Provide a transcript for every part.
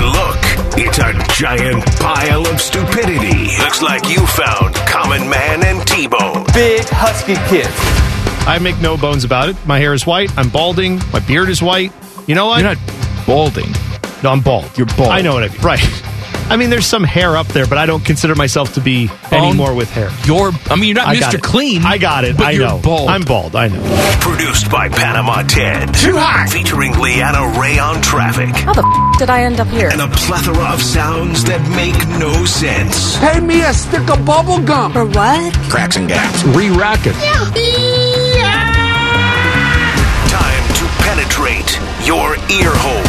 look, it's a giant pile of stupidity. Looks like you found Common Man and T Bone. big husky kid. I make no bones about it. My hair is white. I'm balding. My beard is white. You know what? You're not balding. no, I'm bald. You're bald. I know what I mean. Right. I mean, there's some hair up there, but I don't consider myself to be Bald? any more with hair. You're. I mean, you're not I got Mr. it. Clean. I got it. But I you're know. bald. I'm bald. I know. Produced by Panama Ted. Too hot. Featuring Leanna Ray on traffic How the f- did I end up here? and a plethora of sounds that make no sense. Pay me a stick of bubble gum. For what? Cracks and gaps. Re-rack it. Time to penetrate your ear hole.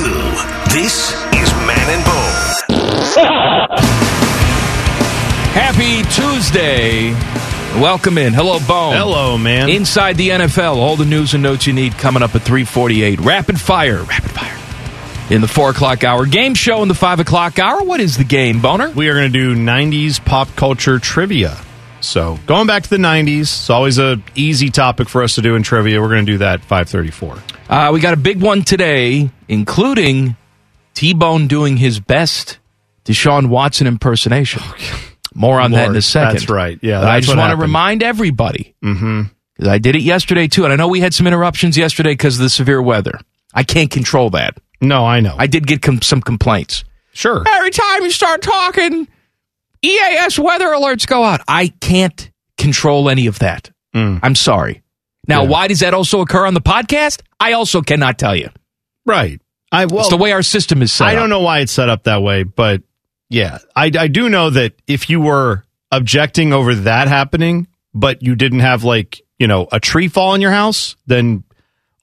Ew. This is Man and Bone. Happy Tuesday. Welcome in. Hello, Bone. Hello, man. Inside the NFL, all the news and notes you need coming up at 348. Rapid fire. Rapid fire. In the 4 o'clock hour. Game show in the 5 o'clock hour. What is the game, Boner? we are going to do 90s pop culture trivia. So going back to the 90s, it's always a easy topic for us to do in trivia. We're going to do that 534. Uh, we got a big one today, including T-Bone doing his best Deshaun Watson impersonation. More on that in a Lord, second. that's right. Yeah, But I that's just what want to happened. remind everybody because Mm-hmm. I did it yesterday too, and I know we had some interruptions yesterday because of the severe weather. I can't control that. No, I know. I did get com- some complaints. sure. Every time you start talking, EAS weather alerts go out. I can't control any of that. Mm. I'm sorry. Now, why does that also occur on the podcast? I also cannot tell you. Right. I well, it's the way our system is set. I up. don't know why it's set up that way, but yeah, I, I do know that if you were objecting over that happening, but you didn't have like you know a tree fall in your house, then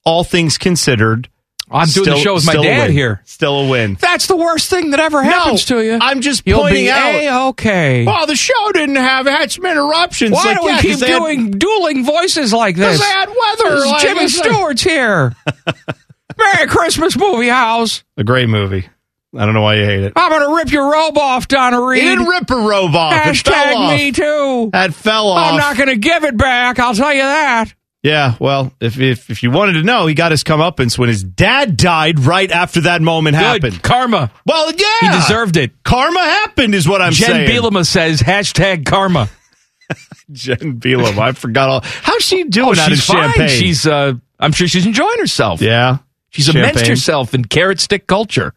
all things considered, I'm doing the still- show with my still a dad win. here. Still a win. That's the worst thing that ever happens No, to you. I'm just You'll pointing be out- okay. Well, the show didn't have had some interruptions. Why like, do we yeah, 'cause keep they had- doing dueling voices like this? Because they had weather, This is like, Jimmy it's like- Stewart's here. Merry Christmas, movie house. a great movie? I don't know why you hate it. I'm gonna rip your robe off, Donna Reed. He didn't rip a robe off. it fell Hashtag off. me too. That fell off. I'm not gonna give it back. I'll tell you that. Yeah, well, if, if if you wanted to know, he got his comeuppance when his dad died right after that moment happened. karma. Well, yeah, He deserved it. Karma happened, is what I'm Jen saying. Bielema says hashtag karma. Jen Bielema, I forgot all. How's she doing? Oh, out she's of fine. champagne. She's uh, I'm sure she's enjoying herself. yeah, She's Champagne. immersed herself in carrot stick culture.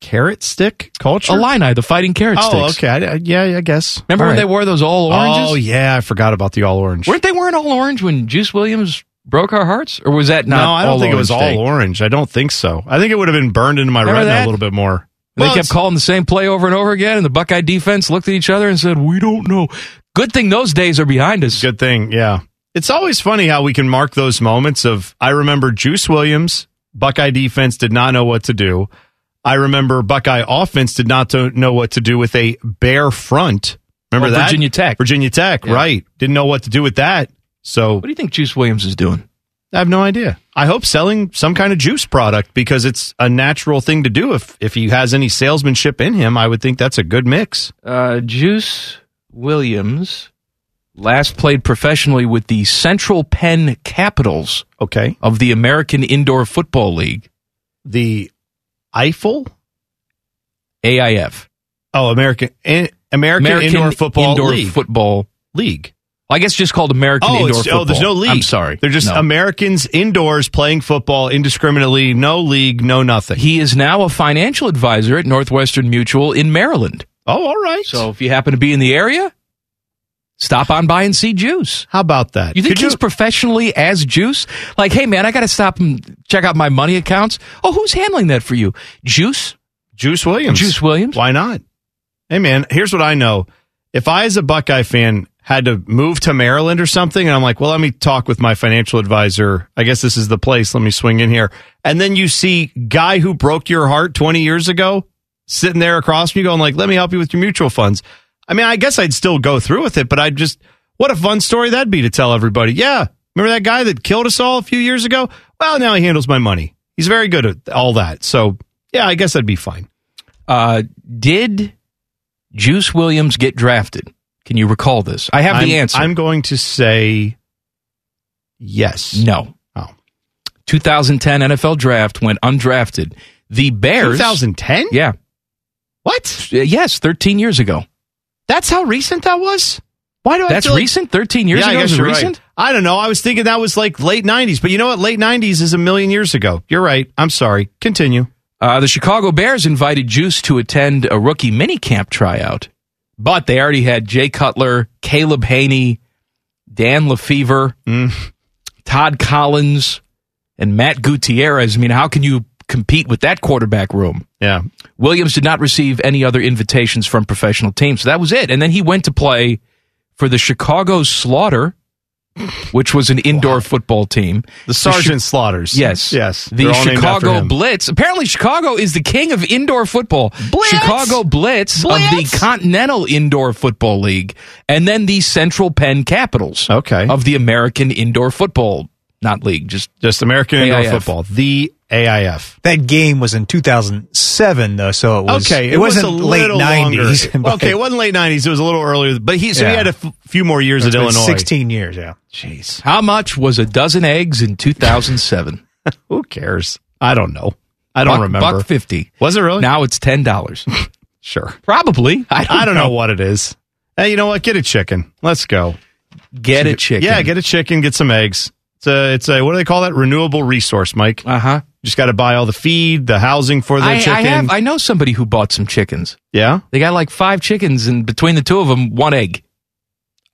Carrot stick culture. Illini, the fighting carrot Oh, sticks. okay. I, I- yeah, I guess. Remember All when right. they wore those all oranges? Oh yeah, I forgot about the all orange. Weren't they wearing all orange when Juice Williams broke our hearts? Or was that no, not I don't all think it was all orange? day? orange. I don't think so. I think it would have been burned into my Remember retina that? a little bit more. And they Well, kept it's- calling the same play over and over again, and the Buckeye defense looked at each other and said, We don't know. Good thing those days are behind us. Good thing, yeah. It's always funny how we can mark those moments of I remember Juice Williams, Buckeye defense did not know what to do. I remember Buckeye offense did not to- know what to do with a bare front. Remember Or that? Virginia Tech. Virginia Tech, Yeah. right. Didn't know what to do with that. So What do you think Juice Williams is doing? I have no idea. I hope selling some kind of juice product because it's a natural thing to do. If if he has any salesmanship in him, I would think that's a good mix. Uh, Juice Williams last played professionally with the Central Penn Capitals Okay. of the American Indoor Football League, The Eiffel? AIF. Oh, American in, American, Indoor Football Indoor League. Football league. Well, I guess just called American Oh, Indoor it's, Football. oh, there's no league. I'm sorry. They're just No. Americans indoors playing football indiscriminately. No league, no nothing. He is now a financial advisor at Northwestern Mutual in Maryland. oh, all right. So if you happen to be in the area, stop on by and see Juice. how about that? You think Could he's professionally as Juice? Like, hey man, I got to stop and check out my money accounts. Oh, who's handling that for you? Juice? Juice Williams? Juice Williams? Why not? Hey, man. Here's what I know: if I, as a Buckeye fan, had to move to Maryland or something. And I'm like, well, let me talk with my financial advisor. I guess this is the place. Let me swing in here. And then you see guy who broke your heart 20 years ago sitting there across from you going like, let me help you with your mutual funds. I mean, I guess I'd still go through with it, but I'd just, what a fun story that'd be to tell everybody. Yeah. Remember that guy that killed us all a few years ago? Well, now he handles my money. He's very good at all that. So yeah, I guess I'd be fine. Uh, did Juice Williams get drafted? Can you recall this? I have I'm, the answer. I'm going to say yes. no. Oh. 2010 NFL draft went undrafted. The Bears. 2010? Yeah. What? Uh, Yes, 13 years ago. That's how recent that was? Why do I That's feel like- recent? 13 years yeah, ago I guess is you're recent? Right. I don't know. I was thinking that was like late 90s, but you know what? Late 90s is a million years ago. You're right. I'm sorry. Continue. Uh, the Chicago Bears invited Juice to attend a rookie minicamp tryout, but they already had Jay Cutler, Caleb Haney, Dan Lefevre, Mm. Todd Collins, and Matt Gutierrez. I mean, how can you compete with that quarterback room? Yeah. Williams did not receive any other invitations from professional teams, so that was it. And then he went to play for the Chicago Slaughter, which was an indoor football team. Chi- The Sergeant Slaughters. Yes. Yes. The They're all named after Chicago him. Blitz. Apparently, Chicago is the king of indoor football. Blitz? Chicago Blitz, of Blitz? the Continental Indoor Football League, and then the Central Penn Capitals. Okay. Of the American Indoor Football, not league, just Just American Indoor AIF. Football. The AIF. That game was in 2007, though, so it was okay. It, wasn't was a late little 90s. longer. but okay. It wasn't late 90s. It was a little earlier. But he, so he Yeah. had a f- few more years it's at been Illinois. 16 years. Yeah, Jeez. how much was a dozen eggs in 2007? Who cares? I don't know. I don't buck, remember. Buck 50. Was it really? Now it's $10. Sure. Probably. I don't, know. what it is. Hey, you know what? Get a chicken. Let's go. Get a chicken. Yeah, get a chicken, get some eggs. It's a, it's a what do they call that? Renewable resource, Mike. You Uh huh. just got to buy all the feed, the housing for the I, I, chicken. have, I know somebody who bought some chickens. yeah. They got like five chickens, and between the two of them, one egg.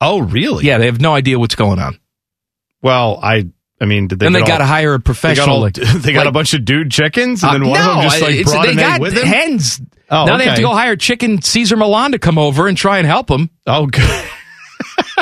Oh, really? Yeah, they have no idea what's going on. Well, I I mean, did they? then they get got to all- hire a They got, professional. all, like- they got a like- bunch of dude chickens, and Uh, then one of no, them just like it's- brought they an got egg with them. hens. Oh, now they have okay. to go hire chicken Caesar Milan to come over and try and help them. oh, good.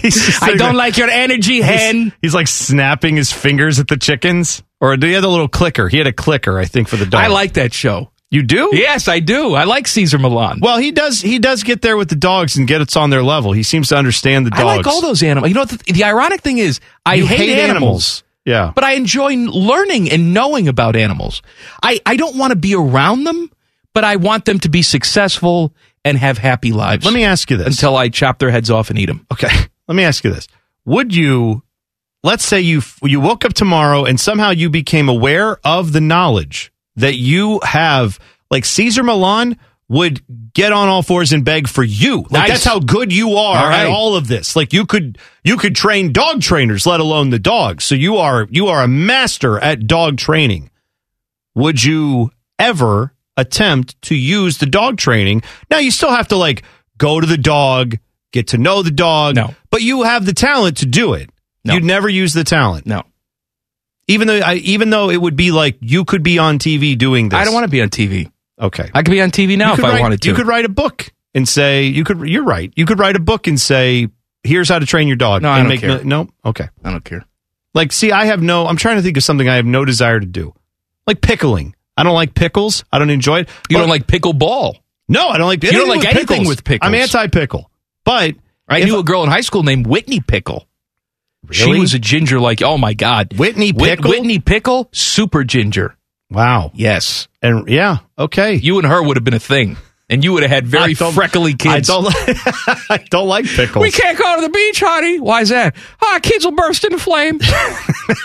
He's just I like- don't like your energy, hen. He's like snapping his fingers at the chickens, or do you have a little clicker? He had a clicker, I think, for the dog. I like that show. you do. Yes, I do. I like Caesar Milan. Well, he does. He does get there with the dogs and get us on their level. He seems to understand the dogs. I like all those animals. You know, the, the ironic thing is, I You hate, animals. Yeah. but I enjoy learning and knowing about animals. I, I don't want to be around them, but I want them to be successful and have happy lives. Let me ask you this. until I chop their heads off and eat them. okay. Let me ask you this. Would you, let's say you you woke up tomorrow and somehow you became aware of the knowledge that you have, like Caesar Milan would get on all fours and beg for you. Like Nice. that's how good you are All right. at all of this. Like you could you could train dog trainers, let alone the dogs. So you are you are a master at dog training. would you ever attempt to use the dog training? Now you still have to like go to the dog, get to know the dog, No. but you have the talent to do it. No. You'd never use the talent. No, Even though I, even though it would be like you could be on TV doing this. I don't want to be on TV. to Okay. I could be on TV now You if could I write- wanted to. You could write a book and say you could you're right. You could write a book and say here's how to train your dog No, and I don't make care. no okay. I don't care. Like, see, I have no, I'm trying to think of something I have no desire to do. Like pickling. I don't like pickles. I don't enjoy it. You But- don't like pickleball. No, I don't like. You don't like anything pickles. with pickles. I'm anti pickle, but I If- knew a girl in high school named Whitney Pickle. Really? She was a ginger. Like, oh my god, Whitney Whit- Pickle? Whitney Pickle, super ginger. wow, Yes, and yeah, okay. you and her would have been a thing, and you would have had very I don't- freckly kids. I don't like. I don't like pickles. We can't go to the beach, honey. Why is that? Ah, kids will burst into flame. the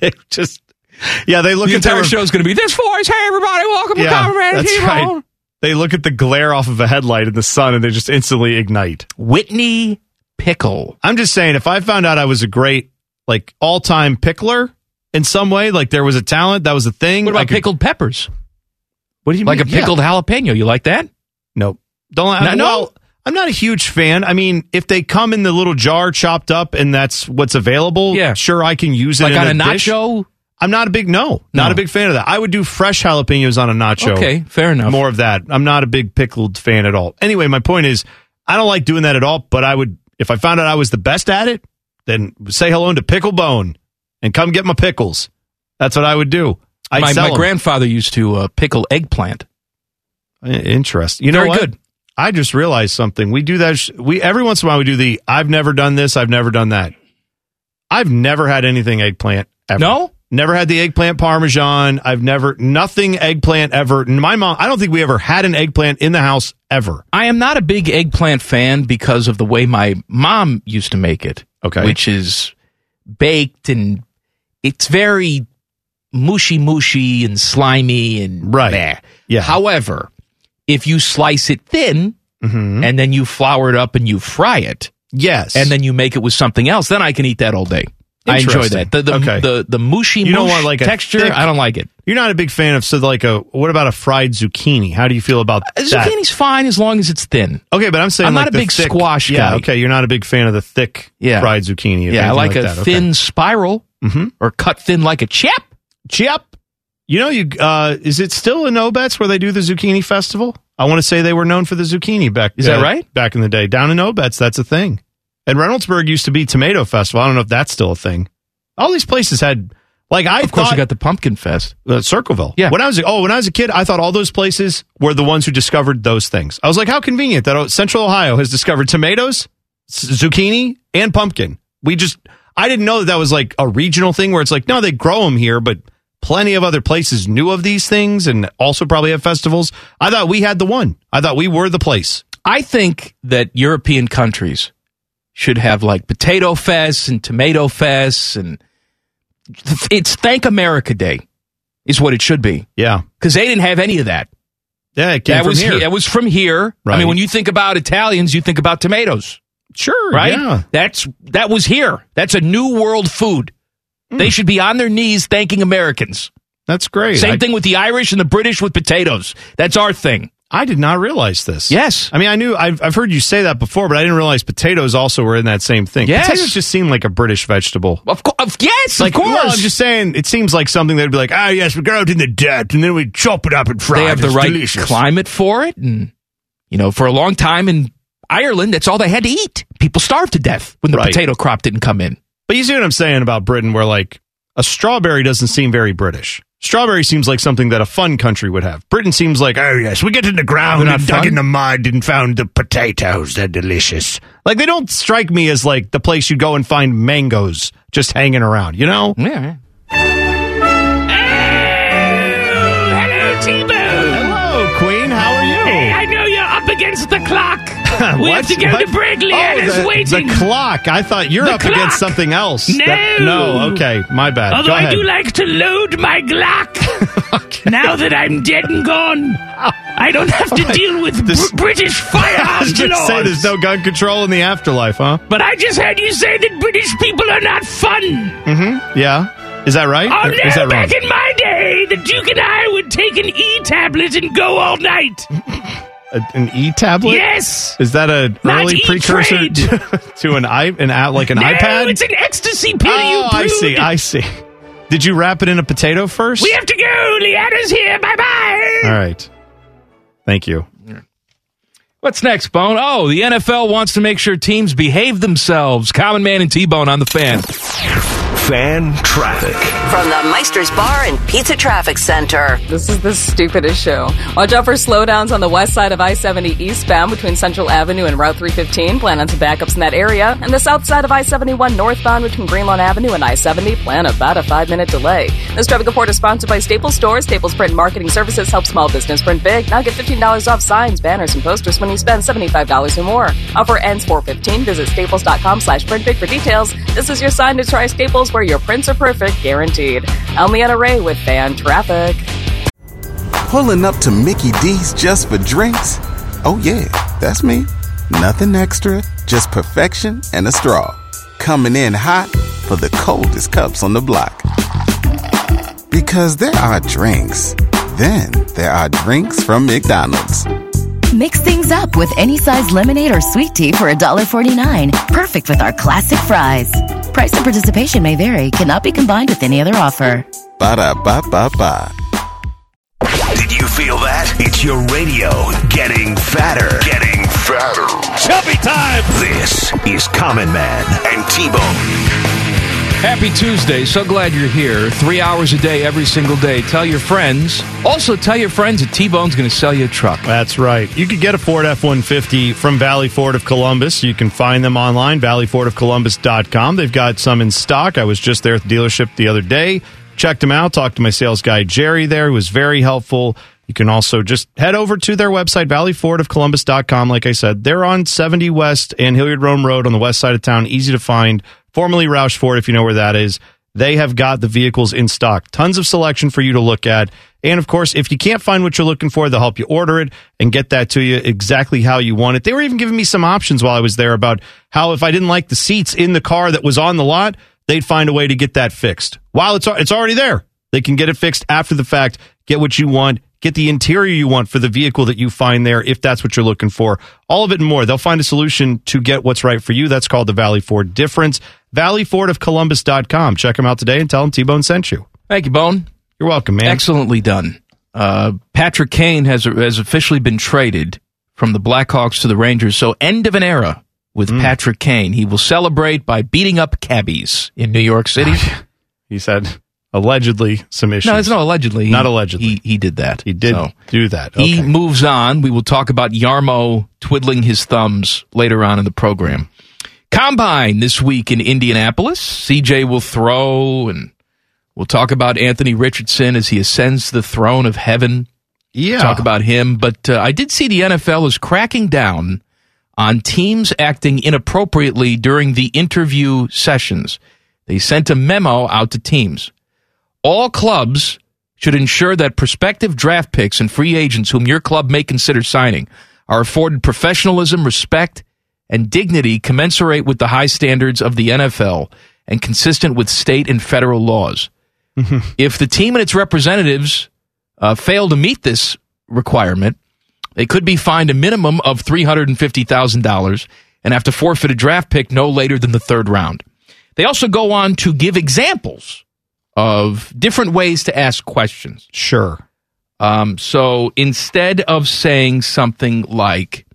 They just yeah, they look at entire their- show's going to be this voice. Hey, everybody, welcome to Yeah, Common Man and that's T-Bone." right. They look at the glare off of a headlight in the sun, and they just instantly ignite. Whitney Pickle. I'm just saying, if I found out I was a great like all time pickler in some way, like there was a talent that was a thing. What I about could- pickled peppers? What do you Like a mean? Yeah. pickled jalapeno. You like that? Nope. Don't I, No- no? well, I'm not a huge fan. I mean, if they come in the little jar chopped up and that's what's available, Yeah. sure I can use it Like in on a, dish. nacho? I'm not a big no, not No. a big fan of that. I would do fresh jalapenos on a nacho. Okay, fair enough. More of that. I'm not a big pickled fan at all. Anyway, my point is I don't like doing that at all, but I would, if I found out I was the best at it, then say hello to Pickle Bone and come get my pickles. That's what I would do. I'd my sell my 'em. grandfather used to uh, pickle eggplant. I- Interest. You know Very what? good. I just realized something. We do that. sh- We every once in a while we do the I've never done this. I've never done that. I've never had anything eggplant ever. No? never had the eggplant parmesan. I've never nothing eggplant ever. My mom. I don't think we ever had an eggplant in the house ever. I am not a big eggplant fan because of the way my mom used to make it. Okay. Which is baked and it's very mushy mushy and slimy and Right. bleh. Yeah. However, if you slice it thin and then you flour it up and you fry it Mm-hmm. Yes, and then you make it with something else, then I can eat that all day. I enjoy Interesting. that. The the Okay. the, the mushy You don't mush want, like, a texture, thick- I don't like it. you're not a big fan of so like a what about a fried zucchini? How do you feel Uh, about that? Zucchini's fine as long as it's thin. Okay, but I'm saying I'm like not a the big thick- squash Yeah, guy. okay, you're not a big fan of the thick Yeah. fried zucchini. or yeah, I anything like, a that. Okay. Mm-hmm. thin spiral or cut thin like a chip. Yep. You know, you uh, is it still in Obetz where they do the zucchini festival? I want to say they were known for the zucchini back. uh, Is that right? Back in the day, down in Obetz, that's a thing. And Reynoldsburg used to be Tomato Festival. I don't know if that's still a thing. All these places had like I Of course, thought you got the pumpkin fest. uh, Circleville. Yeah. When I was oh, when I was a kid, I thought all those places were the ones who discovered those things. I was like, how convenient that uh, Central Ohio has discovered tomatoes, z- zucchini, and pumpkin. We just I didn't know that that was like a regional thing where it's like, no, they grow them here, but plenty of other places knew of these things and also probably have festivals. I thought we had the one. I thought we were the place. I think that European countries should have like potato fests and tomato fests, and it's Thank America Day, is what it should be Yeah. because they didn't have any of that. Yeah, it came that from was here. that was from here. I Right. mean, when you think about Italians, you think about tomatoes, Sure, right? Yeah. That's that was here. That's a new world food. They should be on their knees thanking Americans. Mm. That's great. Same I- thing with the Irish and the British with potatoes. That's our thing. I did not realize this. Yes. I mean, I knew, I've, I've heard you say that before, but I didn't realize potatoes also were in that same thing. Yes. Potatoes just seem like a British vegetable. Of course, yes, Like, of course. well, I'm just saying, it seems like something they'd be like, ah, yes, we grow it in the dirt and then we chop it up and fry they it. have the It's right delicious. climate for it, and you know, for a long time in Ireland, that's all they had to eat. People starved to death when the Right. potato crop didn't come in. But you see what I'm saying about Britain, where like a strawberry doesn't seem very British. Strawberry seems like something that a fun country would have. Britain seems like, oh yes, we get in the ground They're not and dug fun? in the mud and found the potatoes. They're delicious. Like they don't strike me as like the place you go and find mangoes just hanging around. You know? Yeah. Hello, T-Bone. Hello, Queen. How are you? Hey, I know you're up against the clock. we have What? to go What? to break. Oh, Leanna's the, waiting. The clock. I thought you're The up against clock. something else. No. no. Okay. My bad. Although go I ahead. do like to load my Glock. Now that I'm dead and gone, I don't have to deal with Oh. This- Br- British I was firearms going to laws. say there's no gun control in the afterlife, huh? but I just heard you say that British people are not fun. Mm-hmm. Yeah. Is that right? Oh Or no! is that wrong? back in my day, the Duke and I would take an E tablet and go all night. A- an E tablet? Yes. Is that an Not early precursor E-Trade. to, to an i an app like an no, iPad? it's an ecstasy pill. oh, you I see. prude. I see. Did you wrap it in a potato first? We have to go. Leanna's here. Bye bye. All right. Thank you. What's next, Bone? Oh, the NFL wants to make sure teams behave themselves. Common Man and T Bone on the fan. Fan traffic. From the Meister's Bar and Pizza Traffic Center. This is the stupidest show. Watch out for slowdowns on the west side of I 70 eastbound between Central Avenue and Route 315. Plan on some backups in that area. And the south side of I 71 northbound between Greenlawn Avenue and I 70. Plan about a five minute delay. This traffic report is sponsored by Staples Stores. Staples Print and Marketing Services help small business print big. Now get $15 off signs, banners, and posters when you spend $75 or more. Offer ends 415. Visit staples.com slash print big for details. This is your sign to try Staples where your prints are perfect, guaranteed. I'm Leanna Ray with Fan Traffic. Pulling up to Mickey D's just for drinks? Oh, yeah, that's me. Nothing extra, just perfection and a straw. Coming in hot for the coldest cups on the block. Because there are drinks, then there are drinks from McDonald's. Mix things up with any size lemonade or sweet tea for $1.49. Perfect with our classic fries. Price and participation may vary, cannot be combined with any other offer. Ba da ba ba ba. Did you feel that? It's your radio getting fatter, getting batter. Chubby time. This is Common Man and T Bone. Happy Tuesday. So glad you're here. Three hours a day, every single day. Tell your friends. Also, tell your friends that T Bone's going to sell you a truck. That's right. You could get a Ford F 150 from Valley Ford of Columbus. You can find them online, valleyfordofcolumbus.com. They've got some in stock. I was just there at the dealership the other day, checked them out, talked to my sales guy, Jerry, there, who was very helpful. You can also just head over to their website, valleyfordofcolumbus.com. Like I said, they're on 70 West and Hilliard Rome Road on the west side of town. Easy to find. Formerly Roush Ford, if you know where that is. They have got the vehicles in stock. Tons of selection for you to look at. And of course, if you can't find what you're looking for, they'll help you order it and get that to you exactly how you want it. They were even giving me some options while I was there about how if I didn't like the seats in the car that was on the lot, they'd find a way to get that fixed. While it's it's already there, they can get it fixed after the fact. Get what you want. Get the interior you want for the vehicle that you find there, if that's what you're looking for. All of it and more. They'll find a solution to get what's right for you. That's called the Valley Ford Difference. ValleyFordofColumbus.com. Check them out today and tell them T Bone sent you. Thank you, Bone. You're welcome, man. Excellently done. Uh, Patrick Kane has has officially been traded from the Blackhawks to the Rangers. So end of an era with Mm. Patrick Kane. He will celebrate by beating up cabbies in New York City. he said allegedly some issues. No, it's not allegedly. Not allegedly. He, he did that. He did do that. He moves on. We will talk about Yarmo twiddling his thumbs later on in the program. Combine this week in Indianapolis. CJ will throw, and we'll talk about Anthony Richardson as he ascends to the throne of heaven. Yeah. Talk about him. But uh, I did see the NFL is cracking down on teams acting inappropriately during the interview sessions. They sent a memo out to teams. All clubs should ensure that prospective draft picks and free agents whom your club may consider signing are afforded professionalism, respect, and dignity commensurate with the high standards of the NFL and consistent with state and federal laws. if the team and its representatives uh, fail to meet this requirement, they could be fined a minimum of $350,000 and have to forfeit a draft pick no later than the third round. They also go on to give examples of different ways to ask questions. Sure. Um, so instead of saying something like,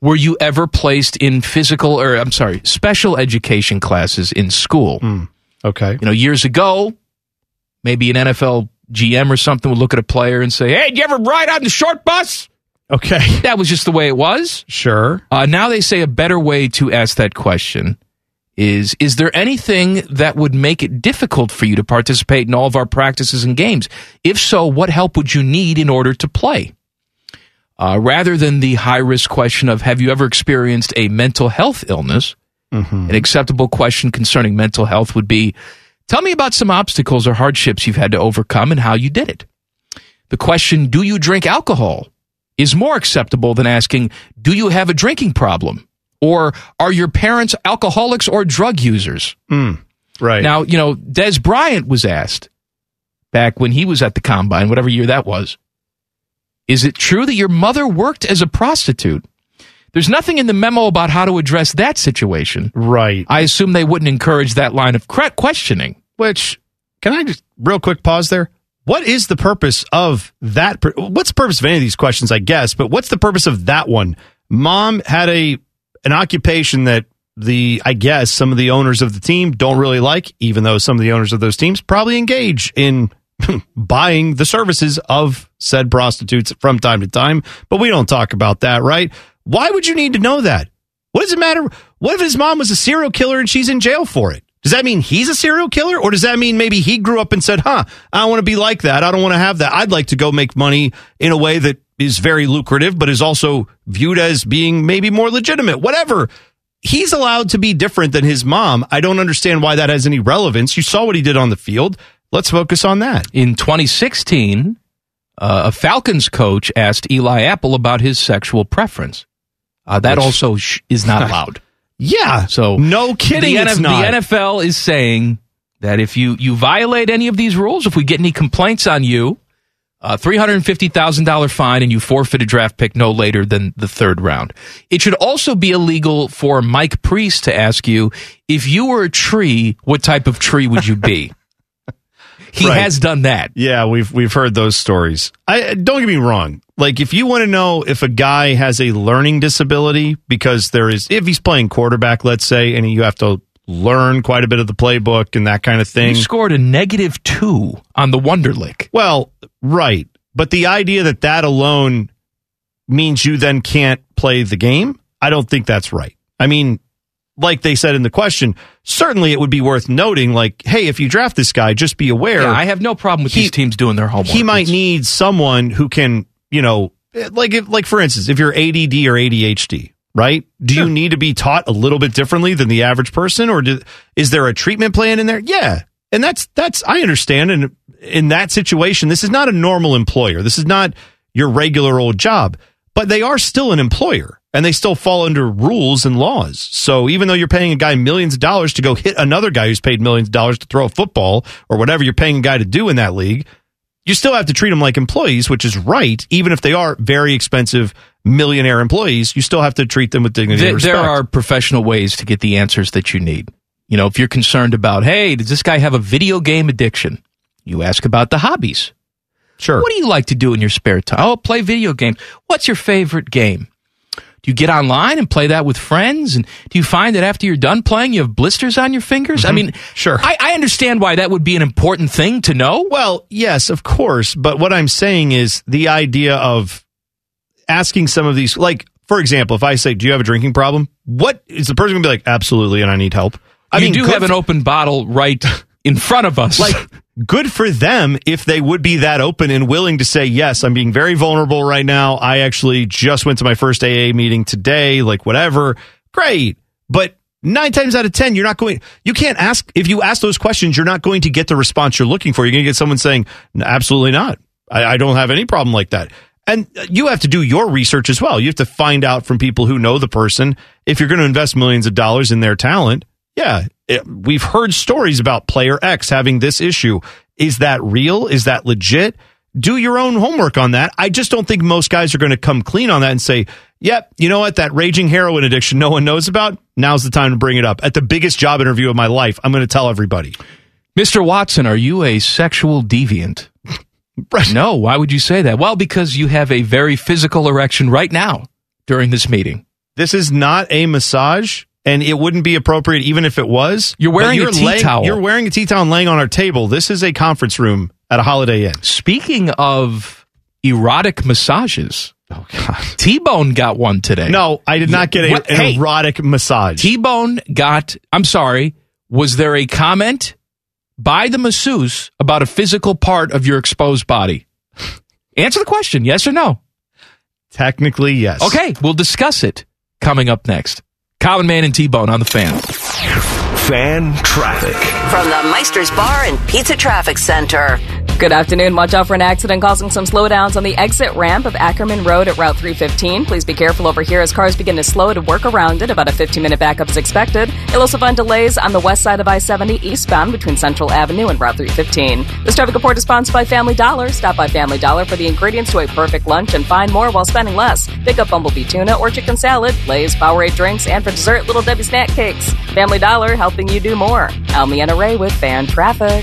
were you ever placed in physical or I'm sorry, special education classes in school? Hmm. okay. You know, years ago, maybe an NFL GM or something would look at a player and say, "Hey, did you ever ride on the short bus?" Okay. That was just the way it was. Sure. Uh, now they say a better way to ask that question is Is there anything that would make it difficult for you to participate in all of our practices and games? If so, what help would you need in order to play? Uh, rather than the high risk question of Have you ever experienced a mental health illness? An acceptable question concerning mental health would be Tell me about some obstacles or hardships you've had to overcome and how you did it. The question, Do you drink alcohol? is more acceptable than asking, Do you have a drinking problem? Or are your parents alcoholics or drug users? Right. Now, you know, Des Bryant was asked back when he was at the combine, whatever year that was, is it true that your mother worked as a prostitute? There's nothing in the memo about how to address that situation. Right. I assume they wouldn't encourage that line of cre- questioning. Which, can I just real quick pause there? What is the purpose of that? Per- what's the purpose of any of these questions, I guess, but what's the purpose of that one? Mom had a an occupation that the I guess some of the owners of the team don't really like, even though some of the owners of those teams probably engage in buying the services of said prostitutes from time to time, but we don't talk about that, right? Why would you need to know that? What does it matter? What if his mom was a serial killer and she's in jail for it? Does that mean he's a serial killer? Or does that mean maybe he grew up and said, huh, I want to be like that. I don't want to have that. I'd like to go make money in a way that is very lucrative, but is also viewed as being maybe more legitimate, whatever. He's allowed to be different than his mom. I don't understand why that has any relevance. You saw what he did on the field. Let's focus on that. In 2016, uh, a Falcons coach asked Eli Apple about his sexual preference. Uh, that Which- also sh- is not allowed. Yeah. So no kidding. The, it's NF- not. the NFL is saying that if you you violate any of these rules, if we get any complaints on you, a three hundred fifty thousand dollar fine, and you forfeit a draft pick no later than the third round. It should also be illegal for Mike Priest to ask you if you were a tree, what type of tree would you be? He has done that. Yeah, we've we've heard those stories. I don't get me wrong. Like if you want to know if a guy has a learning disability because there is if he's playing quarterback, let's say, and you have to learn quite a bit of the playbook and that kind of thing. You scored a negative two on the Wonderlick. Well, right. But the idea that that alone means you then can't play the game, I don't think that's right. I mean, like they said in the question, certainly it would be worth noting, like, hey, if you draft this guy, just be aware. Yeah, I have no problem with these teams doing their homework. He might need someone who can, you know, like, if, like for instance, if you're ADD or ADHD, right? Do you need to be taught a little bit differently than the average person, or do, is there a treatment plan in there? Yeah, and that's that's I understand. And in that situation, this is not a normal employer. This is not your regular old job, but they are still an employer, and they still fall under rules and laws. So even though you're paying a guy millions of dollars to go hit another guy who's paid millions of dollars to throw a football or whatever you're paying a guy to do in that league you still have to treat them like employees, which is right, even if they are very expensive millionaire employees. You still have to treat them with dignity. There, and there respect. are professional ways to get the answers that you need. You know, if you're concerned about, hey, does this guy have a video game addiction? You ask about the hobbies. Sure. What do you like to do in your spare time? Oh, play video games. What's your favorite game? Do you get online and play that with friends? And do you find that after you're done playing, you have blisters on your fingers? Mm-hmm. I mean, sure. I, I understand why that would be an important thing to know. Well, yes, of course. But what I'm saying is the idea of asking some of these, like, for example, if I say, Do you have a drinking problem? What is the person going to be like, Absolutely, and I need help? I you do good have an for- open bottle right in front of us. Like, good for them if they would be that open and willing to say, yes, I'm being very vulnerable right now. I actually just went to my first AA meeting today, like, whatever. Great. But nine times out of 10, you're not going, you can't ask, if you ask those questions, you're not going to get the response you're looking for. You're going to get someone saying, "No, absolutely not. I, I don't have any problem like that. And uh, you have to do your research as well. You have to find out from people who know the person if you're going to invest millions of dollars in their talent. Yeah, it- we've heard stories about player X having this issue. Is that real? Is that legit? Do your own homework on that. I just don't think most guys are going to come clean on that and say, yep, you know what? That raging heroin addiction no one knows about. Now's the time to bring it up. At the biggest job interview of my life, I'm going to tell everybody. Mr. Watson, are you a sexual deviant? No, why would you say that? Well, because you have a very physical erection right now during this meeting. This is not a massage, and it wouldn't be appropriate even if it was. You're But wearing a tea laying- towel. You're wearing a tea towel and laying on our table. This is a conference room at a Holiday Inn. Speaking of erotic massages, oh god, T-Bone got one today. No, I did not get a, What? an Hey. erotic massage. T-Bone got. I'm sorry. Was there a comment by the masseuse about a physical part of your exposed body? Answer the question, yes or no. Technically, yes. Okay, we'll discuss it coming up next. Common Man and T-Bone on the fan. Fan traffic. From the Meister's Bar and Pizza Traffic Center. Good afternoon. Watch out for an accident causing some slowdowns on the exit ramp of Ackerman Road at Route 315. Please be careful over here as cars begin to slow to work around it. About a 15 minute backup is expected. You'll also find delays on the west side of I 70 eastbound between Central Avenue and Route 315. This traffic report is sponsored by Family Dollar. Stop by Family Dollar for the ingredients to a perfect lunch and find more while spending less. Pick up Bumblebee tuna or chicken salad, Lay's Powerade drinks, and for dessert, Little Debbie snack cakes. Family Dollar helping you do more. Almy and Ray with fan traffic.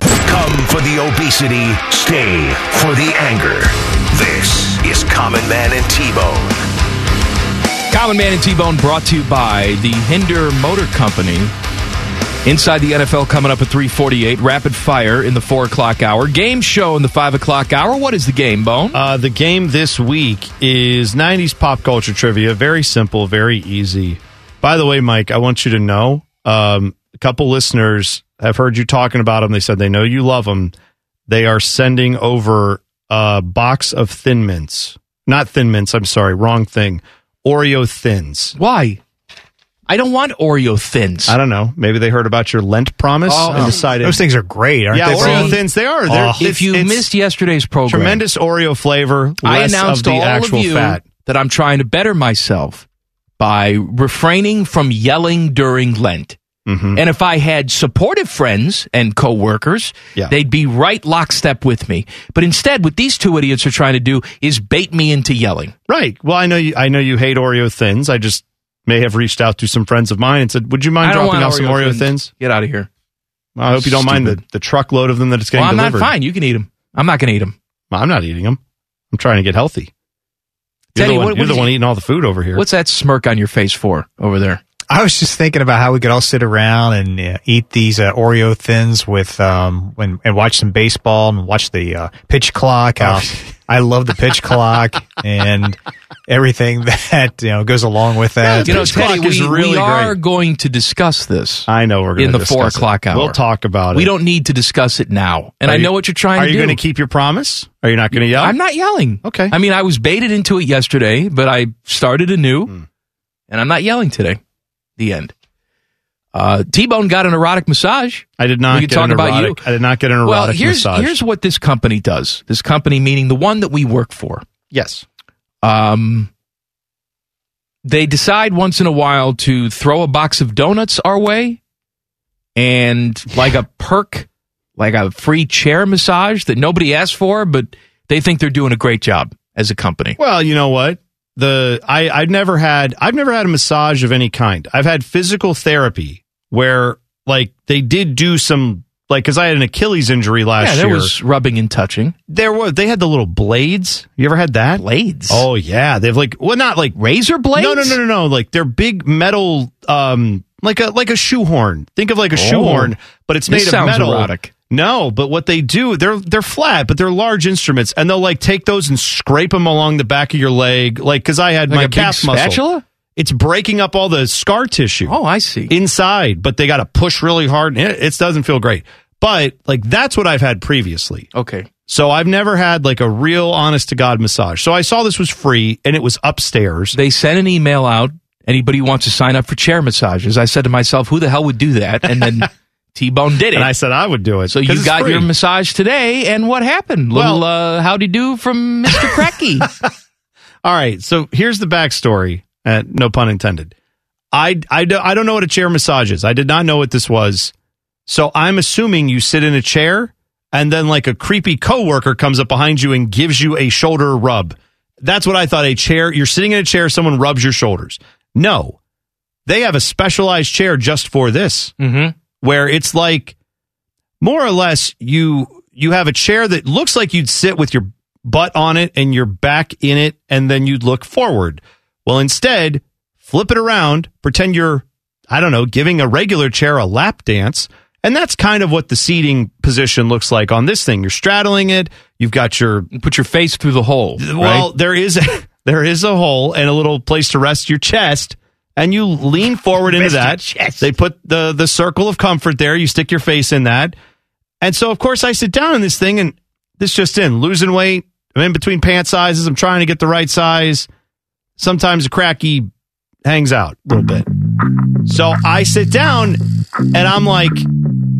Come for the obesity, stay for the anger. This is Common Man and T-Bone. Common Man and T-Bone brought to you by the Hinder Motor Company. Inside the NFL coming up at 348. Rapid fire in the 4 o'clock hour. Game show in the 5 o'clock hour. What is the game, Bone? Uh, the game this week is 90s pop culture trivia. Very simple, very easy. By the way, Mike, I want you to know um, a couple listeners have heard you talking about them. They said they know you love them. They are sending over a box of Thin Mints. Not Thin Mints, I'm sorry, wrong thing. Oreo Thins. Why? I don't want Oreo thins. I don't know. Maybe they heard about your Lent promise Oh, and decided Those things are great, aren't yeah, they? Oreo Brian? thins they are. They're, Oh. it's- if you it's missed yesterday's program, tremendous Oreo flavor. I less announced of the to all actual of you fat. that I'm trying to better myself by refraining from yelling during Lent. Mm-hmm. And if I had supportive friends and coworkers, Yeah. they'd be right lockstep with me. But instead, what these two idiots are trying to do is bait me into yelling. Right. Well, I know you. I know you hate Oreo thins. I just may have reached out to some friends of mine and said, "Would you mind I don't dropping want off some Oreo thins?" Get out of here. Well, I hope you don't mind the, Stupid. the truckload of them that it's getting Well, I'm delivered. not fine. You can eat them. I'm not going to eat them. I'm not eating them. I'm trying to get healthy. You're Teddy, the one, what- you're what the is- one eating all the food over here. What's that smirk on your face for over there? I was just thinking about how we could all sit around and uh, eat these uh, Oreo thins with um and, and watch some baseball and watch the uh, pitch clock. How I love the pitch clock and everything that you know goes along with that. you know, pitch clock Teddy, is we, really we great. are going to discuss this. I know we're going in the four o'clock hour. We'll talk about it. We don't need to discuss it now. And Are I you- know what you're trying Are to you do. going to keep your promise? Are you not going to yell? I'm not yelling. Okay. I mean, I was baited into it yesterday, but I started anew, Hmm. and I'm not yelling today. The end. Uh, T-Bone got an erotic massage. I did not We could get talk an about you. erotic- I did not get an erotic well, here's massage. here's what this company does. This company, meaning the one that we work for. yes. Um, they decide once in a while to throw a box of donuts our way, and like a perk, like a free chair massage that nobody asked for, but they think they're doing a great job as a company. Well, you know what? The I I've never had I've never had a massage of any kind. I've had physical therapy where like they did do some like because I had an Achilles injury last yeah, there year. was rubbing and touching. there was they had the little blades. You ever had that? Blades. Oh yeah, they've like well not like razor blades. No, no, no, no, no. Like they're big metal, um, like a like a shoehorn. Think of like a shoehorn, but it's made This of sounds metal. erotic. No, but what they do, they're they're flat, but they're large instruments, and they'll like take those and scrape them along the back of your leg, like because I had Like my a big calf muscle. spatula? It's breaking up all the scar tissue Oh, I see. inside, but they got to push really hard, and it, it doesn't feel great. But like that's what I've had previously. okay. So I've never had like a real honest to god massage. So I saw this was free and it was upstairs. They sent an email out. Anybody who wants to sign up for chair massages? I said to myself, who the hell would do that? And then T Bone did it. and I said I would do it. so 'cause you it's got free. your massage today, and what happened? Little Well- uh, howdy do from Mr. Cracky. All right. So here's the backstory. Uh, no pun intended. I, I, do, I don't know what a chair massage is. I did not know what this was. So I'm assuming you sit in a chair and then like a creepy coworker comes up behind you and gives you a shoulder rub. That's what I thought a chair. You're sitting in a chair, someone rubs your shoulders. No, they have a specialized chair just for this mm-hmm. where it's like more or less you you have a chair that looks like you'd sit with your butt on it and your back in it and then you'd look forward. Well, instead, flip it around, pretend you're I don't know, giving a regular chair a lap dance. And that's kind of what the seating position looks like on this thing. You're straddling it, you've got your Put your face through the hole. well, there is there is a hole and a little place to rest your chest, and you lean forward into that. They put the the circle of comfort there. You stick your face in that, and so of course I sit down in this thing, and this just in losing weight. I'm in between pant sizes. I'm trying to get the right size. Sometimes a cracky hangs out a little bit. So I sit down and I'm like,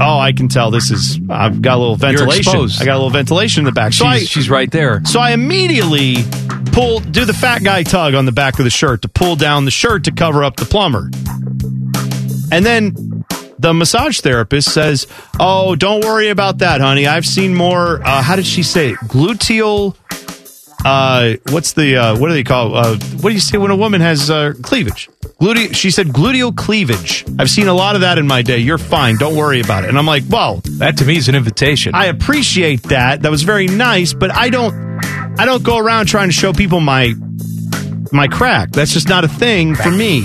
oh, I can tell this is, I've got a little ventilation. exposed. I got a little ventilation in the back. she's, So I, she's right there. so I immediately pull, do the fat guy tug on the back of the shirt to pull down the shirt to cover up the plumber. And then the massage therapist says, Oh, don't worry about that, honey. I've seen more, uh, how did she say it? Gluteal. Uh, what's the uh, what do they call? Uh, what do you say when a woman has uh, cleavage? Gluteal. She said gluteal cleavage. I've seen a lot of that in my day. You're fine. Don't worry about it. And I'm like, well, That to me is an invitation. I appreciate that. That was very nice, but I don't I don't go around trying to show people my my crack. That's just not a thing for me.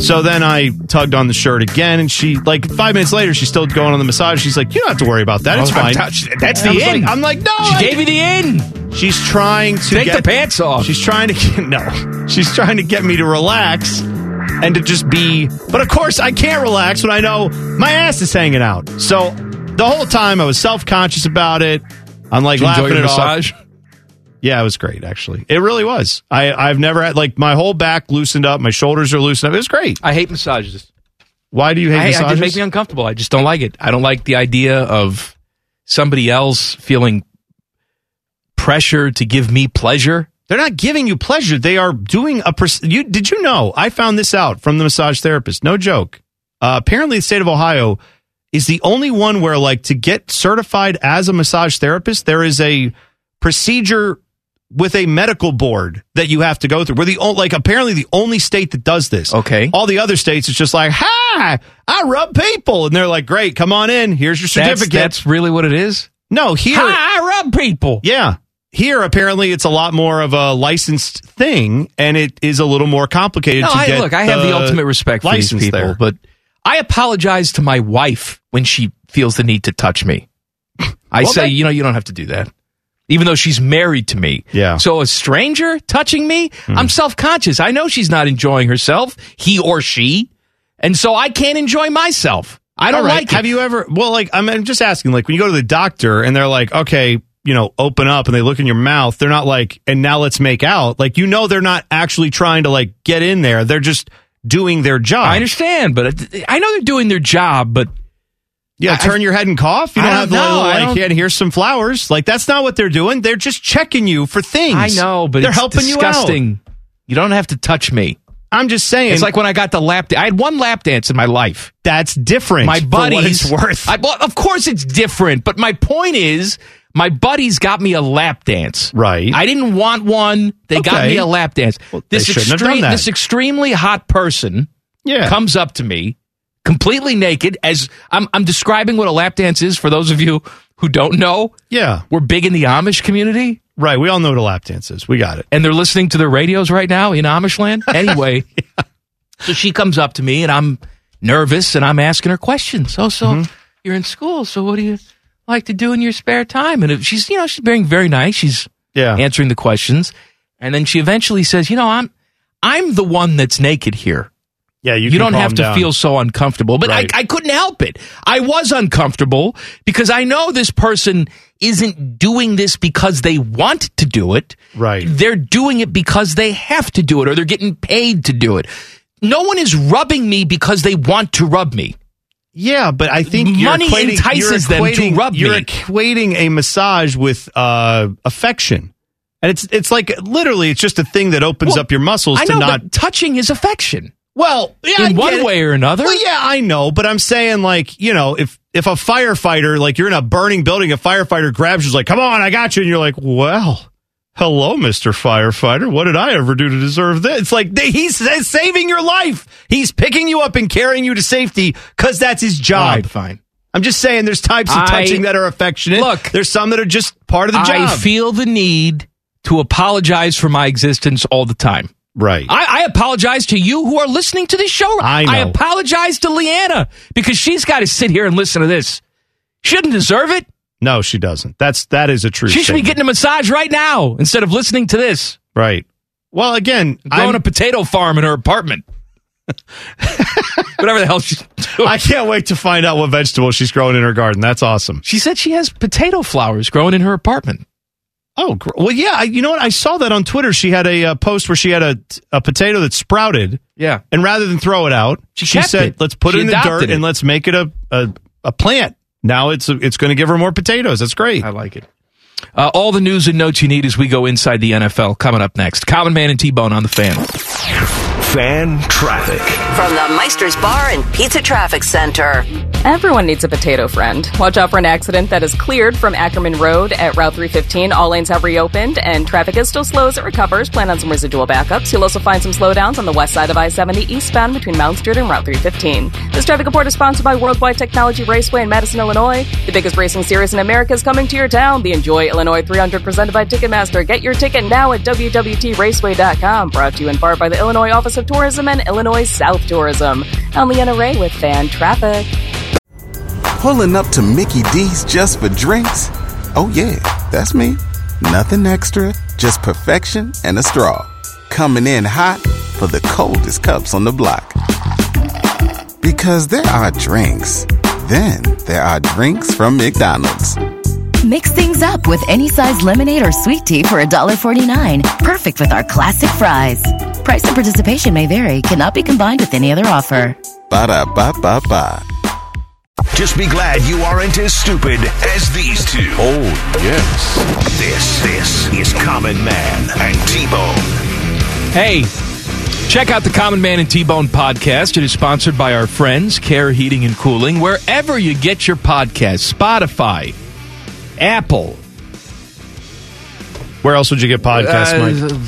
So then I tugged on the shirt again, and she like five minutes later, she's still going on the massage. She's like, "You don't have to worry about that. It's Oh, fine." that's I'm the like- end. I'm like, "No." she I- gave you the end. she's trying to Take get, the pants off. She's trying to get no. She's trying to get me to relax and to just be. But of course, I can't relax when I know my ass is hanging out. So the whole time I was self conscious about it. I'm like Did you laughing enjoy your it off. massage? Yeah, it was great actually. It really was. I I've never had like my whole back loosened up, my shoulders are loosened up. It was great. I hate massages. Why do you hate I, I, massages? it makes me uncomfortable. I just don't like it. I don't like the idea of somebody else feeling pressure to give me pleasure. They're not giving you pleasure. They are doing a. Pers- you did you know? I found this out from the massage therapist. No joke. Uh, apparently, the state of Ohio is the only one where, like, to get certified as a massage therapist, there is a procedure with a medical board that you have to go through. We're the only, like, apparently the only state that does this. Okay. All the other states, it's just like, hi, I rub people, and they're like, great, come on in. Here's your That's, certificate. that's really what it is. no, here. Hi, I rub people. Yeah. Here, apparently, it's a lot more of a licensed thing, and it is a little more complicated No, to I, get. look, I have the ultimate respect for these license people, there. but I apologize to my wife when she feels the need to touch me. I Well, say, that- you know, you don't have to do that, even though she's married to me. Yeah. Hmm. So a stranger touching me, I'm self conscious. I know she's not enjoying herself, he or she, and so I can't enjoy myself. I don't All right. like. it. Have you ever? Well, like I'm, I'm just asking. Like when you go to the doctor and they're like, okay, you know, open up, and they look in your mouth. They're not like, and now let's make out. Like you know, they're not actually trying to like get in there. They're just doing their job. I understand, but it- I know they're doing their job, but Yeah, I- turn your head and cough. You I don't, don't have the know. little, I like, don't- yeah, and here's some flowers. Like that's not what they're doing. They're just checking you for things. I know, but they're it's helping you out. disgusting. You, don't have to touch me. I'm just saying. It's like when I got the lap. I had one lap dance in my life. that's different. my for buddies what it's worth. I, well, of course it's different, but my point is, my buddies got me a lap dance. Right. I didn't want one. They got Okay. me a lap dance. Well, they shouldn't have done that. this extremely hot person yeah. comes up to me completely naked. As I'm, I'm describing what a lap dance is for those of you who don't know. yeah. We're big in the Amish community, Right. We all know what a lap dance is. We got it. and they're listening to their radios right now in Amish land. Anyway, so she comes up to me, and I'm nervous, and I'm asking her questions. So, so Mm-hmm. you're in school, so what do you like to do in your spare time? And if she's, you know, she's being very nice. She's Yeah. answering the questions, and then she eventually says, "You know, I'm, I'm the one that's naked here. yeah. You, You, can don't calm have to down. feel so uncomfortable." But Right. I, I couldn't help it. I was uncomfortable because I know this person isn't doing this because they want to do it Right. they're doing it because they have to do it or they're getting paid to do it. No one is rubbing me because they want to rub me. Yeah, but I think you're Money equating- entices you're them to equating- rub You're me. equating a massage with uh, affection, and it's it's like literally it's just a thing that opens Well, up your muscles I to know, not. but touching is affection well, yeah, I in get one it. way or another. Well, yeah, I know, but I'm saying like you know if if a firefighter like you're in a burning building, a firefighter grabs you's like, "Come on, I got you," and you're like, "Well." Hello, Mr. Firefighter. What did I ever do to deserve this? It's like they- he's sa- saving your life. He's picking you up and carrying you to safety because that's his All job. right, fine. I'm just saying there's types of I- touching that are affectionate. Look. there's some that are just part of the I job. feel the need to apologize for my existence all the time. right. I, I apologize to you who are listening to this show. I know. apologize to Leanna because she's got to sit here and listen to this. She doesn't deserve it. no, she doesn't. That's that is a true. She should be statement. getting a massage right now instead of listening to this. right. Well, again, growing I'm- a potato farm in her apartment. Whatever the hell she's doing. I can't wait to find out what vegetable she's growing in her garden. That's awesome. she said she has potato flowers growing in her apartment. Oh, gr- well, yeah. I, you know what? I saw that on Twitter. She had a uh, post where she had a a potato that sprouted, Yeah. and rather than throw it out, She she kept said, it. "Let's put She it in the adopted dirt it. and let's make it a a, a plant." Now it's it's going to give her more potatoes. That's great. I like it. Uh, all the news and notes you need as we go inside the NFL coming up next. Common Man and T Bone on the fan. Fan traffic. From the Meisters Bar and Pizza Traffic Center. Everyone needs a potato friend. Watch out for an accident that is cleared from Ackerman Road at Route 315. All lanes have reopened and traffic is still slow as it recovers. Plan on some residual backups. You'll also find some slowdowns on the west side of I 70 eastbound between Mount Street and Route 315. This traffic report is sponsored by Worldwide Technology Raceway in Madison, Illinois. The biggest racing series in America is coming to your town. The Enjoy Illinois 300 presented by Ticketmaster. Get your ticket now at WWTRaceway.com. Brought to you in part by the Illinois Office of Tourism and Illinois South Tourism. I'm Leanna Ray with Fan Traffic. Pulling up to Mickey D's just for drinks? Oh, yeah, that's me. Nothing extra, just perfection and a straw. Coming in hot for the coldest cups on the block. Because there are drinks, then there are drinks from McDonald's. Mix things up with any size lemonade or sweet tea for $1.49. Perfect with our classic fries. Price and participation may vary, cannot be combined with any other offer. Ba-da-ba-ba-ba. Just be glad you aren't as stupid as these two. Oh, yes. This, this is Common Man and T-Bone. Hey, check out the Common Man and T Bone podcast. It is sponsored by our friends, Care Heating and Cooling, wherever you get your podcasts Spotify, Apple. Where else would you get podcasts, Uh, Mike? Where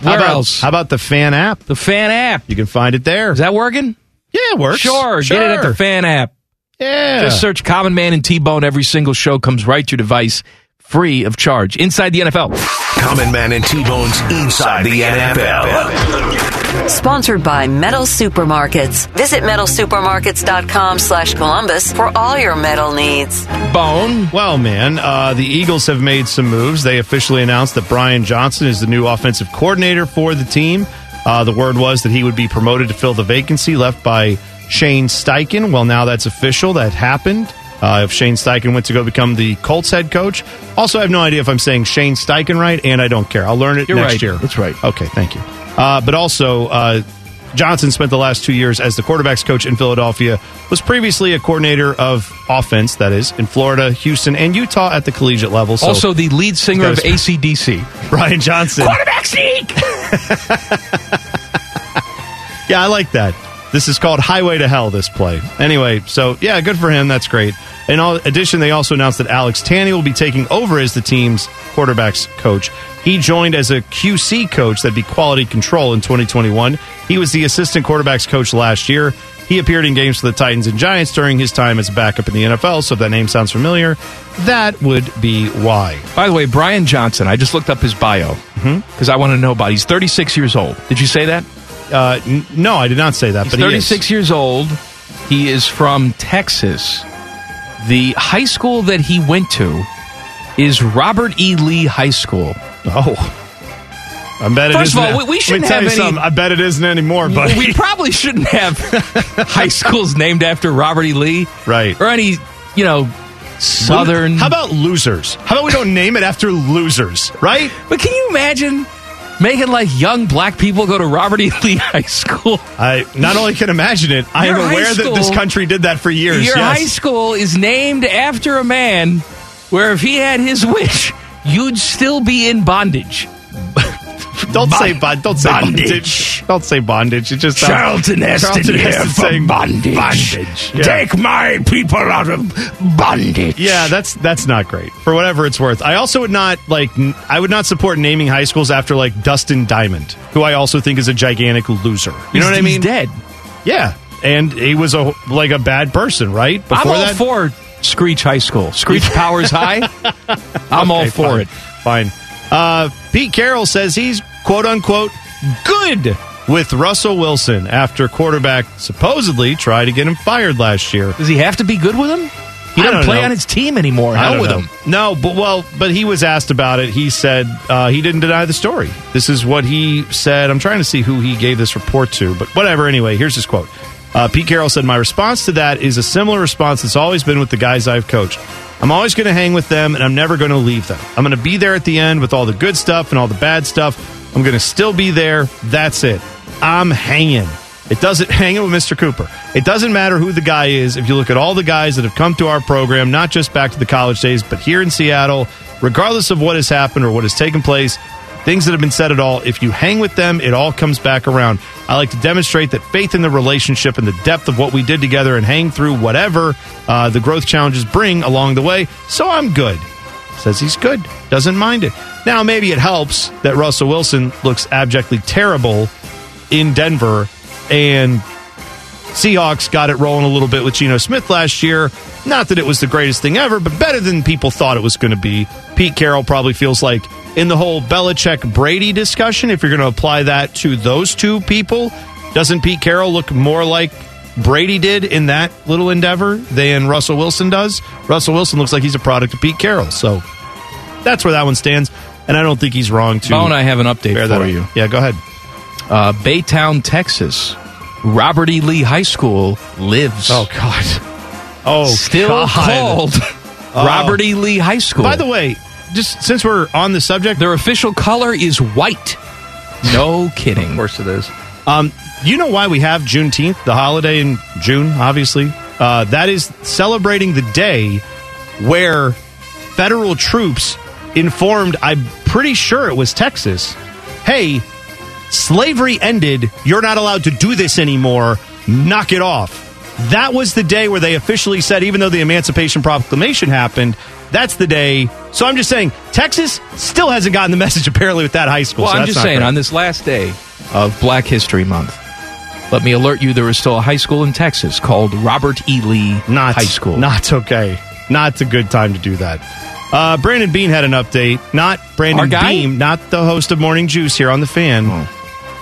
how about, else? How about the fan app? The fan app. You can find it there. Is that working? yeah, it works. Sure, Get it at the fan app. Yeah. Just search Common Man and T Bone. Every single show comes right to your device free of charge. Inside the NFL. Common Man and T-Bone's Inside the NFL. Sponsored by Metal Supermarkets. Visit metalsupermarkets.com slash Columbus for all your metal needs. Bone. Well, man, uh, the Eagles have made some moves. They officially announced that Brian Johnson is the new offensive coordinator for the team. Uh, the word was that he would be promoted to fill the vacancy left by Shane Steichen. Well, now that's official. That happened. Uh, if Shane Steichen went to go become the Colts head coach. Also, I have no idea if I'm saying Shane Steichen right, and I don't care. I'll learn it You're next right. year. That's right. Okay, thank you. Uh, but also, uh, Johnson spent the last two years as the quarterbacks coach in Philadelphia, was previously a coordinator of offense, that is, in Florida, Houston, and Utah at the collegiate level. So also, the lead singer of This guy's- ACDC. Brian Johnson. Quarterback sneak! Yeah, I like that. This is called Highway to Hell, this play. Anyway, so yeah, good for him. That's great. In all, addition, they also announced that Alex Tanny will be taking over as the team's quarterbacks coach. He joined as a QC coach, that'd be quality control, in 2021. He was the assistant quarterbacks coach last year. He appeared in games for the Titans and Giants during his time as a backup in the NFL, so if that name sounds familiar, that would be why. By the way, Brian Johnson, I just looked up his bio because I want to know about it. He's 36 years old. Did you say that? Uh, n- no, I did not say that, He's but 36 he is. years old. He is from Texas. The high school that he went to is Robert E. Lee High School. Oh. I bet it First of all, isn't- we- we let me shouldn't tell have you any- something, I bet it isn't anymore, buddy. We probably shouldn't have high schools named after Robert E. Lee. Right. Or any, you know, Southern. How about losers? How about we don't name it after losers, right? But can you imagine making like young black people go to Robert E. Lee High School? I not only can imagine it, I am Your high aware that this school- country did that for years. Your yes. high school is named after a man where if he had his wish, you'd still be in bondage. don't say bond, don't say bondage. Bondage. Don't say bondage. It just sounds- Charlton Heston Charlton here Heston for saying bondage. Bondage. Yeah. Take my people out of bondage. Yeah, that's that's not great. For whatever it's worth, I also would not like. n- I would not support naming high schools after like Dustin Diamond, who I also think is a gigantic loser. You know what I mean? He's dead. Yeah, and he was a like a bad person, right? I'm all for Screech High School. Screech Powers High. I'm all Okay, for fine. it. Fine. Uh, Pete Carroll says he's quote unquote good with Russell Wilson after quarterback supposedly tried to get him fired last year. Does he have to be good with him? He I doesn't don't play know. on his team anymore. I Hell don't with know. him. No, but well, but he was asked about it. He said uh, he didn't deny the story. This is what he said. I'm trying to see who he gave this report to, but whatever. Anyway, here's his quote. Uh, Pete Carroll said, "My response to that is a similar response that's always been with the guys I've coached. I'm always going to hang with them, and I'm never going to leave them. I'm going to be there at the end with all the good stuff and all the bad stuff. I'm going to still be there. That's it. I'm hanging." It doesn't hang it with Mr. Cooper. It doesn't matter who the guy is. If you look at all the guys that have come to our program, not just back to the college days, but here in Seattle, regardless of what has happened or what has taken place, things that have been said at all, if you hang with them, it all comes back around. I like to demonstrate that faith in the relationship and the depth of what we did together and hang through whatever uh, the growth challenges bring along the way. So I'm good says he's good, doesn't mind it. Now, maybe it helps that Russell Wilson looks abjectly terrible in Denver, and Seahawks got it rolling a little bit with Geno Smith last year. Not that it was the greatest thing ever, but better than people thought it was going to be. Pete Carroll probably feels like in the whole Belichick Brady discussion, if you're going to apply that to those two people, doesn't Pete Carroll look more like Brady did in that little endeavor than Russell Wilson does? Russell Wilson looks like he's a product of Pete Carroll. So that's where that one stands. And I don't think he's wrong to Bone, I have an update bear that for up. you. Yeah, go ahead. Uh, Baytown, Texas. Robert E. Lee High School lives. God. Oh, Still God. Oh. called Robert E. Lee High School. By the way, just since we're on the subject, their official color is white. No kidding. Of course it is. Um, you know why we have Juneteenth, the holiday in June, obviously? Uh, that is celebrating the day where federal troops informed, I'm pretty sure it was Texas, hey, slavery ended. You're not allowed to do this anymore. Knock it off. That was the day where they officially said, even though the Emancipation Proclamation happened, that's the day. So I'm just saying, Texas still hasn't gotten the message apparently with that high school. Well, so I'm that's just not saying, great. on this last day of Black History Month, let me alert you there is still a high school in Texas called Robert E. Lee not High School. Not okay. Not a good time to do that. Uh, Brandon Bean had an update. Not Our Brandon guy? Beam, not the host of Morning Juice here on the Fan.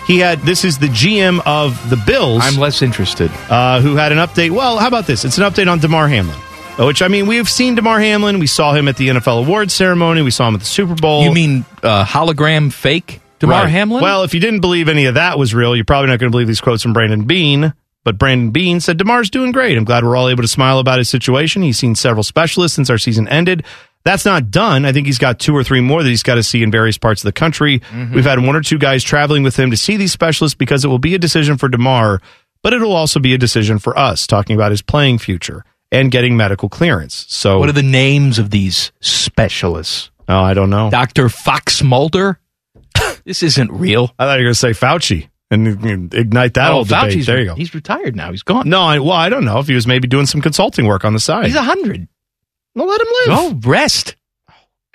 He had this is the GM of the Bills. Oh. I'm less interested. uh, who had an update. Well, how about this? It's an update on DeMar Hamlin, which I mean, we've seen DeMar Hamlin. We saw him at the NFL Awards ceremony. We saw him at the Super Bowl. You mean uh, hologram fake DeMar Right. Hamlin? Well, if you didn't believe any of that was real, you're probably not going to believe these quotes from Brandon Bean. But Brandon Bean said, DeMar's doing great. I'm glad we're all able to smile about his situation. He's seen several specialists since our season ended. That's not done. I think he's got two or three more that he's got to see in various parts of the country. Mm-hmm. We've had one or two guys traveling with him to see these specialists because it will be a decision for DeMar, but it'll also be a decision for us, talking about his playing future and getting medical clearance. So, what are the names of these specialists? oh, I don't know. Dr. Fox Mulder? this isn't real. I thought you were going to say Fauci and ignite that oh, whole debate. Fauci's- there you go. He's retired now. He's gone. No, I, well, I don't know if he was maybe doing some consulting work on the side. He's a 100. well, let him live. No, rest.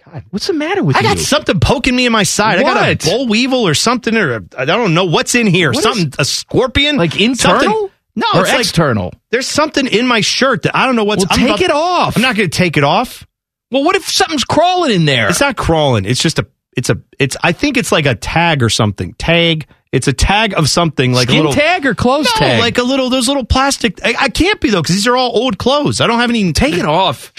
God, what's the matter with I you? got something poking me in my side. I What? got a boll weevil or something, or a, I don't know what's in here. What is- something, a scorpion, like Something- internal? No, or it's like- external. there's something in my shirt that I don't know what's. well, take about- it off. I'm not going to take it off. well, what if something's crawling in there? It's not crawling. It's just a. It's a. It's. I think it's like a tag or something. Tag. It's a tag of something like Skin a little tag or clothes no, tag? like a little. Those little plastic. I, I can't be though because these are all old clothes. I don't have any. take it off.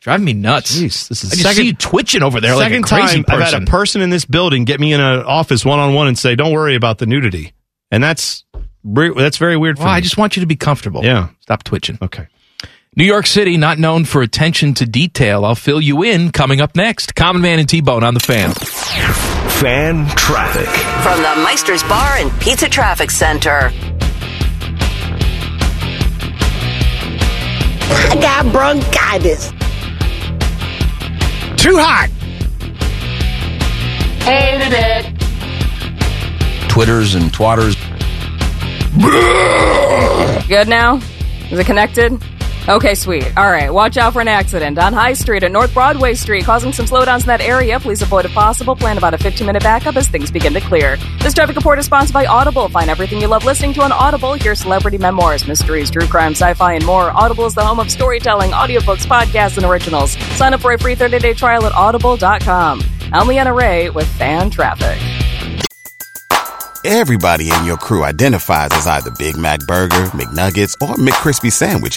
Driving me nuts. Jeez, this is I just second- see you twitching over there like a Second crazy time I've had person. a person in this building get me in an office one on one and say, "Don't worry about the nudity," and that's re- that's very weird for Well, me. I just want you to be comfortable. Yeah. Stop twitching. okay. New York City, not known for attention to detail. I'll fill you in coming up next. Common Man and T Bone on the fan. Fan traffic. From the Meister's Bar and Pizza Traffic Center. I got bronchitis. Too hot. Twitters and twatters. Good now? Is it connected? Okay, sweet. All right, watch out for an accident on High Street and North Broadway Street, causing some slowdowns in that area. Please avoid if possible. Plan about a 15 minute backup as things begin to clear. This traffic report is sponsored by Audible. Find everything you love listening to on Audible. Hear celebrity memoirs, mysteries, true crime, sci fi, and more. Audible is the home of storytelling, audiobooks, podcasts, and originals. Sign up for a free 30 day trial at audible.com. I'm Leanna Ray with Fan Traffic. Everybody in your crew identifies as either Big Mac Burger, McNuggets, or McCrispy Sandwich.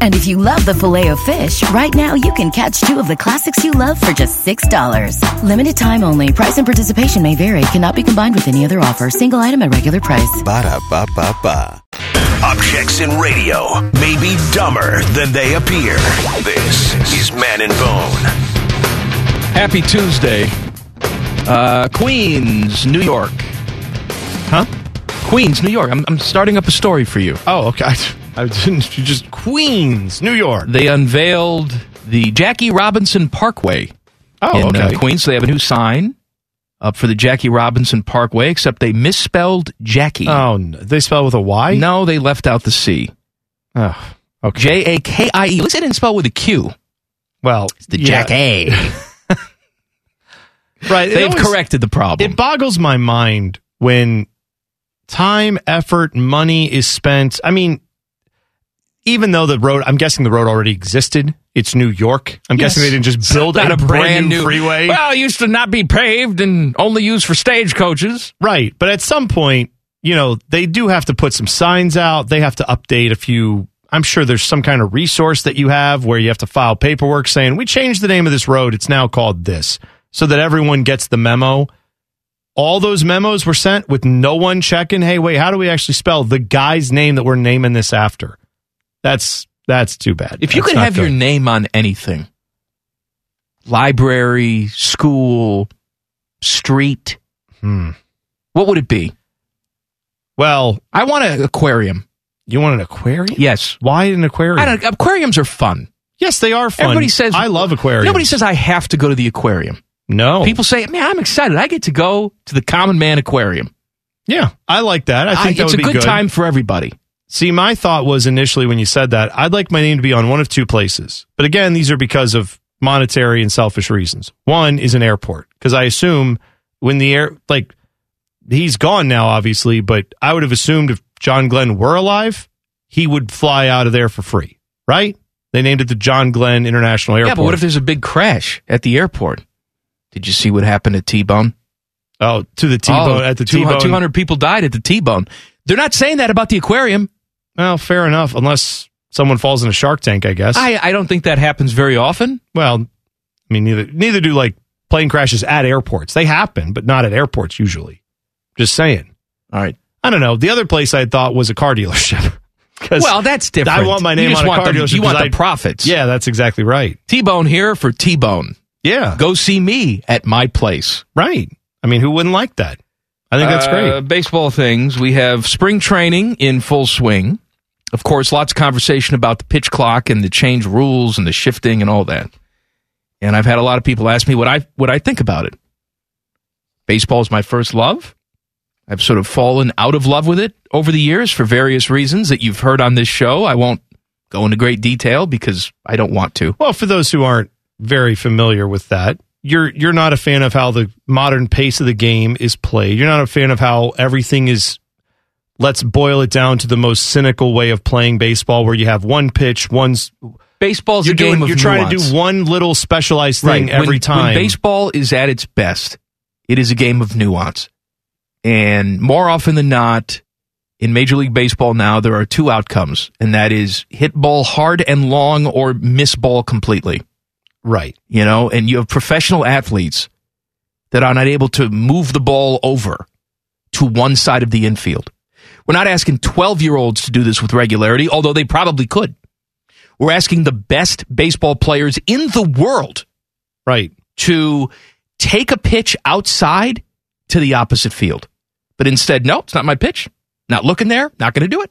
And if you love the filet of fish, right now you can catch two of the classics you love for just $6. Limited time only. Price and participation may vary. Cannot be combined with any other offer. Single item at regular price. Ba-da-ba-ba-ba. Objects in radio may be dumber than they appear. This is Man and Bone. Happy Tuesday. Uh, Queens, New York. Huh? Queens, New York. I'm, I'm starting up a story for you. Oh, okay. I didn't. You just Queens, New York. They unveiled the Jackie Robinson Parkway Oh, in uh, okay. Queens. So they have a new sign up for the Jackie Robinson Parkway, except they misspelled Jackie. Oh, no. they spell with a Y. no, they left out the C. Oh, okay. J A K I E. At least they didn't spell with a Q. well, It's the yeah. Jackie. Right. it They've always- corrected the problem. It boggles my mind when time, effort, money is spent. I mean, even though the road, I'm guessing the road already existed. It's New York. I'm guessing they didn't just build out a brand, new, freeway. Well, it used to not be paved and only used for stagecoaches. Right. But at some point, you know, they do have to put some signs out. They have to update a few. I'm sure there's some kind of resource that you have where you have to file paperwork saying, we changed the name of this road. It's now called this. so that everyone gets the memo. All those memos were sent with no one checking. Hey, wait, how do we actually spell the guy's name that we're naming this after? That's that's too bad. If you That's could not have your good. name on anything, library, school, street, what would it be? Hmm. Well, I want an aquarium. You want an aquarium? Yes. Why an aquarium? I don't, aquariums are fun. Yes, they are fun. Everybody says I love aquariums. Nobody says I have to go to the aquarium. No. People say, "Man, I'm excited. I get to go to the Common Man Aquarium." Yeah, I like that. I think that it's would a be good, good. time for everybody. See, my thought was initially when you said that, I'd like my name to be on one of two places. But again, these are because of monetary and selfish reasons. One is an airport, because I assume when the air, like, he's gone now, obviously, but I would have assumed if John Glenn were alive, he would fly out of there for free, right? They named it the John Glenn International Airport. Yeah, but what if there's a big crash at the airport? Did you see what happened to T-Bone? Oh, to the T-Bone- at the T-Bone. Two hundred people died at the T-Bone. They're not saying that about the aquarium. Well, fair enough, unless someone falls in a shark tank, I guess. I, I don't think that happens very often. Well, I mean, neither neither do like plane crashes at airports. They happen, but not at airports usually. Just saying. All right. I don't know. The other place I thought was a car dealership. 'Cause Well, that's different. I want my You name just on a want car the- dealership. you want 'cause the I- profits. Yeah, that's exactly right. T-Bone here for T-Bone. Yeah. Go see me at my place. Right. I mean, who wouldn't like that? I think that's great. Uh, baseball things. We have spring training in full swing. Of course, lots of conversation about the pitch clock and the change rules and the shifting and all that. And I've had a lot of people ask me what I what I think about it. Baseball is my first love. I've sort of fallen out of love with it over the years for various reasons that you've heard on this show. I won't go into great detail because I don't want to. Well, for those who aren't very familiar with that, you're you're not a fan of how the modern pace of the game is played. You're not a fan of how everything is let's boil it down to the most cynical way of playing baseball where you have one pitch, one's Baseball's you're a game doing- of you're trying nuance. to do one little specialized thing When- every when time. baseball is at its best, it is a game of nuance. And more often than not, in Major League Baseball now, there are two outcomes, and that is hit ball hard and long or miss ball completely. Right. You know, and you have professional athletes that are not able to move the ball over to one side of the infield. We're not asking 12 year olds to do this with regularity, although they probably could. We're asking the best baseball players in the world right to take a pitch outside to the opposite field but instead no it's not my pitch not looking there not going to do it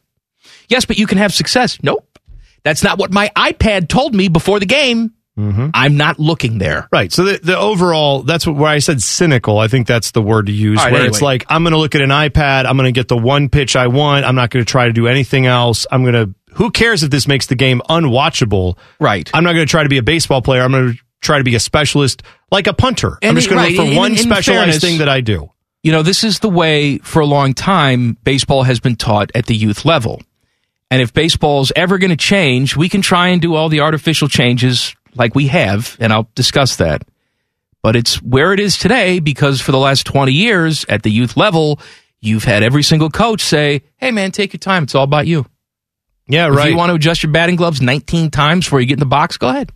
yes but you can have success nope that's not what my ipad told me before the game i'm not looking there Right. So the, the overall, that's what, where I said cynical. I think that's the word to use. All right, where it's anyway. like, I'm going to look at an iPad. I'm going to get the one pitch I want. I'm not going to try to do anything else. I'm going to, who cares if this makes the game unwatchable? Right. I'm not going to try to be a baseball player. I'm going to try to be a specialist, like a punter. I'm And just it- going right, to look in- for in- one in specialized fairness- thing that I do. you know, this is the way for a long time baseball has been taught at the youth level. And if baseball's ever going to change, we can try and do all the artificial changes like we have, and I'll discuss that. But it's where it is today because for the last 20 years at the youth level, you've had every single coach say, hey, man, take your time. It's all about you. Yeah, If right. you want to adjust your batting gloves 19 times before you get in the box, go ahead.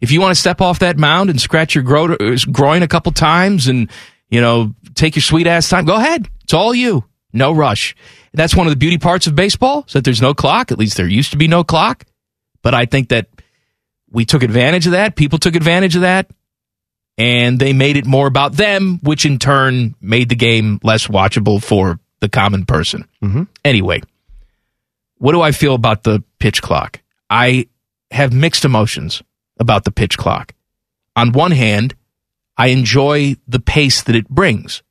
If you want to step off that mound and scratch your gro- uh, groin a couple times and, you know, take your sweet ass time, go ahead. It's all you. No rush. That's one of the beauty parts of baseball is that there's no clock. At least there used to be no clock. But I think that we took advantage of that. People took advantage of that. And they made it more about them, which in turn made the game less watchable for the common person. Mm-hmm. Anyway, what do I feel about the pitch clock? I have mixed emotions about the pitch clock. On one hand, I enjoy the pace that it brings.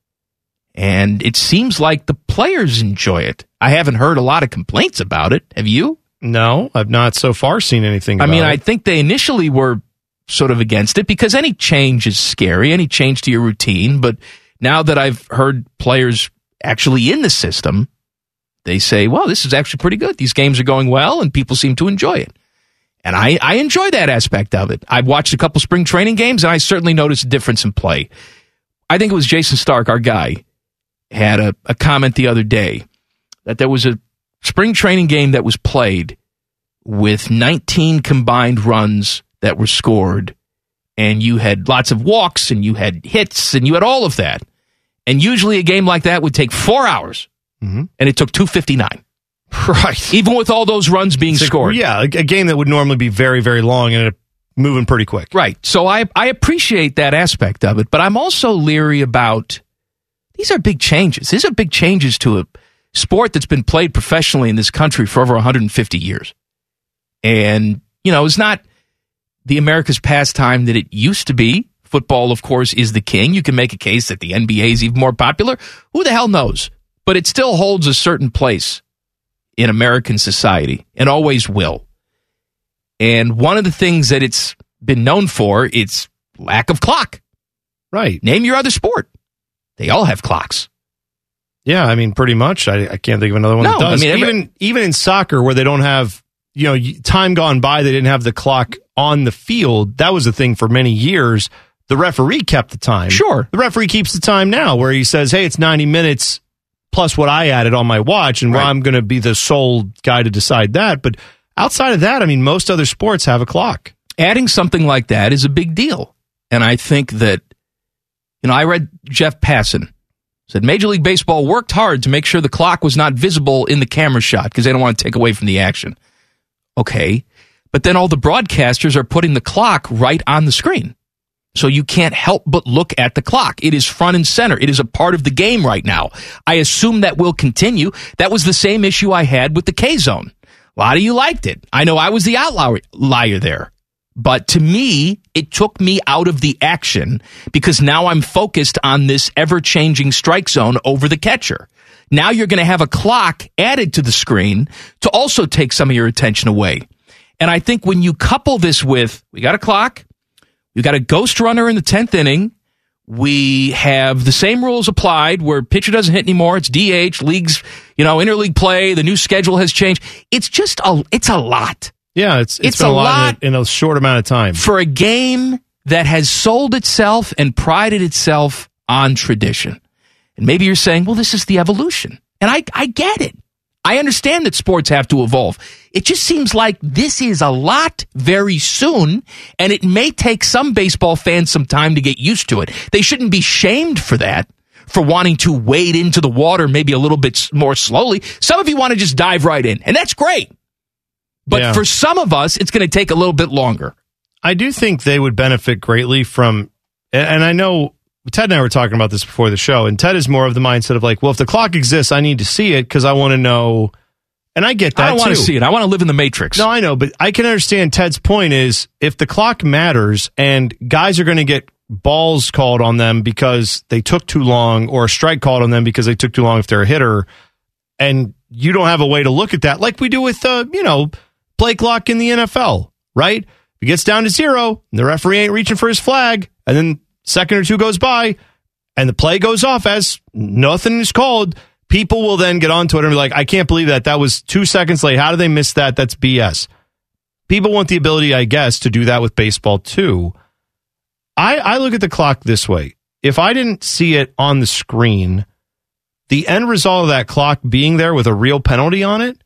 And it seems like the players enjoy it. I haven't heard a lot of complaints about it. Have you? No, I've not so far seen anything. I about mean, it. I think they initially were sort of against it because any change is scary, any change to your routine. But now that I've heard players actually in the system, they say, well, this is actually pretty good. These games are going well, and people seem to enjoy it. And I, I enjoy that aspect of it. I've watched a couple spring training games, and I certainly noticed a difference in play. I think it was Jason Stark, our guy, had a, a comment the other day that there was a spring training game that was played with 19 combined runs that were scored and you had lots of walks and you had hits and you had all of that. And usually a game like that would take four hours, and it took two fifty nine. Mm-hmm. Right. Even with all those runs being It's a- scored. yeah, a, a game that would normally be very, very long and it moving pretty quick. Right. So I I appreciate that aspect of it, but I'm also leery about these are big changes. These are big changes to a sport that's been played professionally in this country for over 150 years. And, you know, it's not the America's pastime that it used to be. Football, of course, is the king. You can make a case that the NBA is even more popular. Who the hell knows? But it still holds a certain place in American society and always will. And one of the things that it's been known for, it's lack of clock. Right. Name your other sport. They all have clocks. Yeah, I mean, pretty much. I, I can't think of another one No, that does. I mean, every- even even in soccer, where they don't have you know y- time gone by, they didn't have the clock on the field. That was a thing for many years. The referee kept the time. Sure, the referee keeps the time now, where he says, "Hey, it's ninety minutes plus what I added on my watch, and I'm going to be the sole guy to decide that." But outside of that, I mean, most other sports have a clock. Adding something like that is a big deal. And I think that, you know, I read Jeff Passan said Major League Baseball worked hard to make sure the clock was not visible in the camera shot because they don't want to take away from the action. Okay. But then all the broadcasters are putting the clock right on the screen. So you can't help but look at the clock. It is front and center. It is a part of the game right now. I assume that will continue. That was the same issue I had with the K zone. A lot of you liked it. I know I was the outlier liar there. But to me, it took me out of the action because now I'm focused on this ever changing strike zone over the catcher. Now you're going to have a clock added to the screen to also take some of your attention away. And I think when you couple this with, we got a clock, we got a ghost runner in the 10th inning. We have the same rules applied where pitcher doesn't hit anymore. It's DH, leagues, you know, interleague play. The new schedule has changed. It's just a, it's a lot. Yeah, it's It's been a a lot, lot. in, a, in a short amount of time. For a game that has sold itself and prided itself on tradition. And maybe you're saying, well, this is the evolution. And I, I get it. I understand that sports have to evolve. It just seems like this is a lot very soon, and it may take some baseball fans some time to get used to it. They shouldn't be shamed for that, for wanting to wade into the water maybe a little bit s- more slowly. Some of you want to just dive right in, and that's great. But Yeah. for some of us, it's going to take a little bit longer. I do think they would benefit greatly from, and- and I know Ted and I were talking about this before the show, and Ted is more of the mindset of like, well, if the clock exists, I need to see it because I want to know, and I get that. I don't want to too. see it. I want to live in the matrix. No, I know, but I can understand Ted's point is if the clock matters and guys are going to get balls called on them because they took too long or a strike called on them because they took too long if they're a hitter and you don't have a way to look at that like we do with uh, you know, play clock in the NFL, right? If it gets down to 0 and the referee ain't reaching for his flag and then second or two goes by and the play goes off as nothing is called, people will then get on Twitter and be like, I can't believe that. That was two seconds late. How did they miss that? That's BS. People want the ability, I guess, to do that with baseball too. I, I look at the clock this way. If I didn't see it on the screen, the end result of that clock being there with a real penalty on it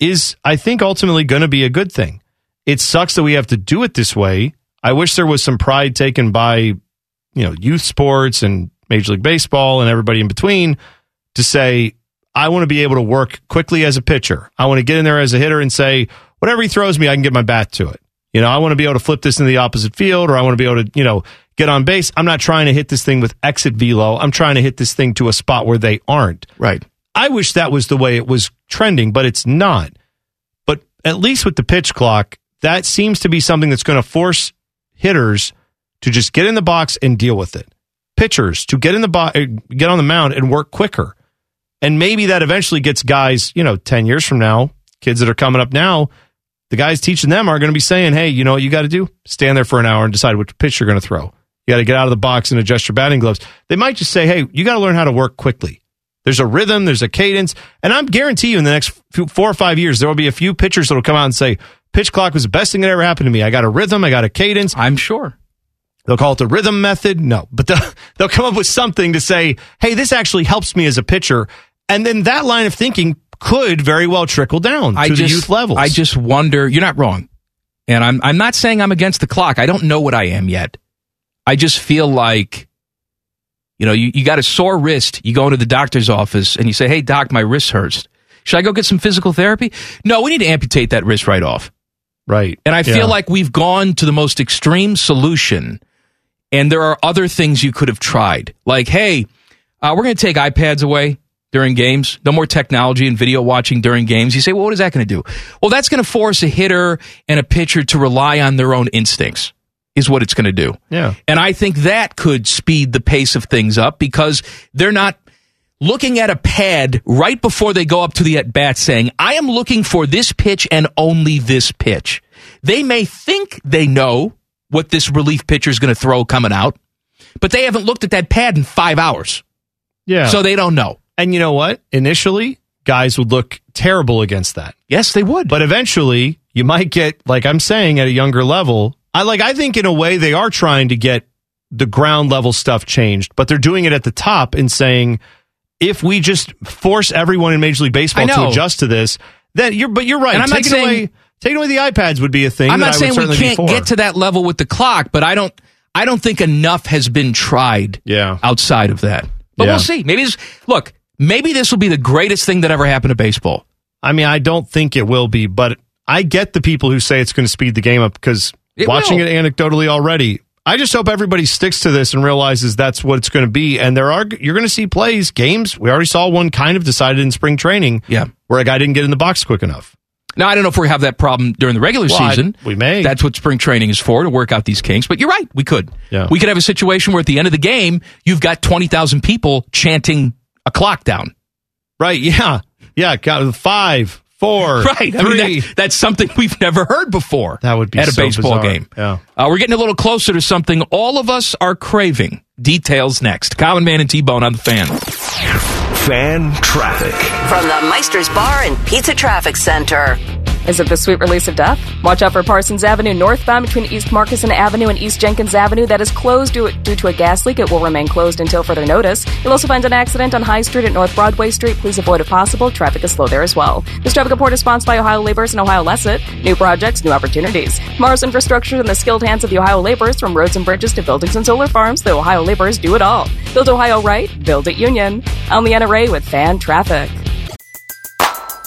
is, I think, ultimately going to be a good thing. It sucks that we have to do it this way. I wish there was some pride taken by, you know, youth sports and Major League Baseball and everybody in between to say, I want to be able to work quickly as a pitcher. I want to get in there as a hitter and say, whatever he throws me, I can get my bat to it. You know, I want to be able to flip this into the opposite field or I want to be able to, you know, get on base. I'm not trying to hit this thing with exit velo. I'm trying to hit this thing to a spot where they aren't. Right. I wish that was the way it was trending, but it's not. But at least with the pitch clock, that seems to be something that's going to force hitters to just get in the box and deal with it. Pitchers to get in the box, get on the mound and work quicker. And maybe that eventually gets guys, you know, 10 years from now, kids that are coming up now, the guys teaching them are going to be saying, hey, you know what you got to do? Stand there for an hour and decide which pitch you're going to throw. You got to get out of the box and adjust your batting gloves. They might just say, hey, you got to learn how to work quickly. There's a rhythm, there's a cadence. And I'm guarantee you in the next few, four or five years, there will be a few pitchers that will come out and say, pitch clock was the best thing that ever happened to me. I got a rhythm, I got a cadence. I'm sure. They'll call it the rhythm method. No, but they'll, they'll come up with something to say, hey, this actually helps me as a pitcher. And then that line of thinking could very well trickle down to the youth levels. I just wonder. You're not wrong, and I'm I'm not saying I'm against the clock. I don't know what I am yet, I just feel like, you know, you, you got a sore wrist. You go into the doctor's office and you say, hey, doc, my wrist hurts. Should I go get some physical therapy? No, we need to amputate that wrist right off. Right. And I feel Yeah. like we've gone to the most extreme solution, and there are other things you could have tried. Like, hey, uh, we're going to take iPads away during games. No more technology and video watching during games. You say, well, what is that going to do? Well, that's going to force a hitter and a pitcher to rely on their own instincts, is what it's going to do. Yeah. And I think that could speed the pace of things up because they're not looking at a pad right before they go up to the at bat saying, I am looking for this pitch and only this pitch. They may think they know what this relief pitcher is going to throw coming out, but they haven't looked at that pad in five hours. Yeah. So they don't know. And you know what? Initially, guys would look terrible against that. Yes, they would. But eventually, you might get, like I'm saying, at a younger level. I like I think in a way they are trying to get the ground level stuff changed, but they're doing it at the top and saying if we just force everyone in Major League Baseball I know. to adjust to this, then you're but you're right. And I'm not taking saying- away taking away the iPads would be a thing. I'm not that I would saying we certainly be can't for. get to that level with the clock, but I don't I don't think enough has been tried yeah. outside of that. But Yeah. we'll see. Maybe this look, maybe this will be the greatest thing that ever happened to baseball. I mean, I don't think it will be, but I get the people who say it's going to speed the game up because It watching will. it anecdotally already, I just hope everybody sticks to this and realizes that's what it's going to be. And there are you're going to see plays, games. We already saw one kind of decided in spring training, Yeah. where a guy didn't get in the box quick enough. Now I don't know if we have that problem during the regular Well, I- season. we may. That's what spring training is for to work out these kinks. But you're right, we could. Yeah. We could have a situation where at the end of the game, you've got twenty thousand people chanting a clock down. Right? Yeah, yeah. Got five, four, Right. I mean, three. that- that's something we've never heard before. That would be at a so baseball bizarre. game. Yeah. Uh, we're getting a little closer to something all of us are craving. Details next. Common Man and T Bone on the fan. Fan traffic. From the Meister's Bar and Pizza Traffic Center. Is it the sweet release of death? Watch out for Parsons Avenue northbound between East Marcus and Avenue and East Jenkins Avenue that is closed due, due to a gas leak. It will remain closed until further notice. You'll also find an accident on High Street at North Broadway Street. Please avoid if possible. Traffic is slow there as well. This traffic report is sponsored by Ohio Laborers and Ohio Lesset. New projects, new opportunities. Tomorrow's infrastructure is in the skilled hands of the Ohio Laborers from roads and bridges to buildings and solar farms. The Ohio Laborers do it all. Build Ohio right, build it union. I'm Leanna Ray with Fan Traffic.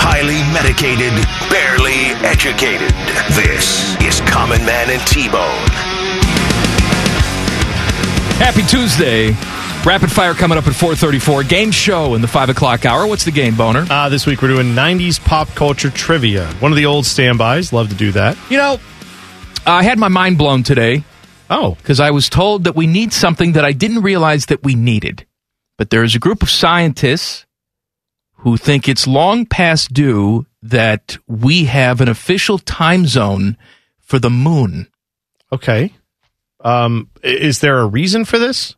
Highly medicated, barely educated. This is Common Man and T-Bone. Happy Tuesday. Rapid fire coming up at 434. Game show in the 5 o'clock hour. What's the game, Boner? Uh, this week we're doing 90s pop culture trivia. One of the old standbys. Love to do that. You know, Uh, I had my mind blown today Oh, because I was told that we need something that I didn't realize that we needed. But there is a group of scientists who think it's long past due that we have an official time zone for the moon. okay. Um, i- is there a reason for this?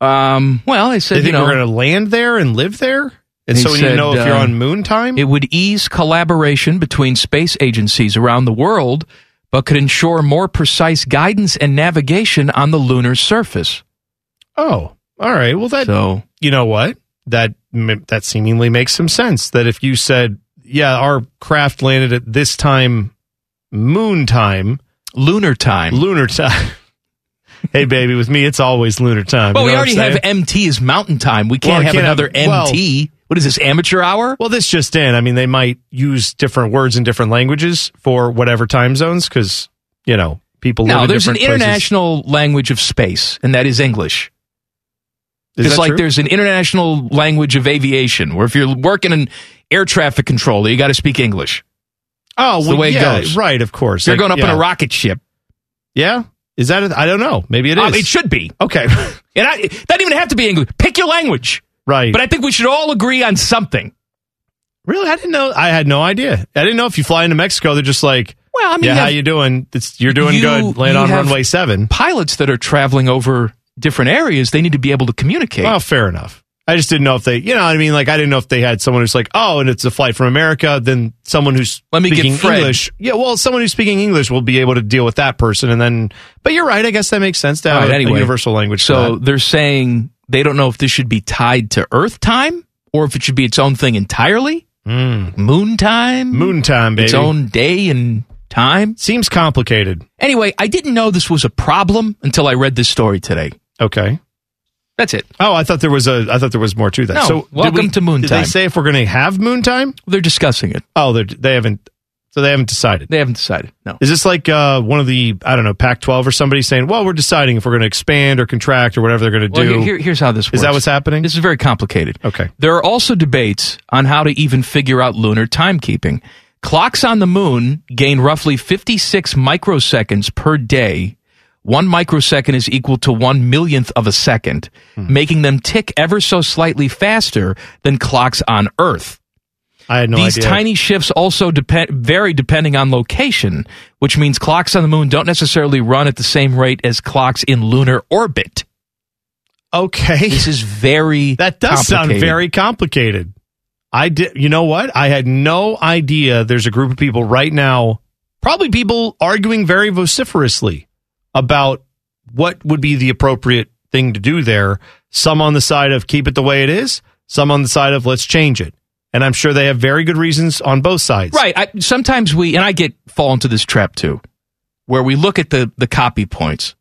Um, well, I said, They you think know, we're going to land there and live there? And He so we need to said, know if you're uh, on moon time? It would ease collaboration between space agencies around the world, but could ensure more precise guidance and navigation on the lunar surface. oh, all right. Well, that, So, you know what? That, m- that seemingly makes some sense. That if you said, yeah, our craft landed at this time, moon time, lunar time. lunar time. hey, baby, with me, it's always lunar time. well, You we know what already I'm have saying? MT is mountain time. We can't Well, have can't have- another well- MT. what is this amateur hour? Well, this just in. I mean, they might use different words in different languages for whatever time zones because, you know, people live no, in there's an different places. international language of space, and that is English. Is Just that like true? there's an international language of aviation, where if you're working in air traffic control, you got to speak English. oh, the well, way it yeah, goes. Right, of course. If you're Like, going up yeah. in a rocket ship. Yeah. Is that, I I don't know. Maybe it is. Um, it should be. Okay. And I, it doesn't even have to be English. Pick your language. right. But I think we should all agree on something. really, I didn't know. I had no idea. I didn't know if you fly into Mexico, they're just like, Well, I mean, yeah, you how have- you doing? It's, you're doing you- good. Land you on have runway seven. Pilots that are traveling over different areas, they need to be able to communicate. Well, fair enough. I just didn't know if they, you know, what I mean, like I didn't know if they had someone who's like, oh, and it's a flight from America. Then someone who's Let me get speaking Fred. English, yeah, well, someone who's speaking English will be able to deal with that person, and then. But you're right. I guess that makes sense to All right, have Oh, a- a anyway. universal language. for So that. they're saying they don't know if this should be tied to Earth time or if it should be its own thing entirely. Moon time, Hmm. moon time, its baby. own day and time. Seems complicated. Anyway, I didn't know this was a problem until I read this story today. okay. That's it. Oh, I thought there was a. I thought there was more to that. No, so did welcome we- to moon Did they time. say if we're going to have moon time? They're discussing it. Oh, they they haven't. So they haven't decided. They haven't decided. No. Is this like uh, one of the I don't know Pac-12 or somebody saying, "Well, we're deciding if we're going to expand or contract or whatever they're going to Well, do"? here- here- here's how this works. Is that what's happening? This is very complicated. Okay. There are also debates on how to even figure out lunar timekeeping. Clocks on the moon gain roughly 56 microseconds per day. One microsecond is equal to one millionth of a second, Hmm. making them tick ever so slightly faster than clocks on Earth. I had no These idea. tiny shifts also depend, vary depending on location, which means clocks on the moon don't necessarily run at the same rate as clocks in lunar orbit. okay, This is very that does sound complicated. very complicated. I did. You know what? I had no idea. There's a group of people right now, probably people arguing very vociferously about what would be the appropriate thing to do there. Some on the side of keep it the way it is. Some on the side of let's change it. And I'm sure they have very good reasons on both sides. Right. I, sometimes we, and I get fall into this trap too, where we look at the the copy points,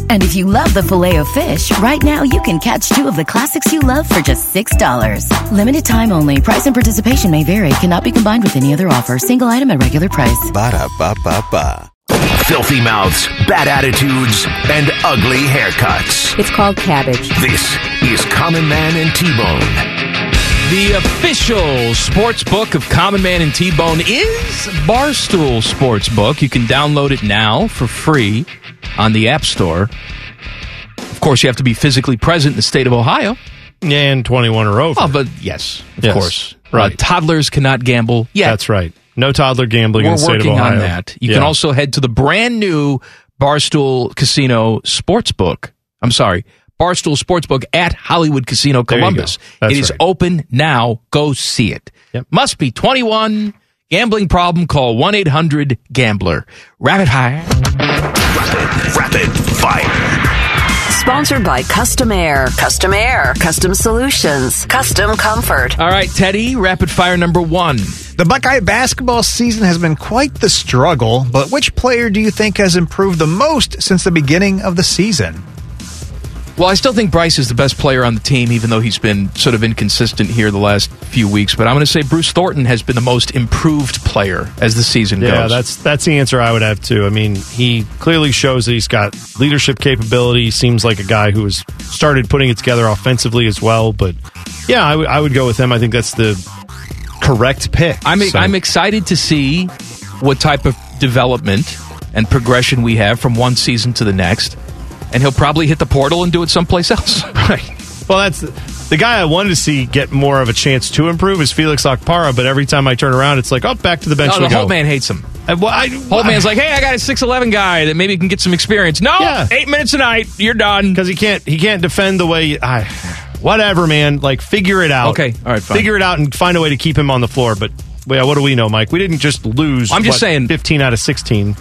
And if you love the filet of fish, right now you can catch two of the classics you love for just $6. Limited time only. Price and participation may vary. Cannot be combined with any other offer. Single item at regular price. Ba-da-ba-ba-ba. Filthy mouths, bad attitudes, and ugly haircuts. It's called cabbage. This is Common Man and T Bone. The official sports book of Common Man and T Bone is Barstool Sportsbook. You can download it now for free on the App Store. Of course, you have to be physically present in the state of Ohio. And 21 or over. Oh, but yes, of Yes, course. right. Uh, toddlers cannot gamble yet. That's right. No toddler gambling in We're the state of working Ohio. on that. You Yeah. can also head to the brand new Barstool Casino Sportsbook. I'm sorry, Barstool Sportsbook at Hollywood Casino you go. Columbus. That's It is right. open now. Go see it. Must be 21. Gambling problem? Call 1 800 Gambler. Rabbit high. Rapid, rapid fire. Sponsored by Custom Air. Custom Air. Custom Solutions. Custom Comfort. All right, Teddy. Rapid fire number one. The Buckeye basketball season has been quite the struggle, but which player do you think has improved the most since the beginning of the season? Well, I still think Bryce is the best player on the team, even though he's been sort of inconsistent here the last few weeks. But I'm going to say Bruce Thornton has been the most improved player as the season Yeah, goes. that's that's the answer I would have too. I mean, he clearly shows that he's got leadership capability. Seems like a guy who has started putting it together offensively as well. But yeah, I would I would go with him. I think that's the correct pick. I'm e- I'm excited to see what type of development and progression we have from one season to the next. And he'll probably hit the portal and do it someplace else. Right. Well, that's the guy I wanted to see get more of a chance to improve is Felix Akpara, but every time I turn around, it's like, oh, back to the bench. No, we the go. Holt man hates him. I, well, I, Old man's like, hey, I got a six eleven guy that maybe can get some experience. No, eight minutes a night, you're done. Because he can't he can't defend the way I. Whatever, man. Like, figure it out. Okay, all right, fine. Figure it out and find a way to keep him on the floor. But yeah, what do we know, Mike? We didn't just lose. I'm just what, saying- fifteen out of sixteen.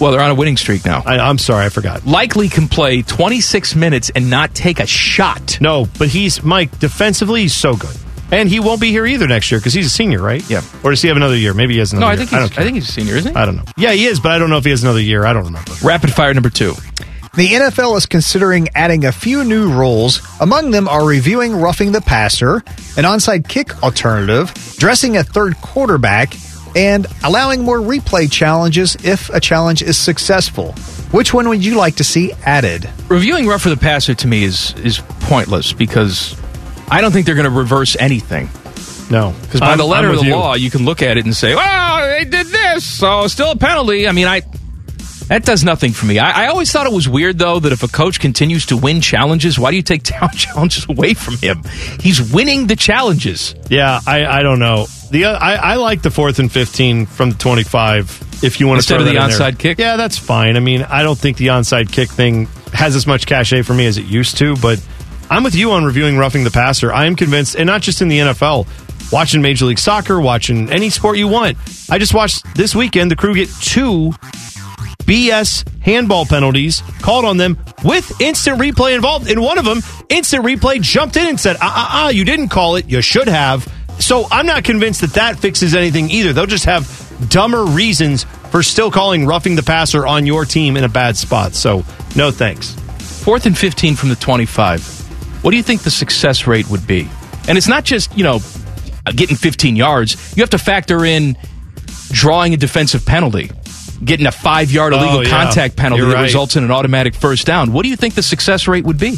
Well, they're on a winning streak now. I, I'm sorry, I forgot. likely can play 26 minutes and not take a shot. No, but he's Mike defensively. He's so good, and he won't be here either next year because he's a senior, right? Yeah. Or does he have another year? Maybe he has another. No, I year. think he's, I, don't care. think he's a senior, isn't he? I don't know. Yeah, he is, but I don't know if he has another year. I don't remember. Rapid fire number two. The NFL is considering adding a few new rules. Among them are reviewing roughing the passer, an onside kick alternative, dressing a third quarterback, and allowing more replay challenges if a challenge is successful. Which one would you like to see added? Reviewing rough for the passer to me is is pointless because I don't think they're going to reverse anything. No, Because by Uh, the letter of the law, you can look at it and say, "Ah!" "Well, they did this, so still a penalty." I mean, I that does nothing for me. I, I always thought it was weird though that if a coach continues to win challenges, why do you take down challenges away from him? He's winning the challenges. Yeah, I, I don't know. The uh, I, I like the fourth and fifteen from the twenty five. If you want Instead to of the onside kick, yeah, that's fine. I mean, I don't think the onside kick thing has as much cachet for me as it used to. But I'm with you on reviewing roughing the passer. I am convinced, and not just in the NFL. Watching Major League Soccer, watching any sport you want. I just watched this weekend. The crew get two BS handball penalties called on them with instant replay involved. In one of them, instant replay jumped in and said, "Ah, ah, ah! You didn't call it. You should have." So I'm not convinced that that fixes anything either. They'll just have dumber reasons for still calling roughing the passer on your team in a bad spot. So no thanks. Fourth and 15 from the 25. What do you think the success rate would be? And it's not just, you know, getting 15 yards. You have to factor in drawing a defensive penalty, getting a five yard illegal Oh, yeah. contact penalty You're that right. results in an automatic first down. What do you think the success rate would be?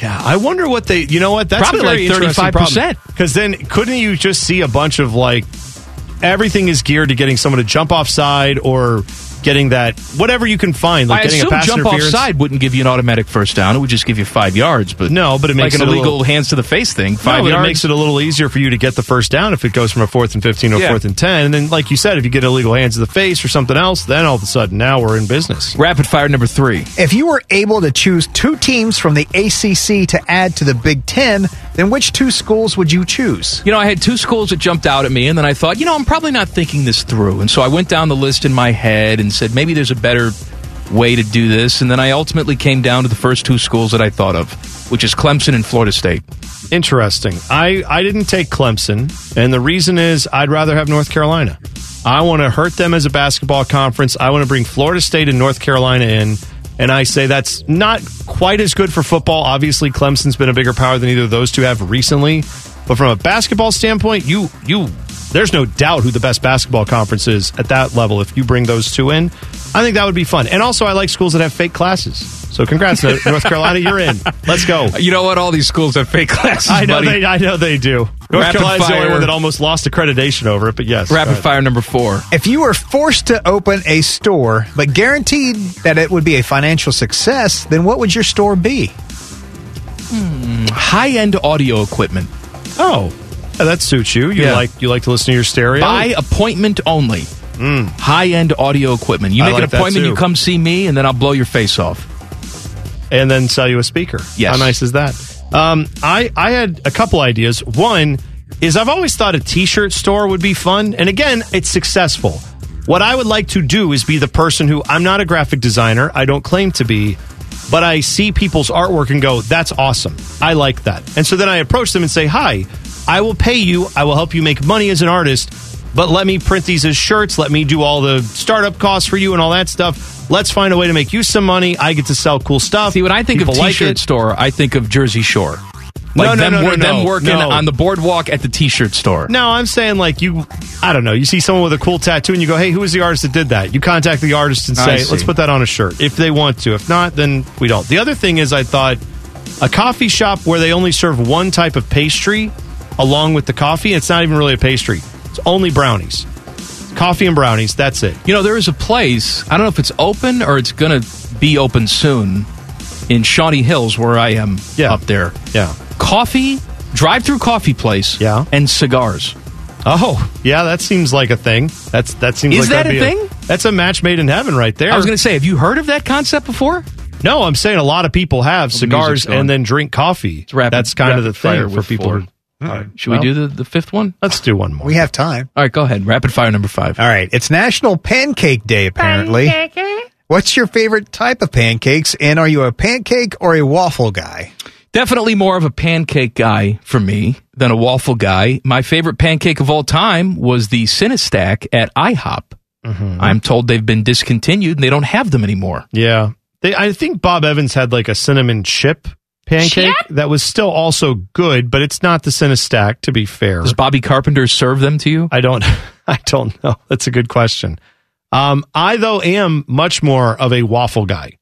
Yeah, I wonder what they. You know what? That's Probably like 35%. Because then, couldn't you just see a bunch of like everything is geared to getting someone to jump offside or getting that whatever you can find, like I getting assume a pass jump interference. offside wouldn't give you an automatic first down. It would just give you five yards. But No, but it makes like an it a illegal little- hands to the face thing. Five No, but yards. it makes it a little easier for you to get the first down if it goes from a fourth and 15 to a Yeah. fourth and 10. And then, like you said, if you get illegal hands to the face or something else, then all of a sudden now we're in business. Rapid fire number three. If you were able to choose two teams from the ACC to add to the Big Ten, then which two schools would you choose? You know, I had two schools that jumped out at me, and then I thought, you know, I'm probably not thinking this through. And so I went down the list in my head and said, maybe there's a better way to do this. And then I ultimately came down to the first two schools that I thought of, which is Clemson and Florida State. Interesting. I, I didn't take Clemson, and the reason is I'd rather have North Carolina. I want to hurt them as a basketball conference. I want to bring Florida State and North Carolina in. And I say that's not quite as good for football. Obviously, Clemson's been a bigger power than either of those two have recently. But from a basketball standpoint, you you there's no doubt who the best basketball conference is at that level. If you bring those two in, I think that would be fun. And also, I like schools that have fake classes. So congrats, North North Carolina, you're in. Let's go. You know what? All these schools have fake classes. I know buddy. they. I know they do. North Rapid Carolina's the only fire. one that almost lost accreditation over it, but yes. Rapid Go ahead. fire number four. If you were forced to open a store, but guaranteed that it would be a financial success, then what would your store be? High end audio equipment. Oh, yeah, that suits you. You Yeah. like you like to listen to your stereo. Hmm. By appointment only. High end audio equipment. You I make like an that, appointment, too. you come see me, and then I'll blow your face off. and then sell you a speaker. Yes. How nice is that? Um, I I had a couple ideas. One is I've always thought a T-shirt store would be fun, and again, it's successful. What I would like to do is be the person who I'm not a graphic designer. I don't claim to be. But I see people's artwork and go, that's awesome. I like that. And so then I approach them and say, hi, I will pay you. I will help you make money as an artist. but let me print these as shirts. Let me do all the startup costs for you and all that stuff. Let's find a way to make you some money. I get to sell cool stuff. See, when I think People of like T-shirt it. store, I think of Jersey Shore. No, Like no, them, no, no, wor- them no, working no. on the boardwalk at the T-shirt store. No, I'm saying like you, I don't know. You see someone with a cool tattoo and you go, hey, who was the artist that did that? You contact the artist and I say, see. let's put that on a shirt if they want to. If not, then we don't. The other thing is, I thought a coffee shop where they only serve one type of pastry along with the coffee. It's not even really a pastry. It's only brownies. Coffee and brownies. That's it. You know, there is a place, I don't know if it's open or it's going to be open soon in Shawnee Hills where I am up there. Yeah. Coffee, drive through coffee place. Yeah. And cigars. Oh, yeah, that seems like a thing. That's that seems Is like that a that'd be thing? that's a match made in heaven right there. I was going to say, have you heard of that concept before? No, I'm saying a lot of people have cigars going. and then drink coffee. that's kind of the thing for people. who- All right. Should Well, we do the, the fifth one? Let's do one more. We have time. All right, go ahead. Rapid fire number five. All right. It's National Pancake Day, apparently. What's your favorite type of pancakes? And are you a pancake or a waffle guy? Definitely more of a pancake guy for me than a waffle guy. My favorite pancake of all time was the Cinestack at IHOP. Mm-hmm. I'm told they've been discontinued and they don't have them anymore. Yeah. They, I think Bob Evans had like a cinnamon chip pancake that was still also good, but it's not the Cinestack, to be fair. Does Bobby Carpenter serve them to you? I don't I don't know. That's a good question. Um, I though am much more of a waffle guy.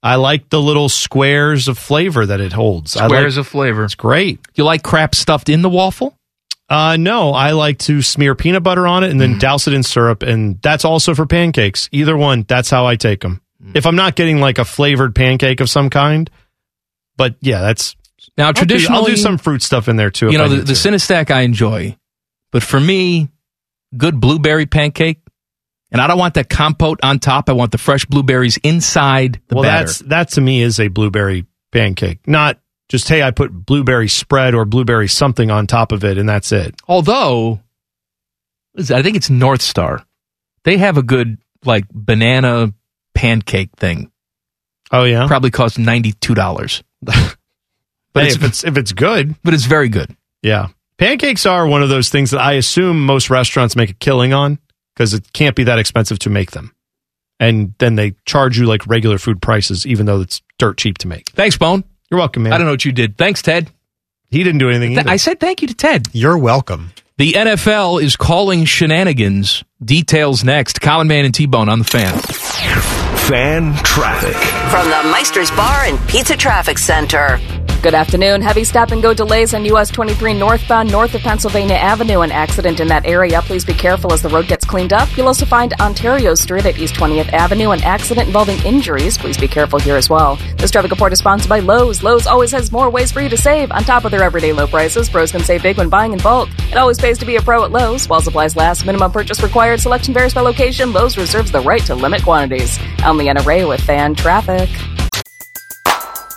I like the little squares of flavor that it holds. Squares I of like, flavor. It's great. You like crap stuffed in the waffle? Uh, no, I like to smear peanut butter on it and Mm. then douse it in syrup, and that's also for pancakes. Either one, that's how I take them. Mm. If I'm not getting like a flavored pancake of some kind, but yeah, that's Now, I'll do- I'll do traditionally- some fruit stuff in there too. you if know, I the, need the to. Cinestack I enjoy, but for me, good blueberry pancake, and I don't want that compote on top. I want the fresh blueberries inside the well, batter. that's that to me is a blueberry pancake, not just hey, I put blueberry spread or blueberry something on top of it, and that's it. Although, what is it? I think it's North Star. They have a good like banana pancake thing. Oh yeah, probably costs ninety two dollars. but But if it's if it's good, but it's very good. Yeah, pancakes are one of those things that I assume most restaurants make a killing on because it can't be that expensive to make them, and then they charge you like regular food prices, even though it's dirt cheap to make. Thanks, Bone. You're welcome, man. I don't know what you did. Thanks, Ted. He didn't do anything. Th- either. I said thank you to Ted. You're welcome. The NFL is calling shenanigans. Details next. Colin Man and T Bone on the fan. Fan traffic. From the Meister's Bar and Pizza Traffic Center. Good afternoon. Heavy stop and go delays on US 23 northbound north of Pennsylvania Avenue. An accident in that area. Please be careful as the road gets cleaned up. You'll also find Ontario Street at East 20th Avenue. An accident involving injuries. Please be careful here as well. This traffic report is sponsored by Lowe's. Lowe's always has more ways for you to save. On top of their everyday low prices, pros can save big when buying in bulk. It always pays to be a pro at Lowe's. While supplies last, minimum purchase required. Selection varies by location. Lowe's reserves the right to limit quantities. I'm Leanna Ray with Fan Traffic.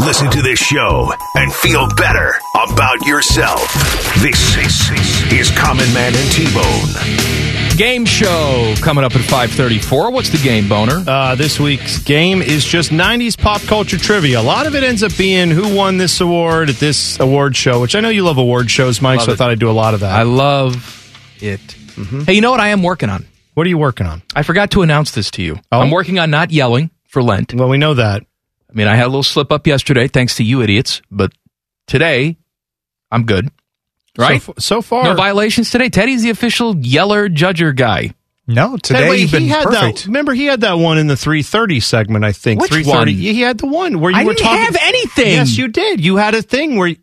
Listen to this show and feel better about yourself. This is, is Common Man and T Bone. Game show coming up at 5:34. What's the game, Boner? Uh, this week's game is just 90s pop culture trivia. A lot of it ends up being who won this award at this award show, which I know you love award shows, Mike, Love so it. I thought I'd do a lot of that. I love it. Mm-hmm. Hey, you know what I am working on? What are you working on? Oh? I forgot to announce this to you. I'm working on not yelling for Lent. Well, we know that. I mean, I had a little slip up yesterday, thanks to you idiots, but today I'm good. Right? So, f- so far. no violations today. Teddy's the official yeller judger guy. No, Ted, wait, he had That, remember, he had that one in the 330 segment, I think. Which 330. one? He had the one where you I were didn't talking. have anything. Yes, you did. You had a thing where.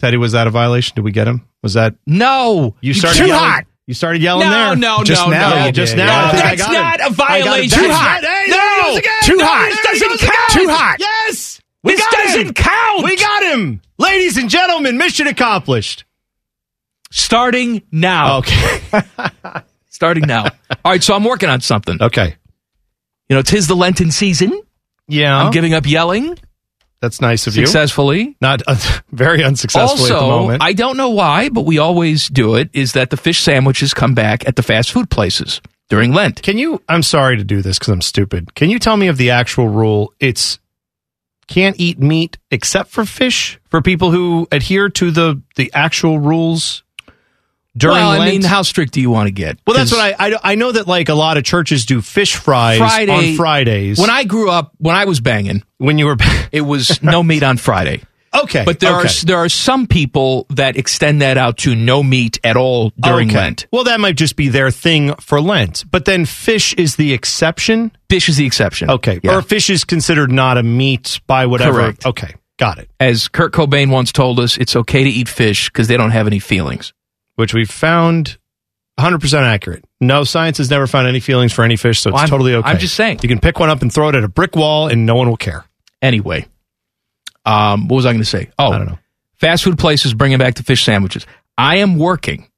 Teddy, was that a violation? Did we get him? Was that. No. You You're started too yelling. hot. You started yelling no, there. No, just no, now, no. you Just no, now. I think I that's got not him. a I got him. violation. That's not- hey, there he goes again. Too There hot. he This goes doesn't again. count. Too hot. Yes. This doesn't count. We got him. Ladies and gentlemen, mission accomplished. Starting now. Okay. Starting now. All right, so I'm working on something. Okay. You know, tis the Lenten season. Yeah. I'm giving up yelling That's nice of successfully. you. Not uh, very unsuccessfully at the Also, moment. I don't know why, but we always do it. Is that the fish sandwiches come back at the fast food places during Lent? Can you? I'm sorry to do this because I'm stupid. Can you tell me of the actual rule? It's can't eat meat except for fish for people who adhere to the the actual rules. during well, I Lent? mean, how strict do you want to get? well, that's 'Cause- what I, I I know that like a lot of churches do fish fries Friday- on Fridays. When I grew up, when I was banging, when you were, it was no meat on Friday. Okay, but there okay. are there are some people that extend that out to no meat at all during Okay. Lent. Well, that might just be their thing for Lent. But then fish is the exception. Fish is the exception. Okay. Yeah. Or fish is considered not a meat by whatever. Correct. Okay. Got it. As Kurt Cobain once told us, it's okay to eat fish because they don't have any feelings. Which we found 100% accurate. No, science has never found any feelings for any fish, so it's Well, I'm- totally okay. I'm just saying. You can pick one up and throw it at a brick wall, and no one will care. Anyway, um, what was I going to say? Oh, I don't know. Fast food places bringing back the fish sandwiches. I am working.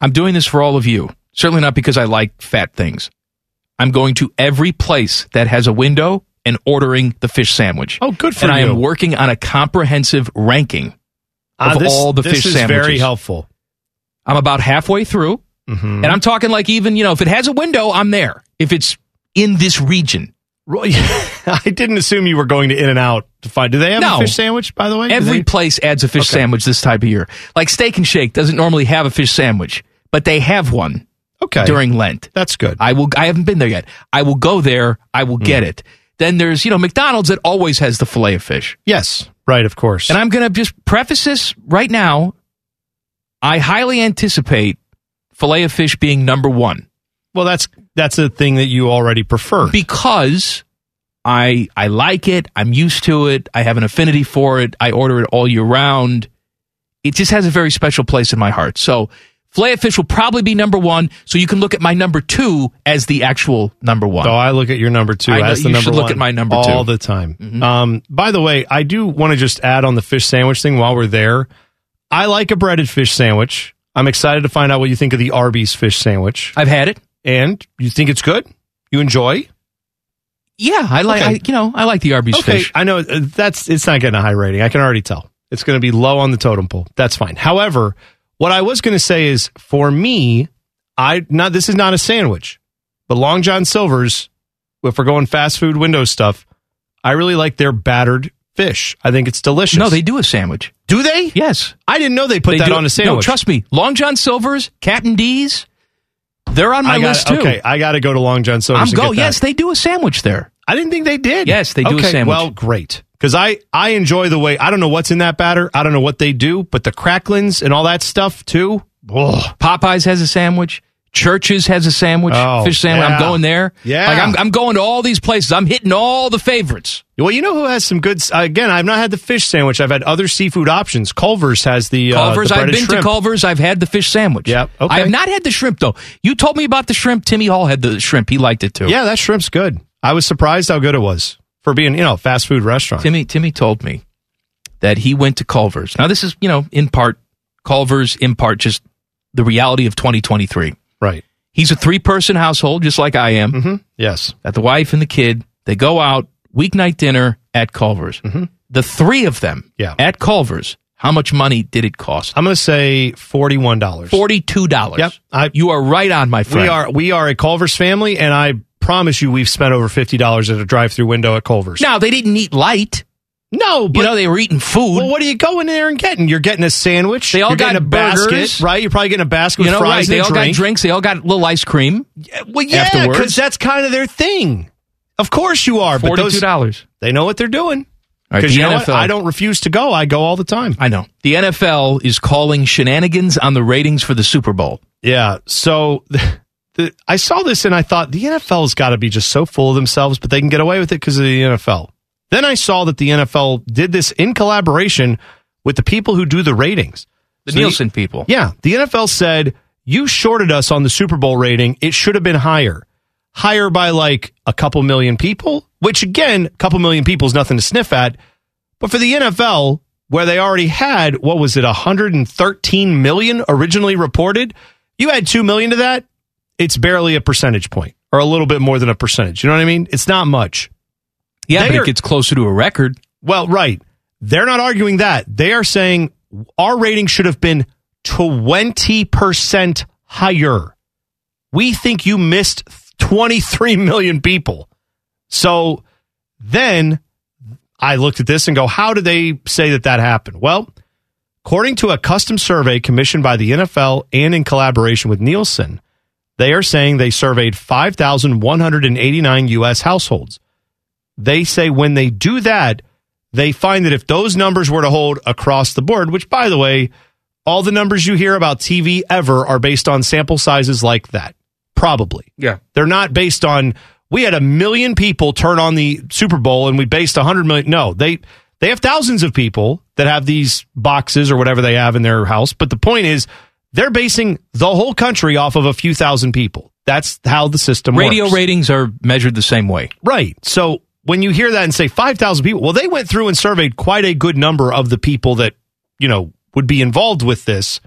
I'm doing this for all of you. Certainly not because I like fat things. I'm going to every place that has a window and ordering the fish sandwich. Oh, good for and I you. am working on a comprehensive ranking of Ah, this, all the this fish is sandwiches. very helpful. Mm-hmm. I'm about halfway through, and I'm talking like even you know if it has a window, I'm there. If it's in this region, Roy, I didn't assume you were going to In and Out to find. Do they have No. a fish sandwich, by the way? Do every they- place adds a fish Okay. sandwich this type of year. Like Steak and Shake doesn't normally have a fish sandwich, but they have one okay. during Lent. That's good. Mm. I will. I haven't been there yet. I will go there. I will get it. Then there's you know McDonald's that always has the fillet of fish. yes. Right, of course. And I'm going to just preface this right now. I highly anticipate fillet of fish being number one well, that's that's a thing that you already prefer. because I I like it. I'm used to it. I have an affinity for it. I order it all year round. It just has a very special place in my heart. So fillet of fish will probably be number one. So you can look at my number two as the actual number one. So I look at your number two I know- as the you number should look one at my number all two. Mm-hmm. the time. Um, by the way, I do want to just add on the fish sandwich thing while we're there. I like a breaded fish sandwich. I'm excited to find out what you think of the Arby's fish sandwich. I've had it. And you think it's good? You enjoy? Yeah, I like Okay. I, you know Oh, I like the Arby's Okay, fish. I know uh, that's it's not getting a high rating. I can already tell it's going to be low on the totem pole. That's fine. However, what I was going to say is for me, I not this is not a sandwich, but Long John Silver's. If we're going fast food window stuff, I really like their battered fish. I think it's delicious. No, they do a sandwich. do they? Yes, I didn't know they put they that do- on a sandwich. No, trust me. Long John Silver's, Captain D's, they're on my I gotta- list too. Okay, I got to go to Long John I'm Silver's. and go. get that. Yes, they do a sandwich there. I didn't think they did. Yes, they do a okay, sandwich. Well, great. Because I, I enjoy the way, I don't know what's in that batter. I don't know what they do, but the cracklins and all that stuff too. Ugh. Popeyes has a sandwich. Churches has a sandwich. Oh, fish sandwich. yeah. I'm going there. Yeah. like I'm, I'm going to all these places. I'm hitting all the favorites. Well, you know who has some good, again, I've not had the fish sandwich. I've had other seafood options. Culver's has the, Culver's. uh, the I've breaded been shrimp. to Culver's. I've had the fish sandwich. Yep, okay. I have not had the shrimp though. You told me about the shrimp. Timmy Hall had the shrimp. He liked it too. Yeah, that shrimp's good. I was surprised how good it was for being, you know, a fast food restaurant. Timmy Timmy told me that he went to Culver's. Now this is, you know, in part Culver's, in part just the reality of 2023. Right. He's a three-person household just like I am. hmm Yes. Got the wife and the kid. They go out weeknight dinner at Culver's. The three of them Mm-hmm. Yeah. at Culver's. How much money did it cost? I'm going to say $41. Forty-two dollars. Yep, I- you are right on, my friend. We are we are a Culver's family, and I promise you, we've spent over fifty dollars at a drive-through window at Culver's. Now they didn't eat light. no, but You know they were eating food. Well, what are you going there and getting? You're getting a sandwich. They all you're getting got a basket, burgers. right? You're probably getting a basket you know, with right? fries They and all a drink. got drinks. They all got little ice cream. well, yeah, afterwards. because that's kind of their thing. Of course you are, but Forty-two those dollars. they know what they're doing. All right, Because the you know what? NFL. I don't refuse to go. I go all the time. I know. The NFL is calling shenanigans on the ratings for the Super Bowl. Yeah. So the, I saw this and I thought the NFL's got to be just so full of themselves, but they can get away with it because of the NFL. Then I saw that the NFL did this in collaboration with the people who do the ratings. The So Nielsen people. Yeah. The NFL said, you shorted us on the Super Bowl rating. It should have been higher. Higher by like a couple million people, which again, a couple million people is nothing to sniff at. But for the NFL, where they already had, what was it, 113 million originally reported, you add 2 million to that, it's barely a percentage point or a little bit more than a percentage. You know what I mean? It's not much. Yeah, They but are- it gets closer to a record. Well, right. They're not arguing that. They are saying our rating should have been 20% higher. We think you missed 23 million people. So then I looked at this and go, how did they say that that happened? Well, According to a custom survey commissioned by the NFL and in collaboration with Nielsen, they are saying they surveyed 5,189 U.S. households. They say when they do that, they find that if those numbers were to hold across the board, which, by the way, all the numbers you hear about TV ever are based on sample sizes like that. Probably. Yeah. They're not based on we had a million people turn on the Super Bowl and we based 100 million. No, they they have thousands of people that have these boxes or whatever they have in their house, but the point is they're basing the whole country off of a few thousand people. That's how the system Radio works. ratings are measured the same way. Right. So when you hear that and say 5,000 people, well, they went through and surveyed quite a good number of the people that, you know, would be involved with this.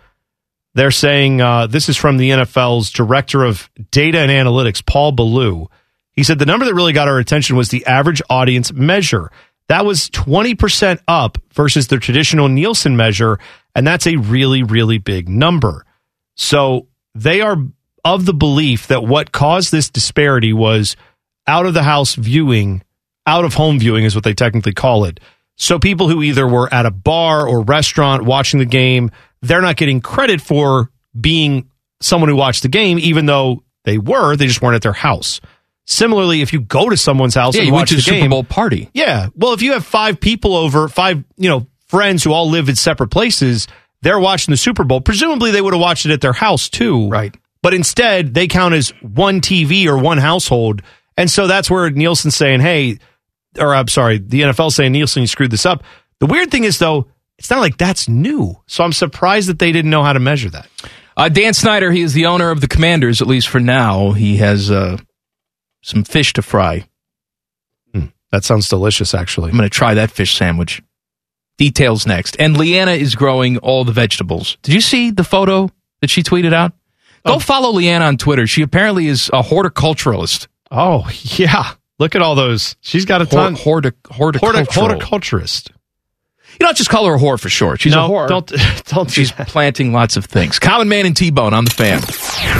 They're saying uh, this is from the NFL's director of data and analytics, Paul Ballou. He said the number that really got our attention was the average audience measure. That was 20% up versus the traditional Nielsen measure. And that's a really, really big number. So they are of the belief that what caused this disparity was out of the house viewing, out of home viewing is what they technically call it. So people who either were at a bar or restaurant watching the game, they're not getting credit for being someone who watched the game, even though they were, they just weren't at their house. Similarly, if you go to someone's house Yeah, and you went watch to the the Super game- Bowl party. yeah. Well, if you have five people over, five, you know, friends who all live in separate places, they're watching the Super Bowl. Presumably they would have watched it at their house too. Right. But instead, they count as one TV or one household. And so that's where Nielsen's saying, hey, or I'm sorry, the NFL saying, Nielsen, you screwed this up. The weird thing is, though, it's not like that's new. So I'm surprised that they didn't know how to measure that. Uh, Dan Snyder, he is the owner of the Commanders, at least for now. He has uh, some fish to fry. Hmm. that sounds delicious, actually. I'm going to try that fish sandwich. Details next. And Leanna is growing all the vegetables. Did you see the photo that she tweeted out? Go Oh. follow Leanna on Twitter. She apparently is a horticulturalist. Oh, yeah. Look at all those. She's got a ton. Hortic- horticultural. horticulturist. You don't just call her a whore for short. She's No, a whore. don't- don't She's planting lots of things. Common Man and T-Bone on the fan.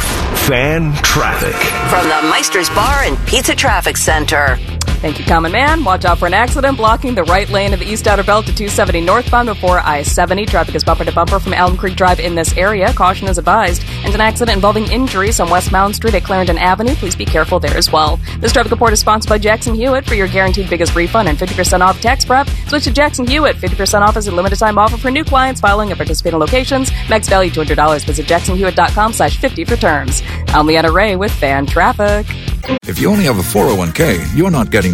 Fan traffic. From the Meister's Bar and Pizza Traffic Center. Thank you, Common Man. Watch out for an accident blocking the right lane of the East Outer Belt to 270 northbound before I 70. Traffic is bumper to bumper from Elm Creek Drive in this area. Caution is advised. And an accident involving injuries on West Mound Street at Clarendon Avenue. Please be careful there as well. This traffic report is sponsored by Jackson Hewitt for your guaranteed biggest refund and 50% off tax prep. Switch to Jackson Hewitt. 50% off is a limited time offer for new clients following at participating locations. Max value $200. Visit jacksonhewitt.com slash 50 for terms. I'm Leanna Ray with Fan Traffic. If you only have a 401k, you're not getting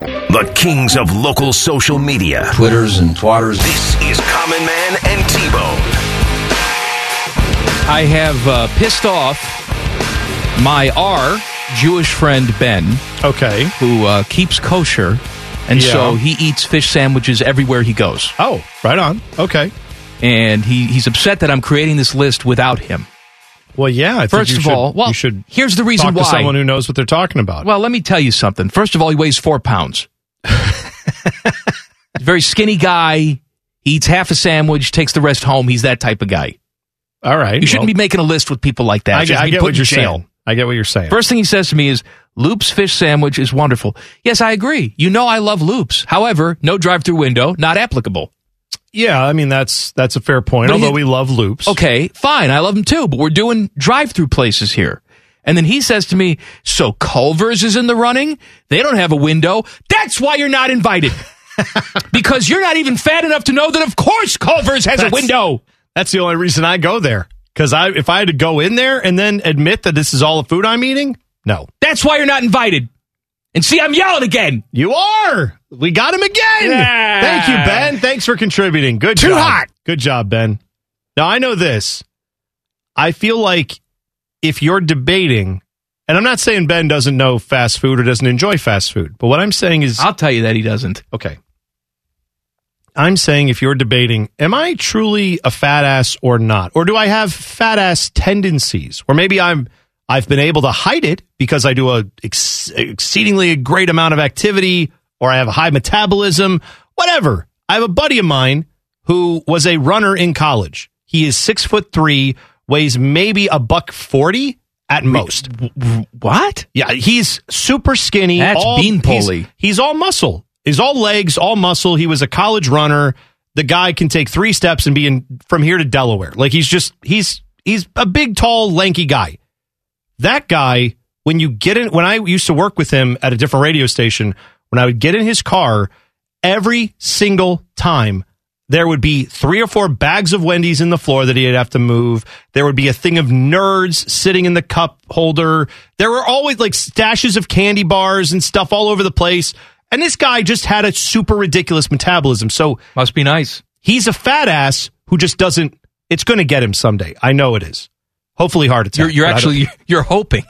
The kings of local social media. Twitters and twatters. This is Common Man and T-Bone. I have uh, pissed off my R Jewish friend Ben. Okay. Who uh, keeps kosher, and Yeah. so he eats fish sandwiches everywhere he goes. Oh, right on. Okay. And he, he's upset that I'm creating this list without him. Well, yeah. I think First you of should- all, well, you should here's the reason talk to why. someone who knows what they're talking about. Well, let me tell you something. First of all, he weighs four pounds. Very skinny guy. He eats half a sandwich, takes the rest home. He's that type of guy. All right. You shouldn't well- be making a list with people like that. I, You should I be get put what in you're jail. saying. I get what you're saying. First thing he says to me is, Loop's fish sandwich is wonderful. Yes, I agree. You know I love Loop's. However, no drive through window, not applicable. Yeah, I mean that's that's a fair point. But he- although we love loops. Okay, fine. I love them too, but we're doing drive through places here. And then he says to me, So Culver's is in the running? They don't have a window. That's why you're not invited. because you're not even fat enough to know that, of course, Culver's has That's- a window. That's the only reason I go there because I if I had to go in there and then admit that this is all the food I'm eating, no. That's why you're not invited. And see, I'm yelling again. You are. We got him again. Yeah. Thank you, Ben. Thanks for contributing. Good Too job. hot. Good job, Ben. Now I know this. I feel like if you're debating, and I'm not saying Ben doesn't know fast food or doesn't enjoy fast food, but what I'm saying is I'll tell you that he doesn't. Okay. I'm saying if you're debating, am I truly a fat ass or not? Or do I have fat ass tendencies? Or maybe I'm I've been able to hide it because I do a ex- exceedingly great amount of activity or I have a high metabolism, whatever. I have a buddy of mine who was a runner in college. He is 6 foot 3, weighs maybe a buck 40 at most. What? Yeah, he's super skinny. That's beanpole-y. he's- He's all muscle. He's all legs, all muscle. He was a college runner. The guy can take three steps and be in from here to Delaware. Like he's just he's he's a big, tall, lanky guy. That guy, when you get in, when I used to work with him at a different radio station, when I would get in his car, every single time there would be three or four bags of Wendy's in the floor that he'd have to move. There would be a thing of nerds sitting in the cup holder. There were always like stashes of candy bars and stuff all over the place. And this guy just had a super ridiculous metabolism. So must be nice. He's a fat ass who just doesn't. It's going to get him someday. I know it is. Hopefully, heart attack. You're, you're but I don't- actually you're hoping.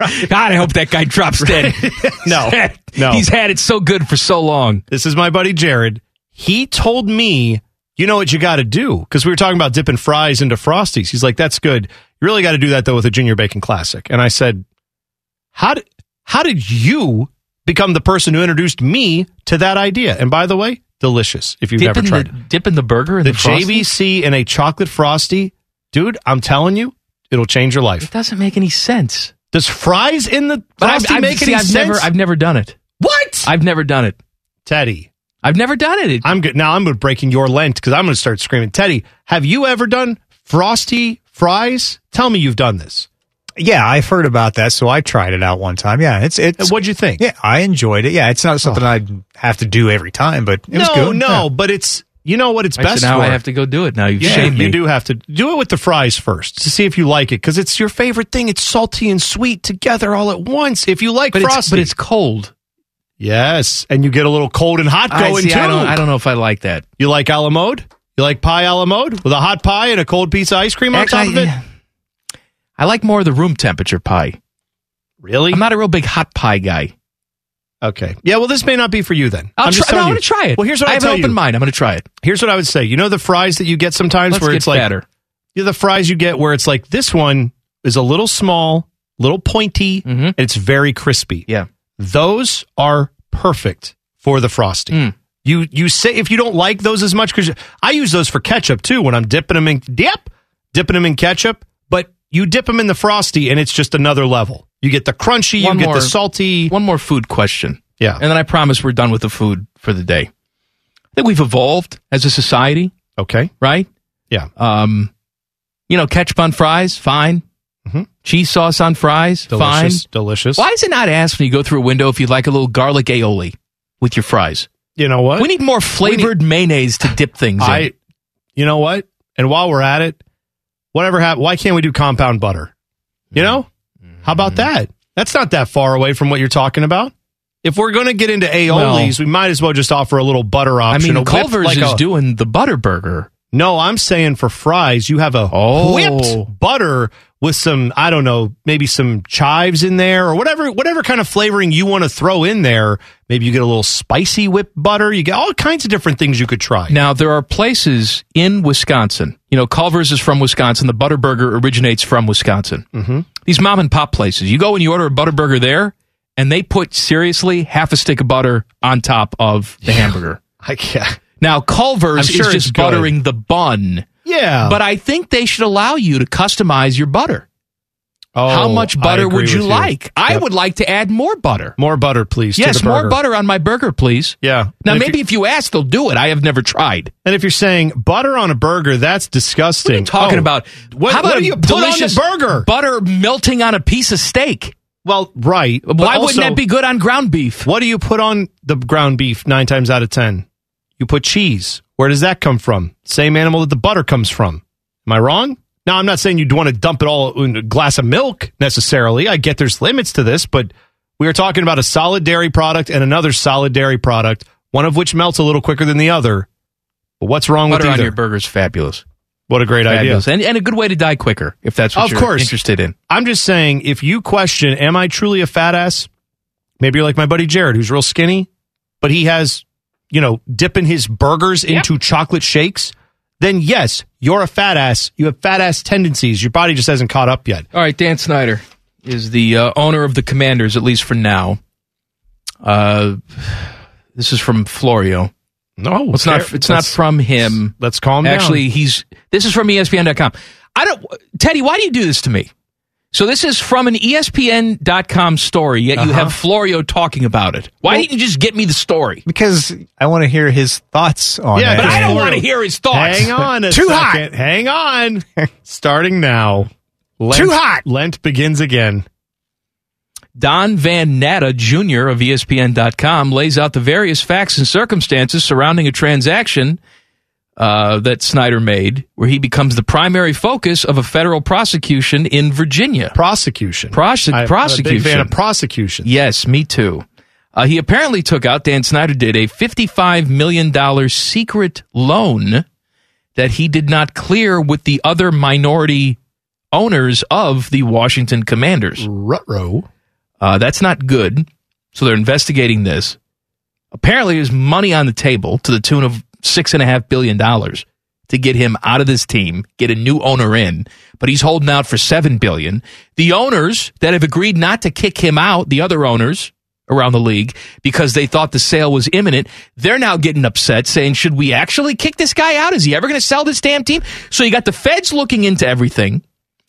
God, I hope that guy drops dead. no, no. He's had it so good for so long. This is my buddy Jared. He told me, you know what you got to do? Because we were talking about dipping fries into Frosties. He's like, that's good. You really got to do that, though, with a Junior Bacon Classic. And I said, how did, how did you become the person who introduced me to that idea? And by the way, delicious if you've Dip never in the- tried it. dip in the burger and the the Frosty? JVC in a chocolate Frosty. Dude, I'm telling you, it'll change your life. doesn't make any sense. Does fries in the But I've, Frosty I've, make see, any I've sense? never I've never done it. What? I've never done it. Teddy. I've never done it. I'm good. Now I'm gonna breaking your lent because I'm going to start screaming. Teddy, have you ever done frosty fries? Tell me you've done this. Yeah, I've heard about that, so I tried it out one time. Yeah, it's it's. What'd you think? Yeah, I enjoyed it. Yeah, it's not something Oh. I'd have to do every time, but it was no, good. no, Yeah. but it's you know what it's Right, so best. now for. I have to go do it. Now you've yeah, shamed you me. do have to do it with the fries first to see if you like it because it's your favorite thing. It's salty and sweet together all at once. If you like But it's- frosty, but it's cold. Yes, and you get a little cold and hot I going see, too. I don't- I don't know if I like that. You like a la mode? You like pie a la mode with a hot pie and a cold piece of ice cream on Act- top I- of it? I like more of the room temperature pie. Really? I'm not a real big hot pie guy. Okay. Yeah, well, this may not be for you then. I'll I'm just try- no, telling I'm you. gonna try it. Well, here's what I I have tell an open you. mind. I'm going to try it. Here's what I would say. You know the fries that you get sometimes Let's where get it's like fatter. You know the fries you get where it's like this one is a little small, little pointy, and it's very crispy. Mm-hmm. Yeah. Those are perfect for the frosty. Mm. You you say if you don't like those as much cuz I use those for ketchup too when I'm dipping them in dip, dipping them in ketchup, but you dip them in the frosty and it's just another level. You get the crunchy, you get the salty. One more food question. Yeah. And then I promise we're done with the food for the day. I think we've evolved as a society. Okay. Right? Yeah. Um, you know, ketchup on fries, fine. Cheese sauce on fries, Mm-hmm. Delicious, fine. delicious. Why is it not asked when you go through a window if you'd like a little garlic aioli with your fries? You know what? We need more flavored mayonnaise to dip things in. I, you know what? And while we're at it, whatever happened, why can't we do compound butter? You know, how about Mm-hmm. that? That's not that far away from what you're talking about. If we're going to get into aiolis, we might as well just offer a little butter I option. mean, a whip- Culver's like is a- doing the butter burger. No, I'm saying for fries, you have a Oh. whipped butter with some, I don't know, maybe some chives in there or whatever, whatever kind of flavoring you want to throw in there. Maybe you get a little spicy whipped butter. You get all kinds of different things you could try. Now there are places in Wisconsin. You know, Culver's is from Wisconsin. The Butterburger originates from Wisconsin. Mm-hmm. These mom and pop places. You go and you order a Butterburger there, and they put seriously half a stick of butter on top of the hamburger. I can't. Now Culver's I'm sure is it's just good. buttering the bun. Yeah. but I think they should allow you to customize your butter. Oh, How much I butter agree would you with you. like? I Yep. would like to add more butter. More butter, please. to Yes, the more burger. butter on my burger, please. Yeah. Now, And if maybe if you ask, they'll do it. I have never tried. And if you're saying butter on a burger, that's disgusting. talking Oh, about what, how about what do a you put delicious on the burger? butter melting on a piece of steak? Well, right. but Why wouldn't also- that be good on ground beef? What do you put on the ground beef nine times out of ten? You put cheese. Where does that come from? Same animal that the butter comes from. Am I wrong? Now, I'm not saying you'd want to dump it all in a glass of milk necessarily. I get there's limits to this, but we are talking about a solid dairy product and another solid dairy product, one of which melts a little quicker than the other. But what's wrong Butter with on either? your burgers, fabulous. What a great idea. Fabulous. And, and a good way to die quicker if that's what Of you're course. interested in. I'm just saying, if you question, am I truly a fat ass? Maybe you're like my buddy Jared, who's real skinny, but he has you know, dipping his burgers into chocolate shakes, then yes, you're a fat ass. You have fat ass tendencies. Your body just hasn't caught up yet. All right, Dan Snyder is the uh, owner of the Commanders, at least for now. Uh, this is from Florio. No, it's not. fair- It's not let's- from him. Let's calm down. Actually, he's. This is from E ESPN.com. I don't, Teddy. Why do you do this to me? So this is from an E ESPN.com story. Yet you Uh-huh. have Florio talking about it. Why didn't you just get me the story? Because I want to hear his thoughts on Yeah, it. but I don't want to hear his thoughts. Hang on a Too hot. second. Hang on. Starting now. Lent, Too hot. Lent begins again. Don Van Natta Jr. of E ESPN.com lays out the various facts and circumstances surrounding a transaction uh, that Snyder made, where he becomes the primary focus of a federal prosecution in Virginia. Prosecution. Prose- I'm a big prosecution. fan of prosecution. Yes, me too. Uh, he apparently took out, Dan Snyder did, a $55 million secret loan that he did not clear with the other minority owners of the Washington Commanders. Rutro. Uh, that's not good. So they're investigating this. Apparently, there's money on the table to the tune of $6.5 billion to get him out of this team, get a new owner in, but he's holding out for $7 billion. The owners that have agreed not to kick him out, the other owners around the league, because they thought the sale was imminent, they're now getting upset saying, should we actually kick this guy out? Is he ever going to sell this damn team? So you got the feds looking into everything,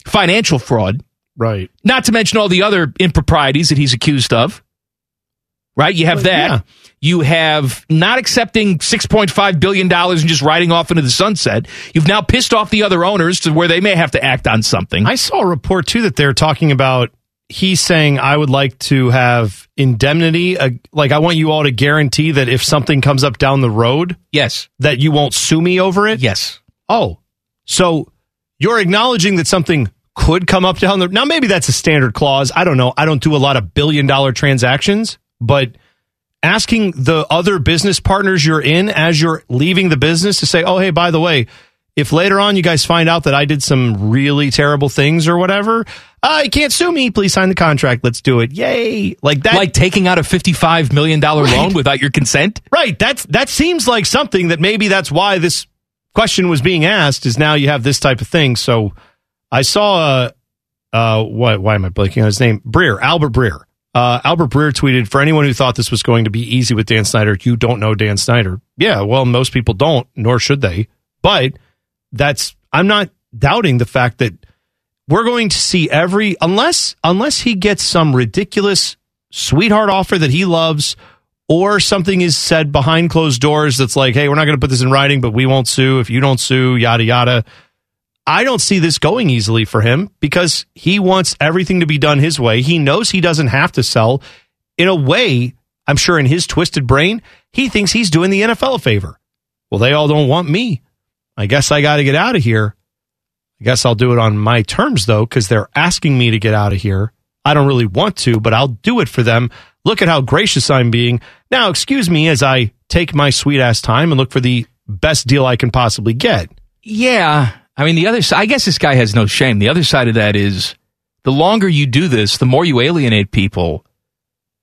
financial fraud. Right. Not to mention all the other improprieties that he's accused of. Right? You have that. You have not accepting $6.5 billion and just riding off into the sunset. You've now pissed off the other owners to where they may have to act on something. I saw a report too that they're talking about he's saying I would like to have indemnity uh, like I want you all to guarantee that if something comes up down the road, yes, that you won't sue me over it. Yes. Oh. So you're acknowledging that something could come up down the Now maybe that's a standard clause. I don't know. I don't do a lot of billion dollar transactions, but asking the other business partners you're in as you're leaving the business to say, "Oh, hey, by the way, if later on you guys find out that I did some really terrible things or whatever, uh, you can't sue me. Please sign the contract. Let's do it. Yay!" Like that, like taking out a fifty-five million dollar loan without your consent. Right. That's that seems like something that maybe that's why this question was being asked. Is now you have this type of thing. So I saw uh, uh, why, why am I blanking on his name? Breer, Albert Breer. Uh, Albert Breer tweeted For anyone who thought this was going to be easy with Dan Snyder, you don't know Dan Snyder. Yeah, well, most people don't, nor should they. But that's, I'm not doubting the fact that we're going to see every, unless, unless he gets some ridiculous sweetheart offer that he loves, or something is said behind closed doors that's like, hey, we're not going to put this in writing, but we won't sue if you don't sue, yada, yada. I don't see this going easily for him because he wants everything to be done his way. He knows he doesn't have to sell. In a way, I'm sure in his twisted brain, he thinks he's doing the NFL a favor. Well, they all don't want me. I guess I got to get out of here. I guess I'll do it on my terms though, because they're asking me to get out of here. I don't really want to, but I'll do it for them. Look at how gracious I'm being. Now, excuse me as I take my sweet ass time and look for the best deal I can possibly get. Yeah. I mean, the other side, I guess this guy has no shame. The other side of that is the longer you do this, the more you alienate people,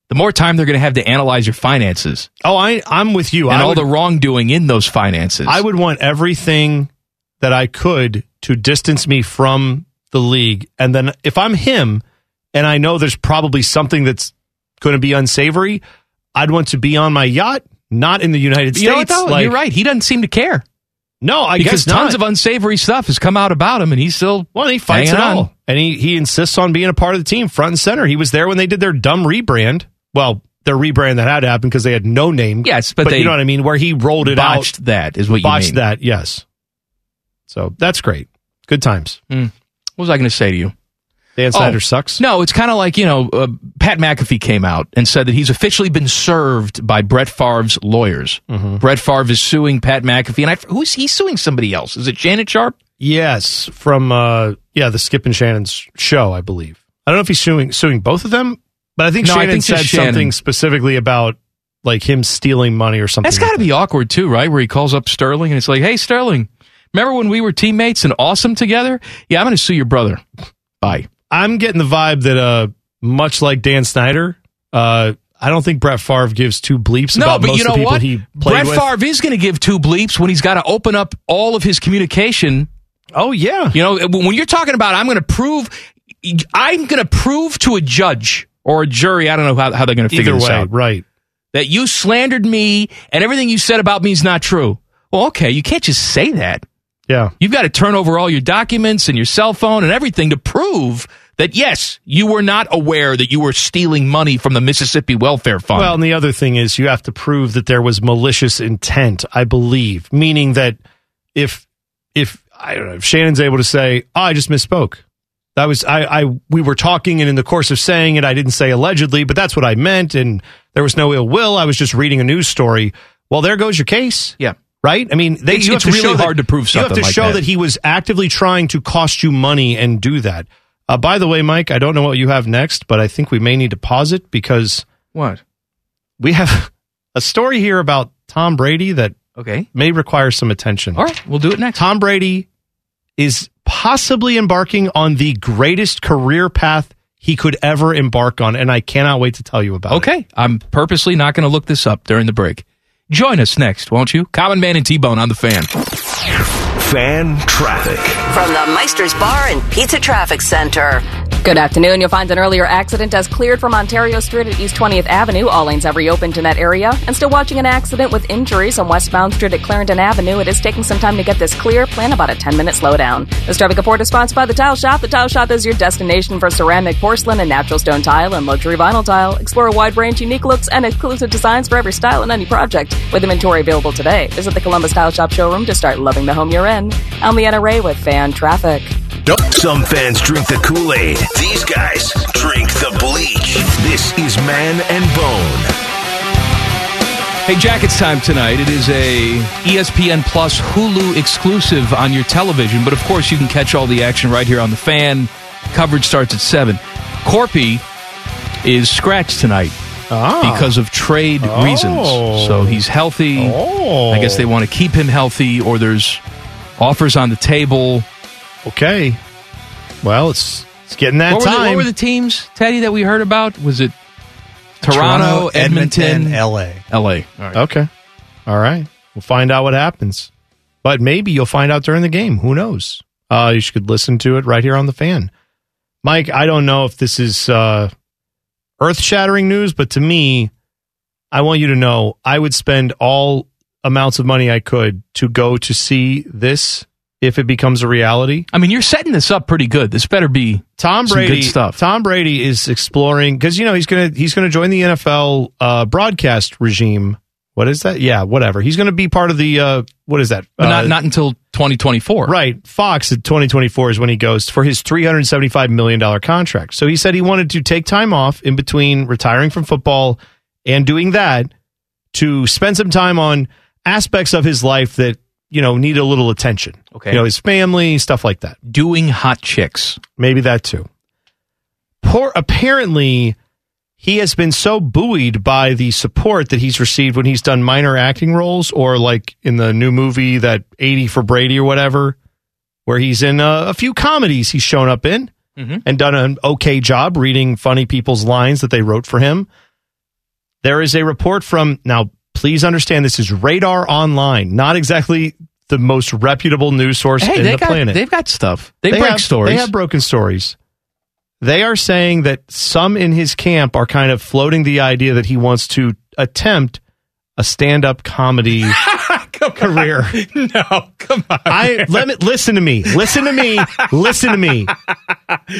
the more time they're going to have to analyze your finances. Oh, I, I'm with you. And I all would- the wrongdoing in those finances. I would want everything that I could to distance me from the league. And then if I'm him and I know there's probably something that's going to be unsavory, I'd want to be on my yacht, not in the United You know what, States. though? You're right. He doesn't seem to care. No, I because guess not. tons of unsavory stuff has come out about him, and he's still well, he fights it all. And he, he insists on being a part of the team, front and center. He was there when they did their dumb rebrand. Well, their rebrand that had to happen because they had no name. Yes, but they you know what I mean? Where he rolled it out. botched that is what you botched mean. that, yes. So that's great. Good times. Hmm. What was I going to say to you? Oh, Dan Snyder sucks. No, it's kind of like you know, uh, Pat McAfee came out and said that he's officially been served by Brett Favre's lawyers. Mm-hmm. Brett Favre is suing Pat McAfee, and I, who's he suing? Somebody else? Is it Janet Sharp? Yes, from uh yeah, the Skip and Shannon's show, I believe. I don't know if he's suing suing both of them, but I think No, I Shannon think just said Shannon. something specifically about like him stealing money or something. That's got to be awkward too, right? Where he calls up Sterling and it's like, "Hey, Sterling, remember when we were teammates and awesome together? Yeah, I'm going to sue your brother." Bye. I'm getting the vibe that uh much like Dan Snyder, uh I don't think Brett Favre gives two bleeps No, about but most you of know the people what? he played Brett with. Favre is going to give two bleeps when he's got to open up all of his communication. Oh yeah. You know, when you're talking about I'm going to prove I'm going to prove to a judge or a jury, I don't know how, how they're going to figure Either this way, out. right. That you slandered me and everything you said about me is not true. Well, okay, you can't just say that. Yeah. You've got to turn over all your documents and your cell phone and everything to prove that yes, you were not aware that you were stealing money from the Mississippi Welfare Fund. Well, and the other thing is you have to prove that there was malicious intent, I believe, meaning that if if I don't know, if Shannon's able to say, oh, "I just misspoke." That was I I we were talking and in the course of saying it I didn't say allegedly, but that's what I meant and there was no ill will. I was just reading a news story. Well, there goes your case. Yeah. Right? I mean, they It's- you have it's to really show that- hard to prove You something have to like show that. that he was actively trying to cost you money and do that. Uh, by the way, Mike, I don't know what you have next, but I think we may need to pause it because what we have a story here about Tom Brady that okay may require some attention. All right, we'll do it next. Tom Brady is possibly embarking on the greatest career path he could ever embark on, and I cannot wait to tell you about it. Okay. I'm purposely not going to look this up during the break. Join us next, won't you? Common Man and T Bone on the fan. Fan traffic. From the Meister's Bar and Pizza Traffic Center. Good afternoon. You'll find an earlier accident as cleared from Ontario Street at East 20th Avenue. All lanes have reopened in that area. And still watching an accident with injuries on westbound Street at Clarendon Avenue. It is taking some time to get this clear. Plan about a 10 minute slowdown. This traffic report is sponsored by The Tile Shop. The Tile Shop is your destination for ceramic, porcelain, and natural stone tile and luxury vinyl tile. Explore a wide range, unique looks, and exclusive designs for every style and any project. With inventory available today, visit the Columbus Tile Shop showroom to start loving the home you're in. I'm Leanna Ray with Fan Traffic. Some fans drink the Kool Aid. These guys drink the bleach. This is Man and Bone. Hey, Jackets time tonight. It is a E ESPN Plus Hulu exclusive on your television, but of course you can catch all the action right here on the fan. Coverage starts at 7. Corpy is scratched tonight Ah. because of trade Oh. reasons. So he's healthy. I guess they want to keep him healthy or there's offers on the table. Okay. Well, it's it's getting that what were the- time. what were the teams, Teddy, that we heard about? Was it Toronto, Edmonton, LA. LA. Okay. All right. We'll find out what happens. But maybe you'll find out during the game. Who knows? Uh, you should listen to it right here on the fan. Mike, I don't know if this is uh, earth shattering news, but to me, I want you to know I would spend all amounts of money I could to go to see this if it becomes a reality. I mean, you're setting this up pretty good. This better be Tom some Brady good stuff. Tom Brady is exploring because you know he's gonna he's gonna join the NFL uh, broadcast regime. What is that? Yeah, whatever. He's gonna be part of the uh, what is that? But not- Uh, not until 2024. Right. Fox at 2024 is when he goes for his 375 million dollar contract. So he said he wanted to take time off in between retiring from football and doing that to spend some time on aspects of his life that you know need a little attention. Okay. You know his family, stuff like that. Doing hot chicks. Maybe that too. Poor apparently he has been so buoyed by the support that he's received when he's done minor acting roles or like in the new movie that 80 for Brady or whatever where he's in uh, a, a few comedies he's shown up in Mm-hmm. and done an okay job reading funny people's lines that they wrote for him there is a report from now please understand this is radar online not exactly the most reputable news source Hey, in they the got- planet they've got stuff. They break have- stories. they have broken stories they are saying that some in his camp are kind of floating the idea that he wants to attempt a stand-up comedy career no come on i let me listen to me listen to me listen to me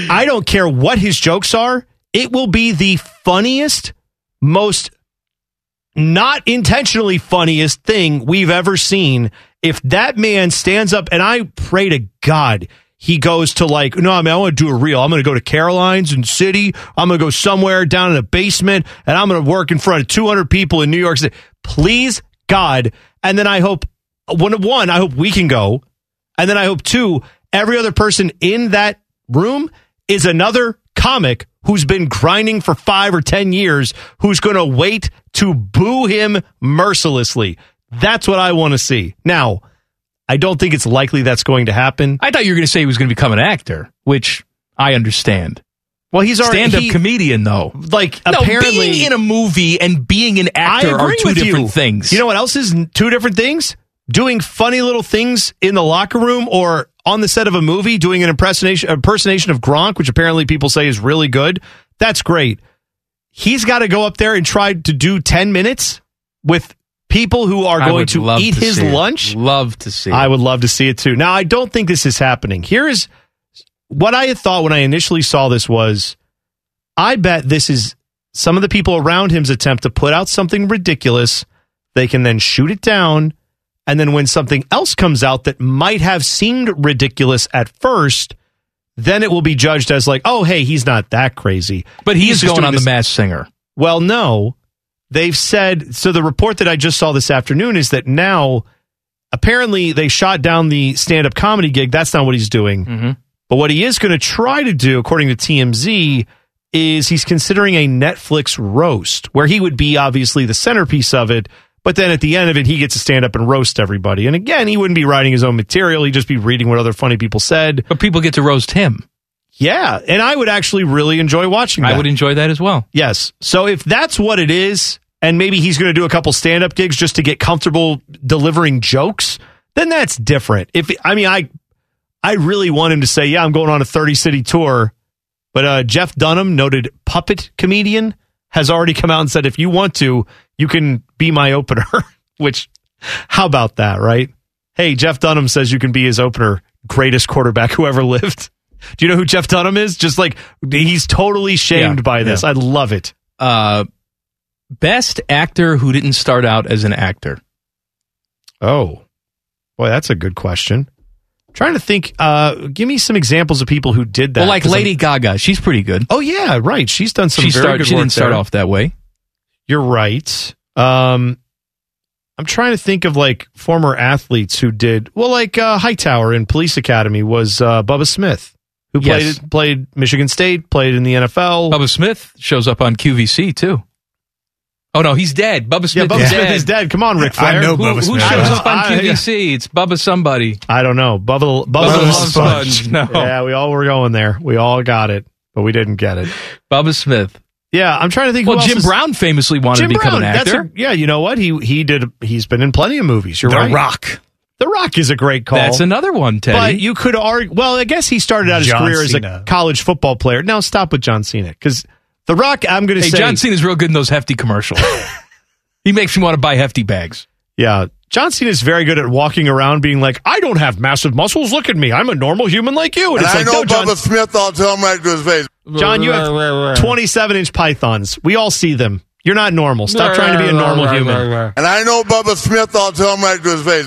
i don't care what his jokes are it will be the funniest most not intentionally funniest thing we've ever seen. If that man stands up, and I pray to God he goes to like, no, I mean, I want to do a reel. I'm going to go to Caroline's and City. I'm going to go somewhere down in a basement, and I'm going to work in front of 200 people in New York City. Please, God. And then I hope, one, one, I hope we can go. And then I hope, two, every other person in that room is another comic who's been grinding for five or 10 years who's going to wait to boo him mercilessly. That's what I want to see. Now, I don't think it's likely that's going to happen. I thought you were going to say he was going to become an actor, which I understand. Well, he's already stand-up he- comedian though. Like No, apparently being in a movie and being an actor I are agree two with different you. things. You know what else is n- two different things? Doing funny little things in the locker room or on the set of a movie, doing an impersonation impersonation of Gronk, which apparently people say is really good. That's great. He's got to go up there and try to do ten minutes with people who are I going would to love eat his see it. lunch. Love to see. I would love to see it too. Now, I don't think this is happening. Here is what I had thought when I initially saw this was I bet this is some of the people around him's attempt to put out something ridiculous. They can then shoot it down. And then when something else comes out that might have seemed ridiculous at first, then it will be judged as like, oh, hey, he's not that crazy. But he is just going doing on The this- Masked Singer. Well, no. They've said so the report that I just saw this afternoon is that now apparently they shot down the stand-up comedy gig. That's not what he's doing. Mm-hmm. But what he is going to try to do according to TMZ is he's considering a Netflix roast where he would be obviously the centerpiece of it, but then at the end of it he gets to stand up and roast everybody. And again, he wouldn't be writing his own material, he'd just be reading what other funny people said. But people get to roast him. Yeah, and I would actually really enjoy watching that. I would enjoy that as well. Yes. So if that's what it is, and maybe he's going to do a couple stand up gigs just to get comfortable delivering jokes, then that's different. If I mean, I I really want him to say, yeah, I'm going on a 30 city tour. But uh, Jeff Dunham, noted puppet comedian, has already come out and said, if you want to, you can be my opener. Which, how about that, right? Hey, Jeff Dunham says you can be his opener. Greatest quarterback who ever lived. Do you know who Jeff Dunham is? Just like he's totally shamed Yeah, by this. yeah. I love it. Uh, best actor who didn't start out as an actor. Oh, boy, that's a good question. trying to think. Uh, give me some examples of people who did that. well, like 'cause I'm- Lady Gaga, she's pretty good. Oh yeah, right. She's done some. She very start- good she work didn't start there. off that way. You're right. Um, I'm trying to think of like former athletes who did well, like uh, Hightower in Police Academy was uh, Bubba Smith, who Yes. played played Michigan State, played in the NFL. Bubba Smith shows up on QVC too. Oh no, he's dead. Bubba Smith, Bubba is, Smith dead. is dead. Come on, Ric Flair. I know who, Bubba who Smith. shows up I- on I- QVC? It's Bubba somebody. I don't know. Bubba Bubba, Bubba Love Love Sponge. No. Yeah, we all were going there. We all got it, but we didn't get it. Bubba Smith. Yeah, I'm trying to think. Well, who else Jim is- Brown famously wanted Jim to become Brown, an that's actor. a- yeah, you know what? He he did. He's been in plenty of movies. You're The right. Rock. The Rock is a great call. That's another one, Teddy. But you could argue. Well, I guess he started out his John career as Cena. a college football player. Now stop with John Cena because The Rock. I'm going to hey, say John Cena's real good in those hefty commercials. he makes me want to buy hefty bags. Yeah, John Cena is very good at walking around being like, "I don't have massive muscles. Look at me. I'm a normal human like you." And it's I like, know no, John, Bubba Smith. I'll tell him right to his face. John, you have 27 inch pythons. We all see them. You're not normal. Stop trying to be a normal human. And I know Bubba Smith. I'll tell him right to his face.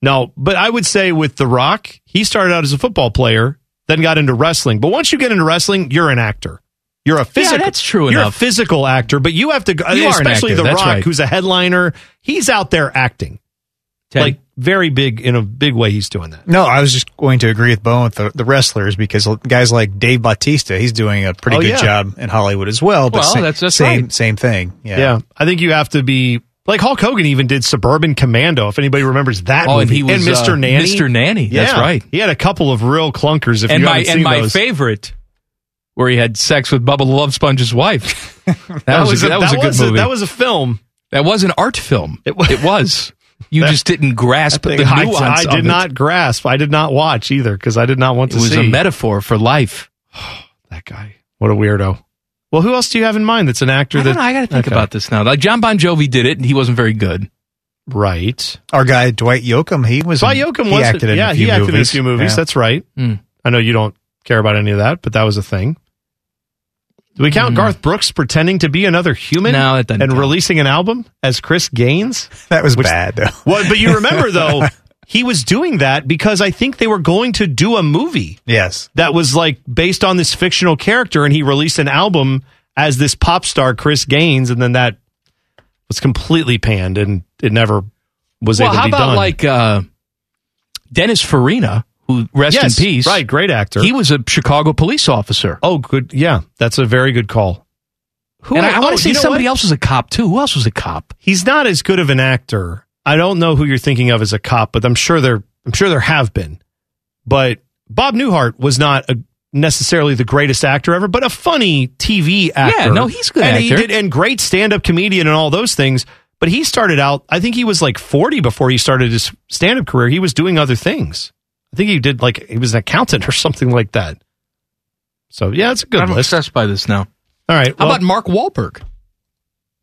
No, but I would say with The Rock, he started out as a football player, then got into wrestling. But once you get into wrestling, you're an actor. You're a physical. that's true You're enough. a physical actor, but you have to. go You are an especially actor, The that's Rock, right. who's a headliner. He's out there acting, Ted. like very big in a big way. He's doing that. No, I was just going to agree with Bone with the, the wrestlers because guys like Dave Bautista, he's doing a pretty Oh, good yeah. job in Hollywood as well. But Well, sa- that's- that's same right. same thing. Yeah. Yeah. I think you have to be like Hulk Hogan even did Suburban Commando, if anybody remembers that Oh, and movie. he was, Mr. uh, Nanny. Mr. Nanny, that's right. He had a couple of real clunkers if and you my haven't and seen my those. favorite, where he had sex with Bubba the Love Sponge's wife. That, was, a, that was a good movie. that was a film. That was an art film. It was. You just didn't grasp the Thing I, nuance. I of it. did not grasp. I did not watch either because I did not want It to was see. a metaphor for life. what a weirdo. Well, who else do you have in mind that's an actor I that don't know. I got to think Okay. about this now. Like John Bon Jovi did it, and he wasn't very good. Right. Our guy Dwight Yoakam, he was Dwight in- Yoakam he was acted in yeah, a few he acted movies. in a few movies. Yeah. That's right. Hmm. I know you don't care about any of that, but that was a thing. Do we count Garth Brooks pretending to be another human Hmm. No, that doesn't and count. releasing an album as Chris Gaines? That was bad though. Well, but you remember though, he was doing that because I think they were going to do a movie Yes. that was like based on this fictional character, and he released an album as this pop star Chris Gaines, and then that was completely panned, and it never was well, able how to be about done. like uh, Dennis Farina, who rest Yes, in peace. right? Great actor. He was a Chicago police officer. oh, good. Yeah, that's a very good call. Who and I, want oh, to say you know somebody what? else was a cop too. Who else was a cop? He's not as good of an actor. I don't know who you're thinking of as a cop, but I'm sure there I'm sure there have been. But Bob Newhart was not a necessarily the greatest actor ever, but a funny TV actor. no, he's a good and He actor. did, and great stand-up comedian and all those things. But he started out, I think he was like 40 before he started his stand-up career. He was doing other things. I think he did like, he was an accountant or something like that. So yeah, it's a good I'm list. obsessed by this now. All right. How well- about Mark Wahlberg?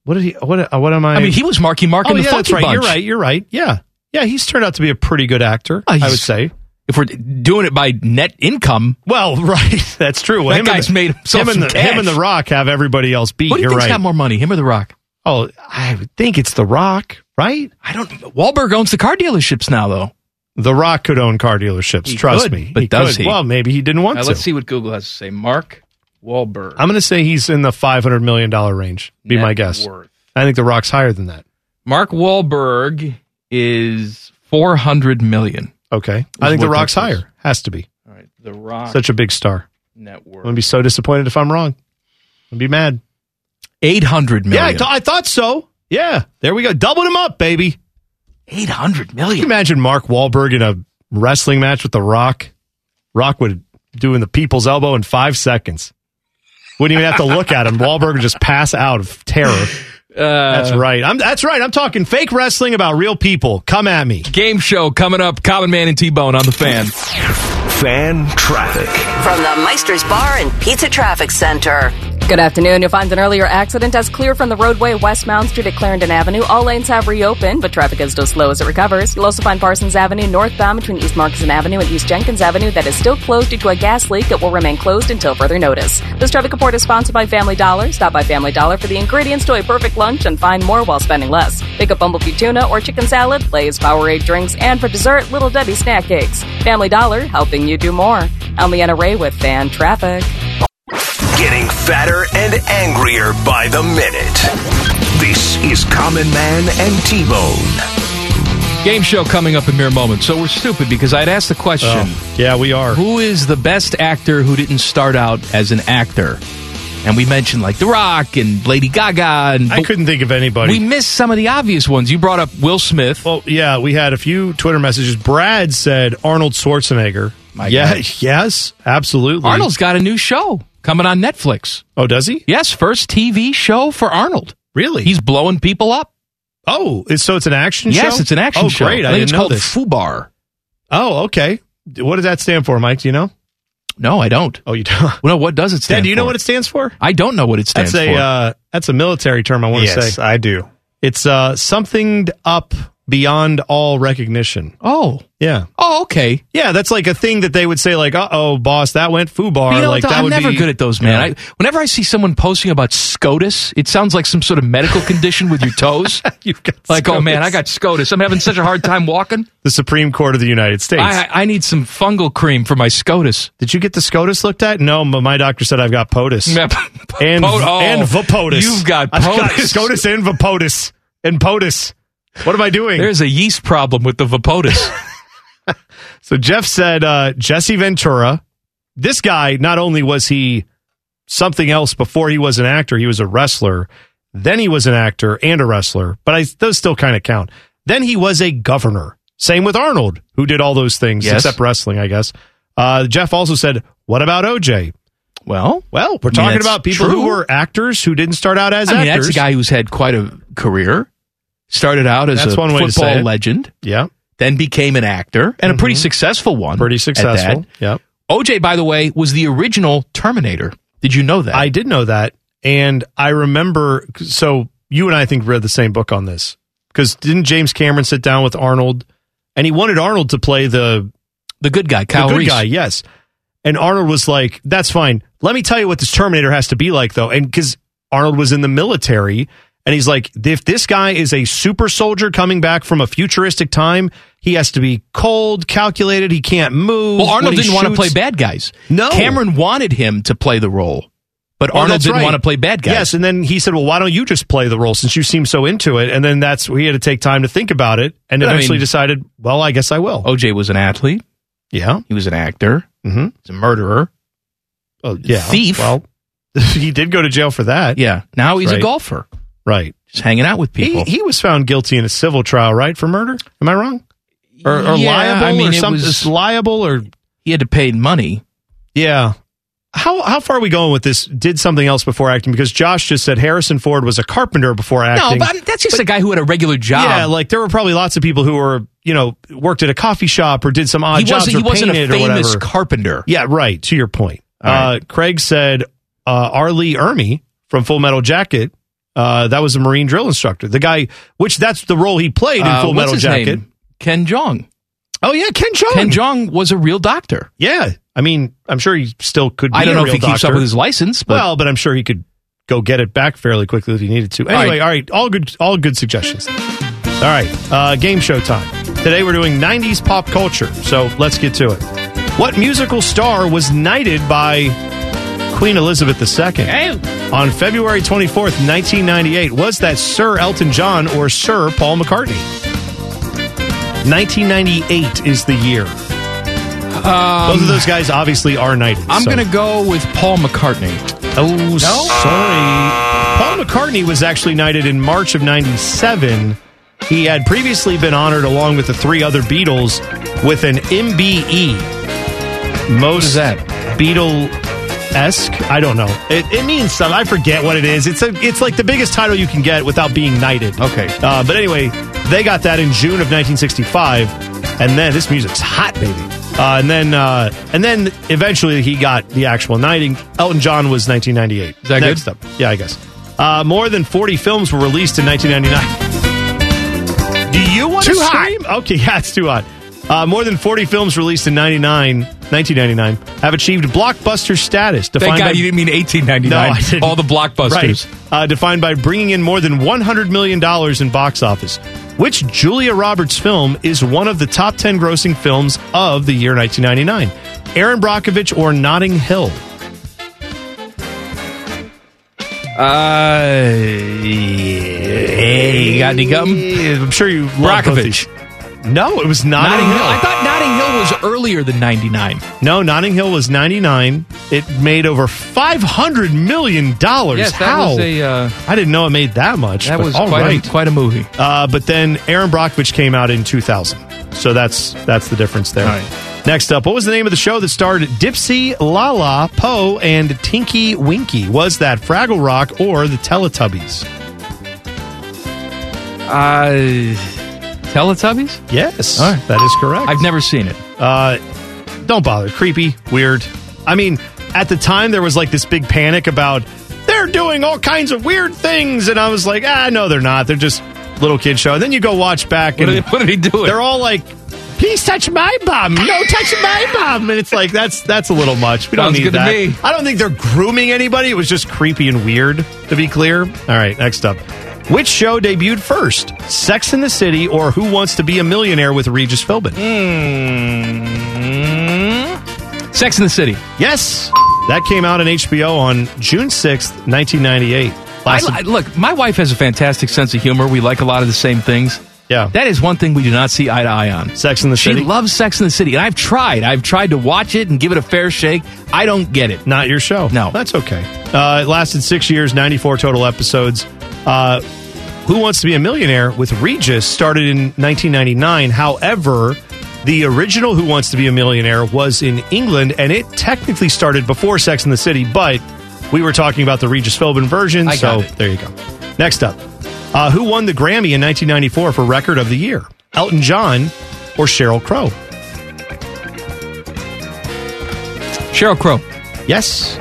What did he? What? uh, What am I? I mean, he was Marky Mark oh, in the yeah, Funky that's right. You're Bunch. Oh, right. You're right. Yeah, yeah. He's turned out to be a pretty good actor. I would say. If we're doing it by net income, well, right, that's true. Well, that him and guy's the- made himself him and some the, cash. Him and the Rock have everybody else beat. Who do you are think's right. got more money, him or the Rock? Oh, I would think it's the Rock, right? I don't. Wahlberg owns the car dealerships now, though. the Rock could own car dealerships. He trust could, me. but does could. he? Well, maybe he didn't want Uh, to. Let's see what Google has to say. Mark Wahlberg. I'm going to say he's in the 500 million dollar range. Be Net my guess. worth. I think the Rock's higher than that. Mark Wahlberg is four hundred million. Okay, I think the Rock's higher. Has to be All right, The Rock. such a big star. net I'm worth. gonna be so disappointed if I'm wrong. I'd be mad. Eight hundred million. Yeah, I, th- I thought so. Yeah, there we go. Doubled him up, baby. Eight hundred Can you million. imagine Mark Wahlberg in a wrestling match with The Rock? Rock would doing the people's elbow in five seconds. Wouldn't even have to look at him. Wahlberg would just pass out of terror. Uh, that's right. I'm that's right. I'm talking fake wrestling about real people. Come at me. Game show coming up. Common Man and T Bone on the fan. Fan traffic. From the Meister's Bar and Pizza Traffic Center. Good afternoon. You'll find an earlier accident as clear from the roadway west Mound Street at Clarendon Avenue. All lanes have reopened, but traffic is still slow as it recovers. You'll also find Parsons Avenue northbound between East Markson Avenue and East Jenkins Avenue that is still closed due to a gas leak that will remain closed until further notice. This traffic report is sponsored by Family Dollar. Stop by Family Dollar for the ingredients to a perfect lunch and find more while spending less. Pick up Bumblebee tuna or chicken salad, Lay's Powerade drinks, and for dessert, Little Debbie snack cakes. Family Dollar, helping you do more. I'm Leanna Ray with Fan Traffic. Getting fatter and angrier by the minute. This is Common Man and T Bone. Game show coming up in mere moments. So we're stupid because I'd asked the question. Oh, yeah, we are. Who is the best actor who didn't start out as an actor? And we mentioned like The Rock and Lady Gaga. And I couldn't think of anybody. We missed some of the obvious ones. You brought up Will Smith. Well, yeah, we had a few Twitter messages. Brad said Arnold Schwarzenegger. My yeah, God. yes, absolutely. Arnold's got a new show coming on Netflix. Oh, does he? Yes, first TV show for Arnold. Really? He's blowing people up. Oh, it's, so it's an action show? yes, it's an action oh, show. great. I, I think didn't it's know called this. Fubar. oh, okay. D- What does that stand for, Mike? Do you know? No, I don't. Oh, you don't. No, what does it stand Dad, do you for? know what it stands for? I don't know what it stands That's a for. uh, that's a military term. I want to Yes, say I do. it's uh, something up beyond all recognition. oh. Yeah, Oh, okay. yeah. That's like a thing that they would say, like, "Uh oh, boss, that went foobar." You know, like th- that I'm would never be- good at those, man. Yeah. I, whenever I see someone posting about SCOTUS, it sounds like some sort of medical condition with your toes. You've got like, oh man, SCOTUS. I got SCOTUS. I'm having such a hard time walking. the Supreme Court of the United States. I, I need some fungal cream for my SCOTUS. Did you get the SCOTUS looked at? No, but my doctor said I've got POTUS and and and Vapotus. oh, You've got I've got POTUS. SCOTUS and Vapotus and POTUS. What am I doing? There's a yeast problem with the Vapotus. So Jeff said uh, Jesse Ventura. This guy not only was he something else before he was an actor, he was a wrestler. Then he was an actor and a wrestler, but I, those still kind of count. Then he was a governor. Same with Arnold, who did all those things Yes. except wrestling, I guess. Uh, Jeff also said, "What about OJ?" well, I Well, we're mean, talking that's about people true. who were actors who didn't start out as I mean, actors. that's a guy who's had quite a career. Started out as That's a one way to say football it. legend, Yeah, Mm-hmm. then became an actor and a pretty successful one. pretty at successful. that. Yeah, OJ, by the way, was the original Terminator. Did you know that? I did know that, and I remember. So you and I, I think read the same book on this because didn't James Cameron sit down with Arnold, and he wanted Arnold to play the, the good guy, the Kyle good Reese. guy? Yes, and Arnold was like, "That's fine. Let me tell you what this Terminator has to be like, though." And because Arnold was in the military, and he's like, "If this guy is a super soldier coming back from a futuristic time." He has to be cold, calculated. He can't move. Well, Arnold When he didn't want to shoots- play bad guys. No. Cameron wanted him to play the role, but Oh, Arnold that's didn't right. want to play bad guys. Yes, and then he said, "Well, why don't you just play the role since you seem so into it?" And then that's we had to take time to think about it, and But I eventually mean- decided, "Well, I guess I will." OJ was an athlete. yeah, He was an actor. mm-hmm. He's a murderer. oh, yeah, Thief. Well, he did go to jail for that. Yeah. Now he's Right. a golfer, right. just hanging out with He people. he was found guilty in a civil trial, right, for murder. Am I wrong? Or, or Yeah, liable I mean, or it something? was- liable or he had to pay money. yeah. How how far are we going with this? Did something else before acting? Because Josh just said Harrison Ford was a carpenter before acting. but I'm- that's just a guy who had a regular job. Yeah, like there were probably lots of people who were you know worked at a coffee shop or did some odd He jobs. wasn't- or he wasn't a painted or famous whatever. carpenter. Yeah, right. To your point, uh, Craig said uh, R. Lee Ermey from Full Metal Jacket. Uh, that was a Marine drill instructor. The guy, which that's the role he played in Uh, Full what's Metal his Jacket. name? Ken Jong. Oh yeah, Ken Jong. Ken Jong was a real doctor. Yeah, I mean, I'm sure he still could. Be I don't a know if real he keeps doctor. up with his license, but- well, but I'm sure he could go get it back fairly quickly if he needed to. All right. Anyway, all right, all good, all good suggestions. All right, uh, game show time. Today we're doing 90s pop culture, so let's get to it. What musical star was knighted by Queen Elizabeth II on February 24th, 1998? Was that Sir Elton John or Sir Paul McCartney? 1998 is the year. Both of those guys obviously are knighted. Um, I'm so- going to go with Paul McCartney. Oh, sorry. Paul McCartney was actually knighted in March of 97. He had previously been honored along with the three other Beatles with an E. MBE. Most that? Beatle esque? I don't know. It, it means something. I forget what it is. It's a, it's like the biggest title you can get without being knighted. Okay. Uh, but anyway, they got that in June of 1965, and then this music's hot, baby. Uh, and then, uh, and then eventually he got the actual knighting. Elton John was 1998. Is that good? Next up, yeah, I guess. Uh, more than 40 films were released in 1999. Do you want Too to hot. scream? Okay, yeah, it's too hot. Uh, more than 40 films released in 99, 1999 have achieved blockbuster status. Thank defined God by- you didn't mean No, I 1899. didn't. All the blockbusters. Right. Uh, defined by bringing in more than $100 million in box office. Which Julia Roberts film is one of the top 10 grossing films of the year 1999? Aaron Brockovich or Notting Hill? Uh, hey, you got any gum? I'm sure you love both Brockovich. No, it was Notting, Hill. I thought Notting Hill was earlier than 99. No, Notting Hill was 99. It made over $500 million. Yes, that How? was a, uh, I didn't know it made that much. That but was all quite a- right. quite a movie. Uh, but then Aaron Brockovich came out in 2000. So that's that's the difference there. Next up, what was the name of the show that starred Dipsy, Lala, Poe, and Tinky Winky? Was that Fraggle Rock or the Teletubbies? Uh, Teletubbies? Yes, that is correct. I've never seen it. Uh, don't bother. Creepy, weird. I mean, at the time there was like this big panic about they're doing all kinds of weird things, and I was like, ah, no, they're not. They're just little kid show. And then you go watch back, What and are they- what are they doing? They're all like, please touch my bum. No, touch my bum. And it's like that's that's a little much. We don't Sounds need good to that. me. I don't think they're grooming anybody. It was just creepy and weird, to be clear. All right, next up. Which show debuted first? Sex in the City or Who Wants to Be a Millionaire with Regis Philbin? Hmm. Sex in the City. Yes. That came out on HBO on June 6th, 1998. I, Last- I- look, my wife has a fantastic sense of humor. We like a lot of the same things. Yeah. That is one thing we do not see eye to eye on. Sex in the she City? She loves Sex in the City. And I've tried. I've tried to watch it and give it a fair shake. I don't get it. Not your show. No. Oh, That's okay. Uh, it lasted six years, 94 total episodes. Uh, Who Wants to Be a Millionaire with Regis started in 1999. However, the original Who Wants to Be a Millionaire was in England, and it technically started before Sex in the City, but we were talking about the Regis Philbin version, I so got it. there you go. Next up, uh, who won the Grammy in 1994 for Record of the Year? Elton John or Cheryl Crow? Cheryl Crow. Yes.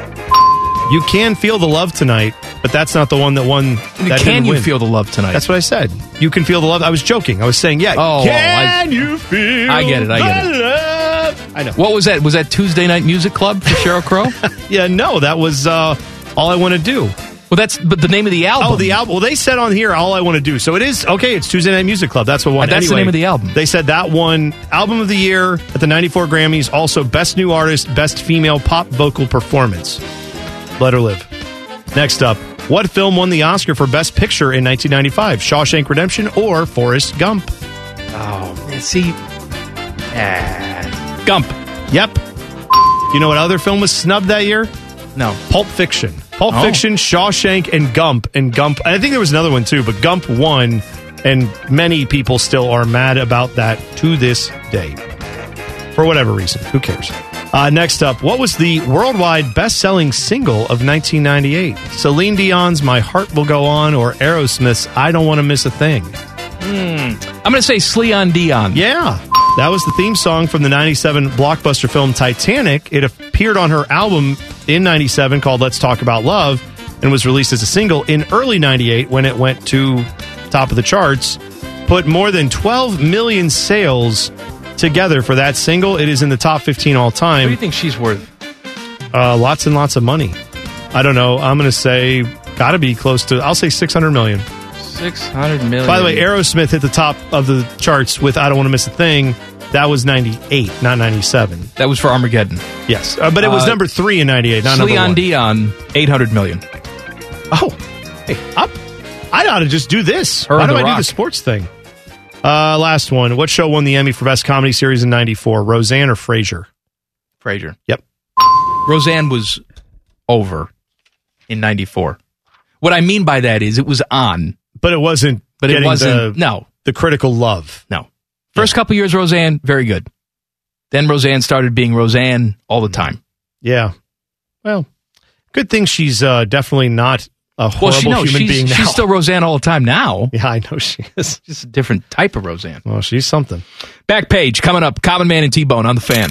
You can feel the love tonight, but that's not the one that won. That Can didn't you win. feel the love tonight? That's what I said. You can feel the love. I was joking. I was saying, yeah. Oh, well, can I- you feel? I get it, I get the it. Love? I know. What was that? Was that Tuesday Night Music Club for Cheryl Crow? Yeah, no, that was uh, all I want to do. Well, that's but the name of the album. Oh, the album. Well, they said on here all I want to do. So it is okay. It's Tuesday Night Music Club. That's what won. Uh, that's the Anyway, name of the album. They said that one album of the year at the '94 Grammys. Also, best new artist, best female pop vocal performance. Let her live. Next up, what film won the Oscar for Best Picture in 1995? Shawshank Redemption or Forrest Gump? Oh, see, ah, Gump. Yep. You know what other film was snubbed that year? No. Pulp Fiction. Pulp Oh. Fiction, Shawshank, and Gump. And Gump, I think there was another one too, but Gump won, and many people still are mad about that to this day. For whatever reason. Who cares? Uh, next up, what was the worldwide best selling single of 1998? Celine Dion's My Heart Will Go On or Aerosmith's I Don't Want to Miss a Thing? Hmm. I'm going to say Sleon Dion. Yeah. That was the theme song from the 97 blockbuster film Titanic. It appeared on her album in 97 called Let's Talk About Love and was released as a single in early 98 when it went to top of the charts. Put more than 12 million sales together for that single. It is in the top 15 all time. What do you think she's worth? Uh, lots and lots of money. I don't know. I'm going to say, got to be close to, I'll say 600 million. Six hundred million. By the way, Aerosmith hit the top of the charts with "I Don't Want to Miss a Thing." That was '98, not '97. That was for Armageddon. Yes, uh, but it was Uh, number three in '98, not number Leon one. Dion, eight hundred million. Oh, hey, up! I ought to just do this. Her Why and do The I do Rock. the sports thing? Uh, last one. What show won the Emmy for Best Comedy Series in '94? Roseanne or Frasier? Frasier. Yep. Roseanne was over in '94. What I mean by that is it was on, but it wasn't. But it getting wasn't. the- no, the critical love. No. First couple years, Roseanne, very good. Then Roseanne started being Roseanne all the time. Yeah. Well, good thing she's uh, definitely not a horrible Well, she knows human she's, being now. she's still Roseanne all the time now. Yeah, I know she is. Just a different type of Roseanne. Well, she's something. Back page coming up. Common Man and T Bone on the fan.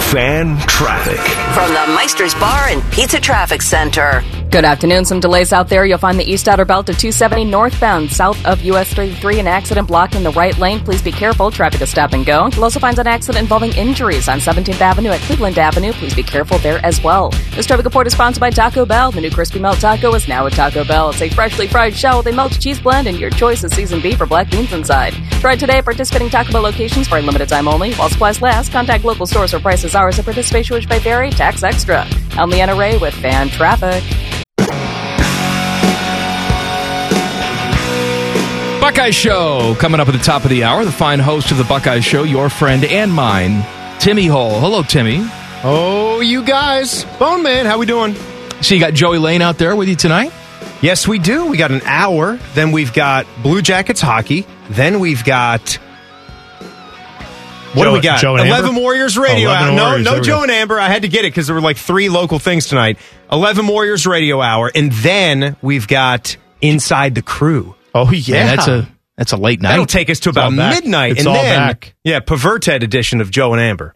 Fan traffic. From the Meister's Bar and Pizza Traffic Center. Good afternoon. Some delays out there. You'll find the east outer belt of 270 northbound, south of US 33. oh An accident blocking the right lane. Please be careful. Traffic is stop and go. You'll also find an accident involving injuries on 17th Avenue at Cleveland Avenue. Please be careful there as well. This traffic report is sponsored by Taco Bell. The new crispy melt taco is now at Taco Bell. It's a freshly fried shell with a melted cheese blend and your choice of seasoned beef or black beans inside. Try it today at participating Taco Bell locations for a limited time only. While supplies last, contact local stores for prices hours of participation which may vary. Tax extra. I'm Leanna Ray with Fan Traffic. Buckeye Show coming up at the top of the hour. The fine host of the Buckeye Show, your friend and mine, Timmy Hole. Hello, Timmy. Oh, you guys, Bone Man, how we doing? So you got Joey Lane out there with you tonight? Yes, we do. We got an hour. Then we've got Blue Jackets hockey. Then we've got what do Joe- we got? Joe and Eleven Amber? Warriors radio 11 hour. Warriors, no, there no we Joe go. and Amber. I had to get it because there were like three local things tonight. Eleven Warriors radio hour, and then we've got Inside the Crew. Oh yeah, Man, that's a that's a late night. That'll take us to It's about all back. midnight. It's and all then, back. Yeah, perverted edition of Joe and Amber.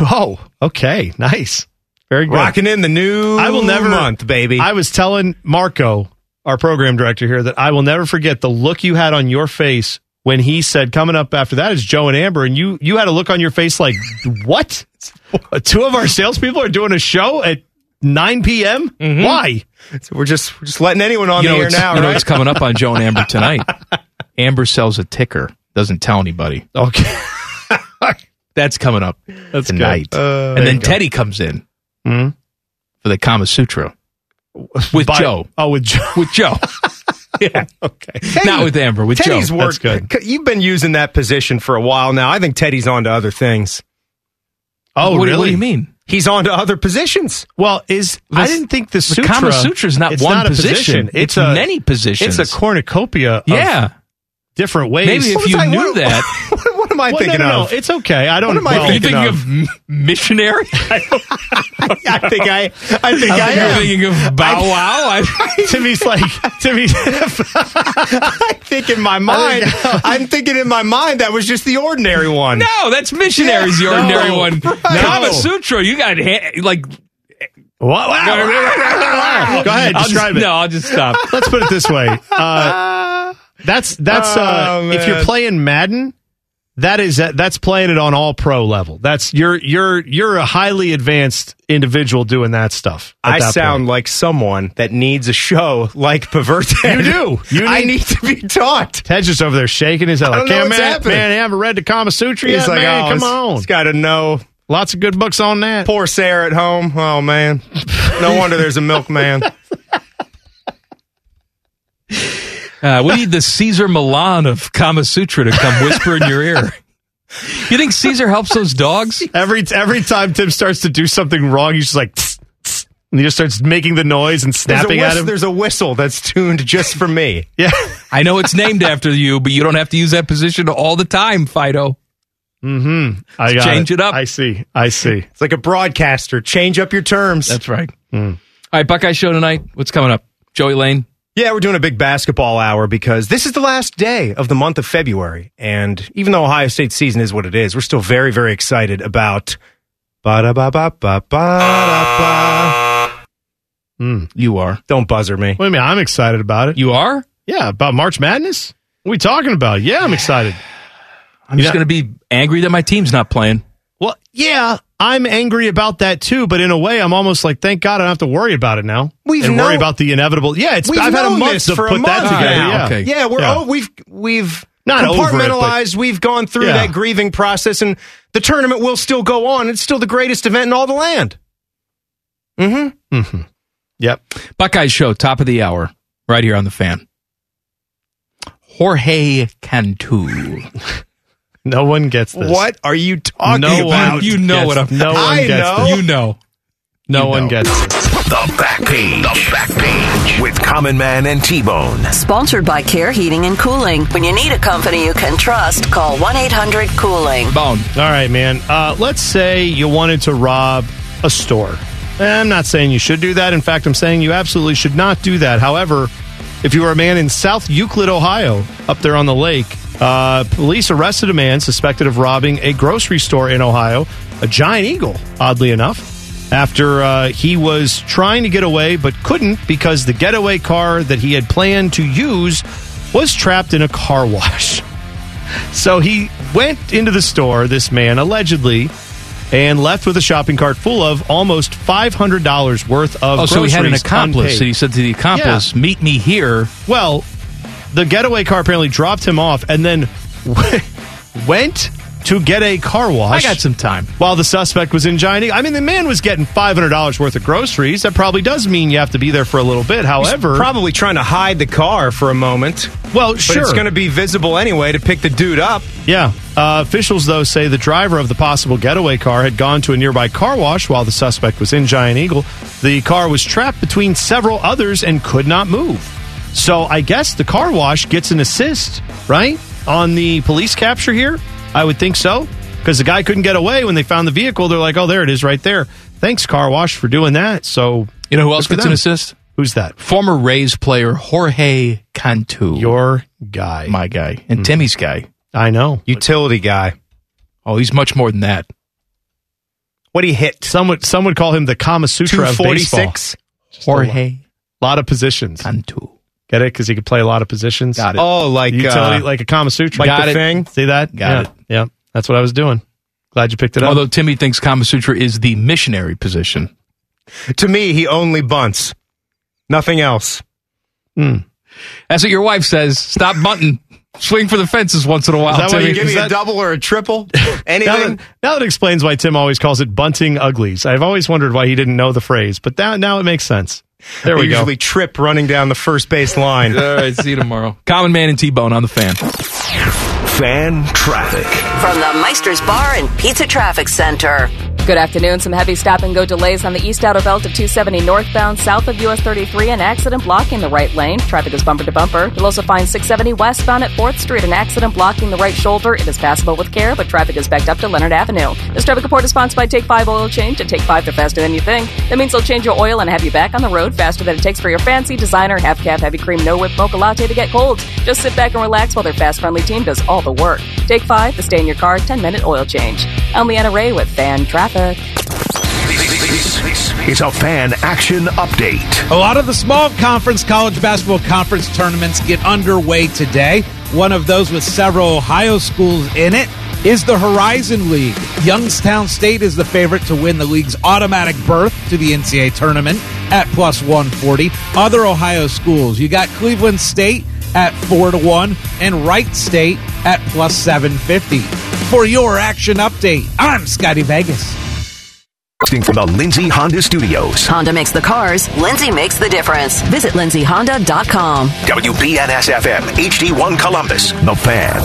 Oh, okay, nice, very good. Rocking in the new I will never month, baby. I was telling Marco, our program director here, that I will never forget the look you had on your face when he said, "Coming up after that is Joe and Amber," and you you had a look on your face like, "What? Two of our salespeople are doing a show at 9 p.m. Why?" Mm-hmm. So we're just we're just letting anyone on you know, the air it's- now, you know right? it's coming up on Joe and Amber tonight. Amber sells a ticker, doesn't tell anybody. Okay. That's coming up That's good. tonight. Uh, there and then you go. Teddy comes in Hmm? Mhm. for the Kama Sutra with By- Joe. Oh, with Joe. With Joe. yeah. Okay. Not with Amber, with Teddy's Joe. work. That's good. c- You've been using that position for a while now. I think Teddy's on to other things. Oh, what, do- really? What do you mean? He's on to other positions. Well, is I didn't think the the sutra, Kama Sutra's not it's one a position. It's many positions. It's a cornucopia. Of Yeah. different ways. Maybe if was you I- knew what- that. What, what am I Well, no, thinking no, no, of? It's okay. I don't. What am I well, Are you thinking thinking of of- m- missionary? I think I. I think I You're am. thinking of Bow Wow? I, Timmy's like Timmy. I think in my mind. I'm thinking in my mind that was just the ordinary one. no, that's missionaries, the No, ordinary one. right. Kama No. Sutra, you got ha- like. What? wow. Ah, Go ahead. I'll just- Describe it. No, I'll just stop. Let's put it this way. Uh, that's that's uh, Oh, if you're man. playing Madden, that is uh, that's playing it on all pro level. That's you're you're you're a highly advanced individual doing that stuff. at I that sound point. like someone that needs a show like Perverted. You do. You I need- need to be taught. Ted's just over there shaking his head. I Like, don't know "Yeah, what's man, happening." man, I haven't read the Kama Sutra He's yet, like, man. oh, Come it's- on, It's got to know. lots of good books on that. Poor Sarah at home. Oh man, no wonder there's a milkman. Uh, we need the Caesar Milan of Kama Sutra to come whisper in your ear. You think Caesar helps those dogs? Every every time Tim starts to do something wrong, he's just like, "Tss, tss," and he just starts making the noise and There's a, snapping at whistle, him. there's a whistle that's tuned just for me. yeah. I know it's named after you, but you don't have to use that position all the time, Fido. Mm-hmm. I got Change it up. I see. I see. It's like a broadcaster. Change up your terms. Hmm. That's right. All right, Buckeye Show tonight. What's coming up? Joey Lane. Yeah, we're doing a big basketball hour because this is the last day of the month of February. And even though Ohio State season is what it is, we're still very, very excited about. Ba-da-ba-ba-ba-ba-da-ba. Hmm. You are. Don't buzzer me. Wait a minute. I'm excited about it. You are? Yeah, about March Madness? What are we talking about? Yeah, I'm excited. I'm just going to be angry that my team's not playing. Well, yeah, I'm angry about that too, but in a way, I'm almost like, thank God I don't have to worry about it now. We've and worry known- about the inevitable. Yeah, it's We've I've had a known month this to for put a that month together. now. Yeah, yeah, we're oh, we've we've Not over it, but- compartmentalized. we've gone through Yeah. that grieving process, and the tournament will still go on. It's still the greatest event in all the land. Mm-hmm. Yep. Buckeye Show, top of the hour, right here on the fan. Jorge Cantu. no one gets this. What are you talking no about? One, you know Yes, what I'm no one I gets know. this. You know. No one gets it. The back page. The back page with Common Man and T Bone. Sponsored by Care Heating and Cooling. When you need a company you can trust, call 1 800 Cooling. Bone. All right, man. Uh, let's say you wanted to rob a store. Eh, I'm not saying you should do that. In fact, I'm saying you absolutely should not do that. However, if you were a man in South Euclid, Ohio, up there on the lake, uh, police arrested a man suspected of robbing a grocery store in Ohio, a giant eagle, oddly enough, after uh, he was trying to get away but couldn't because the getaway car that he had planned to use was trapped in a car wash. So he went into the store, this man allegedly, and left with a shopping cart full of almost $500 worth of Oh, so he had an groceries accomplice. unpaid. And he said to the accomplice, Yeah. meet me here. Well, the getaway car apparently dropped him off and then went to get a car wash. I got some time. While the suspect was in Giant Eagle. I mean, the man was getting $500 worth of groceries. That probably does mean you have to be there for a little bit. However, He's probably trying to hide the car for a moment. Well, but sure. it's going to be visible anyway to pick the dude up. Yeah. Uh, officials, though, say the driver of the possible getaway car had gone to a nearby car wash while the suspect was in Giant Eagle. The car was trapped between several others and could not move. So I guess the car wash gets an assist, right? On the police capture here? I would think so. Because the guy couldn't get away when they found the vehicle. They're like, oh, there it is right there. Thanks, car wash, for doing that. So. You know who else good gets for an them. assist? Who's that? Former Rays player Jorge Cantu. Your guy. Hmm. My guy. And Timmy's guy. I know. Utility guy. Oh, he's much more than that. What he hit? Some would, some would call him the Kama Sutra of baseball. 246. Jorge lot of positions. Cantu. Get it? Because he could play a lot of positions. Got it. Oh, like Utility, uh, like a Kama Sutra. like the thing. See that? Got yeah. it. Yeah. That's what I was doing. Glad you picked it up. Although Timmy thinks Kama Sutra is the missionary position. To me, he only bunts, nothing else. Hmm. That's what your wife says. Stop bunting. Swing for the fences once in a while. Is that what Timmy. you give me a double or a triple? now, that, now that explains why Tim always calls it bunting uglies. I've always wondered why he didn't know the phrase, but that, now it makes sense. There we go. usually trip running down the first base line. All right, see you tomorrow. Common Man and T Bone on the fan. Fan traffic. From the Meister's Bar and Pizza Traffic Center. Good afternoon. Some heavy stop and go delays on the east outer belt of 270 northbound, south of US 33. An accident blocking the right lane. Traffic is bumper to bumper. You'll also find 670 westbound at 4th Street. An accident blocking the right shoulder. It is passable with care, but traffic is backed up to Leonard Avenue. This traffic report is sponsored by Take 5 Oil Change. At Take 5, they're faster than you think. That means they'll change your oil and have you back on the road faster than it takes for your fancy designer half cab heavy cream no whip mocha latte to get cold. Just sit back and relax while their fast friendly team does all the work. Take 5, the stay in your car 10 minute oil change. I'm Leanna Ray with Fan Traffic. It's a fan action update. A lot of the small conference college basketball conference tournaments get underway today. One of those with several Ohio schools in it is the Horizon League. Youngstown State is the favorite to win the league's automatic berth to the NCAA tournament at plus 140. Other Ohio schools, you got Cleveland State at 4 to 1 and Wright State at plus 750. For your action update, I'm Scotty Vegas. From the Lindsay Honda Studios. Honda makes the cars, Lindsay makes the difference. Visit lindsayhonda.com. WBNSFM, HD1 Columbus. The fan.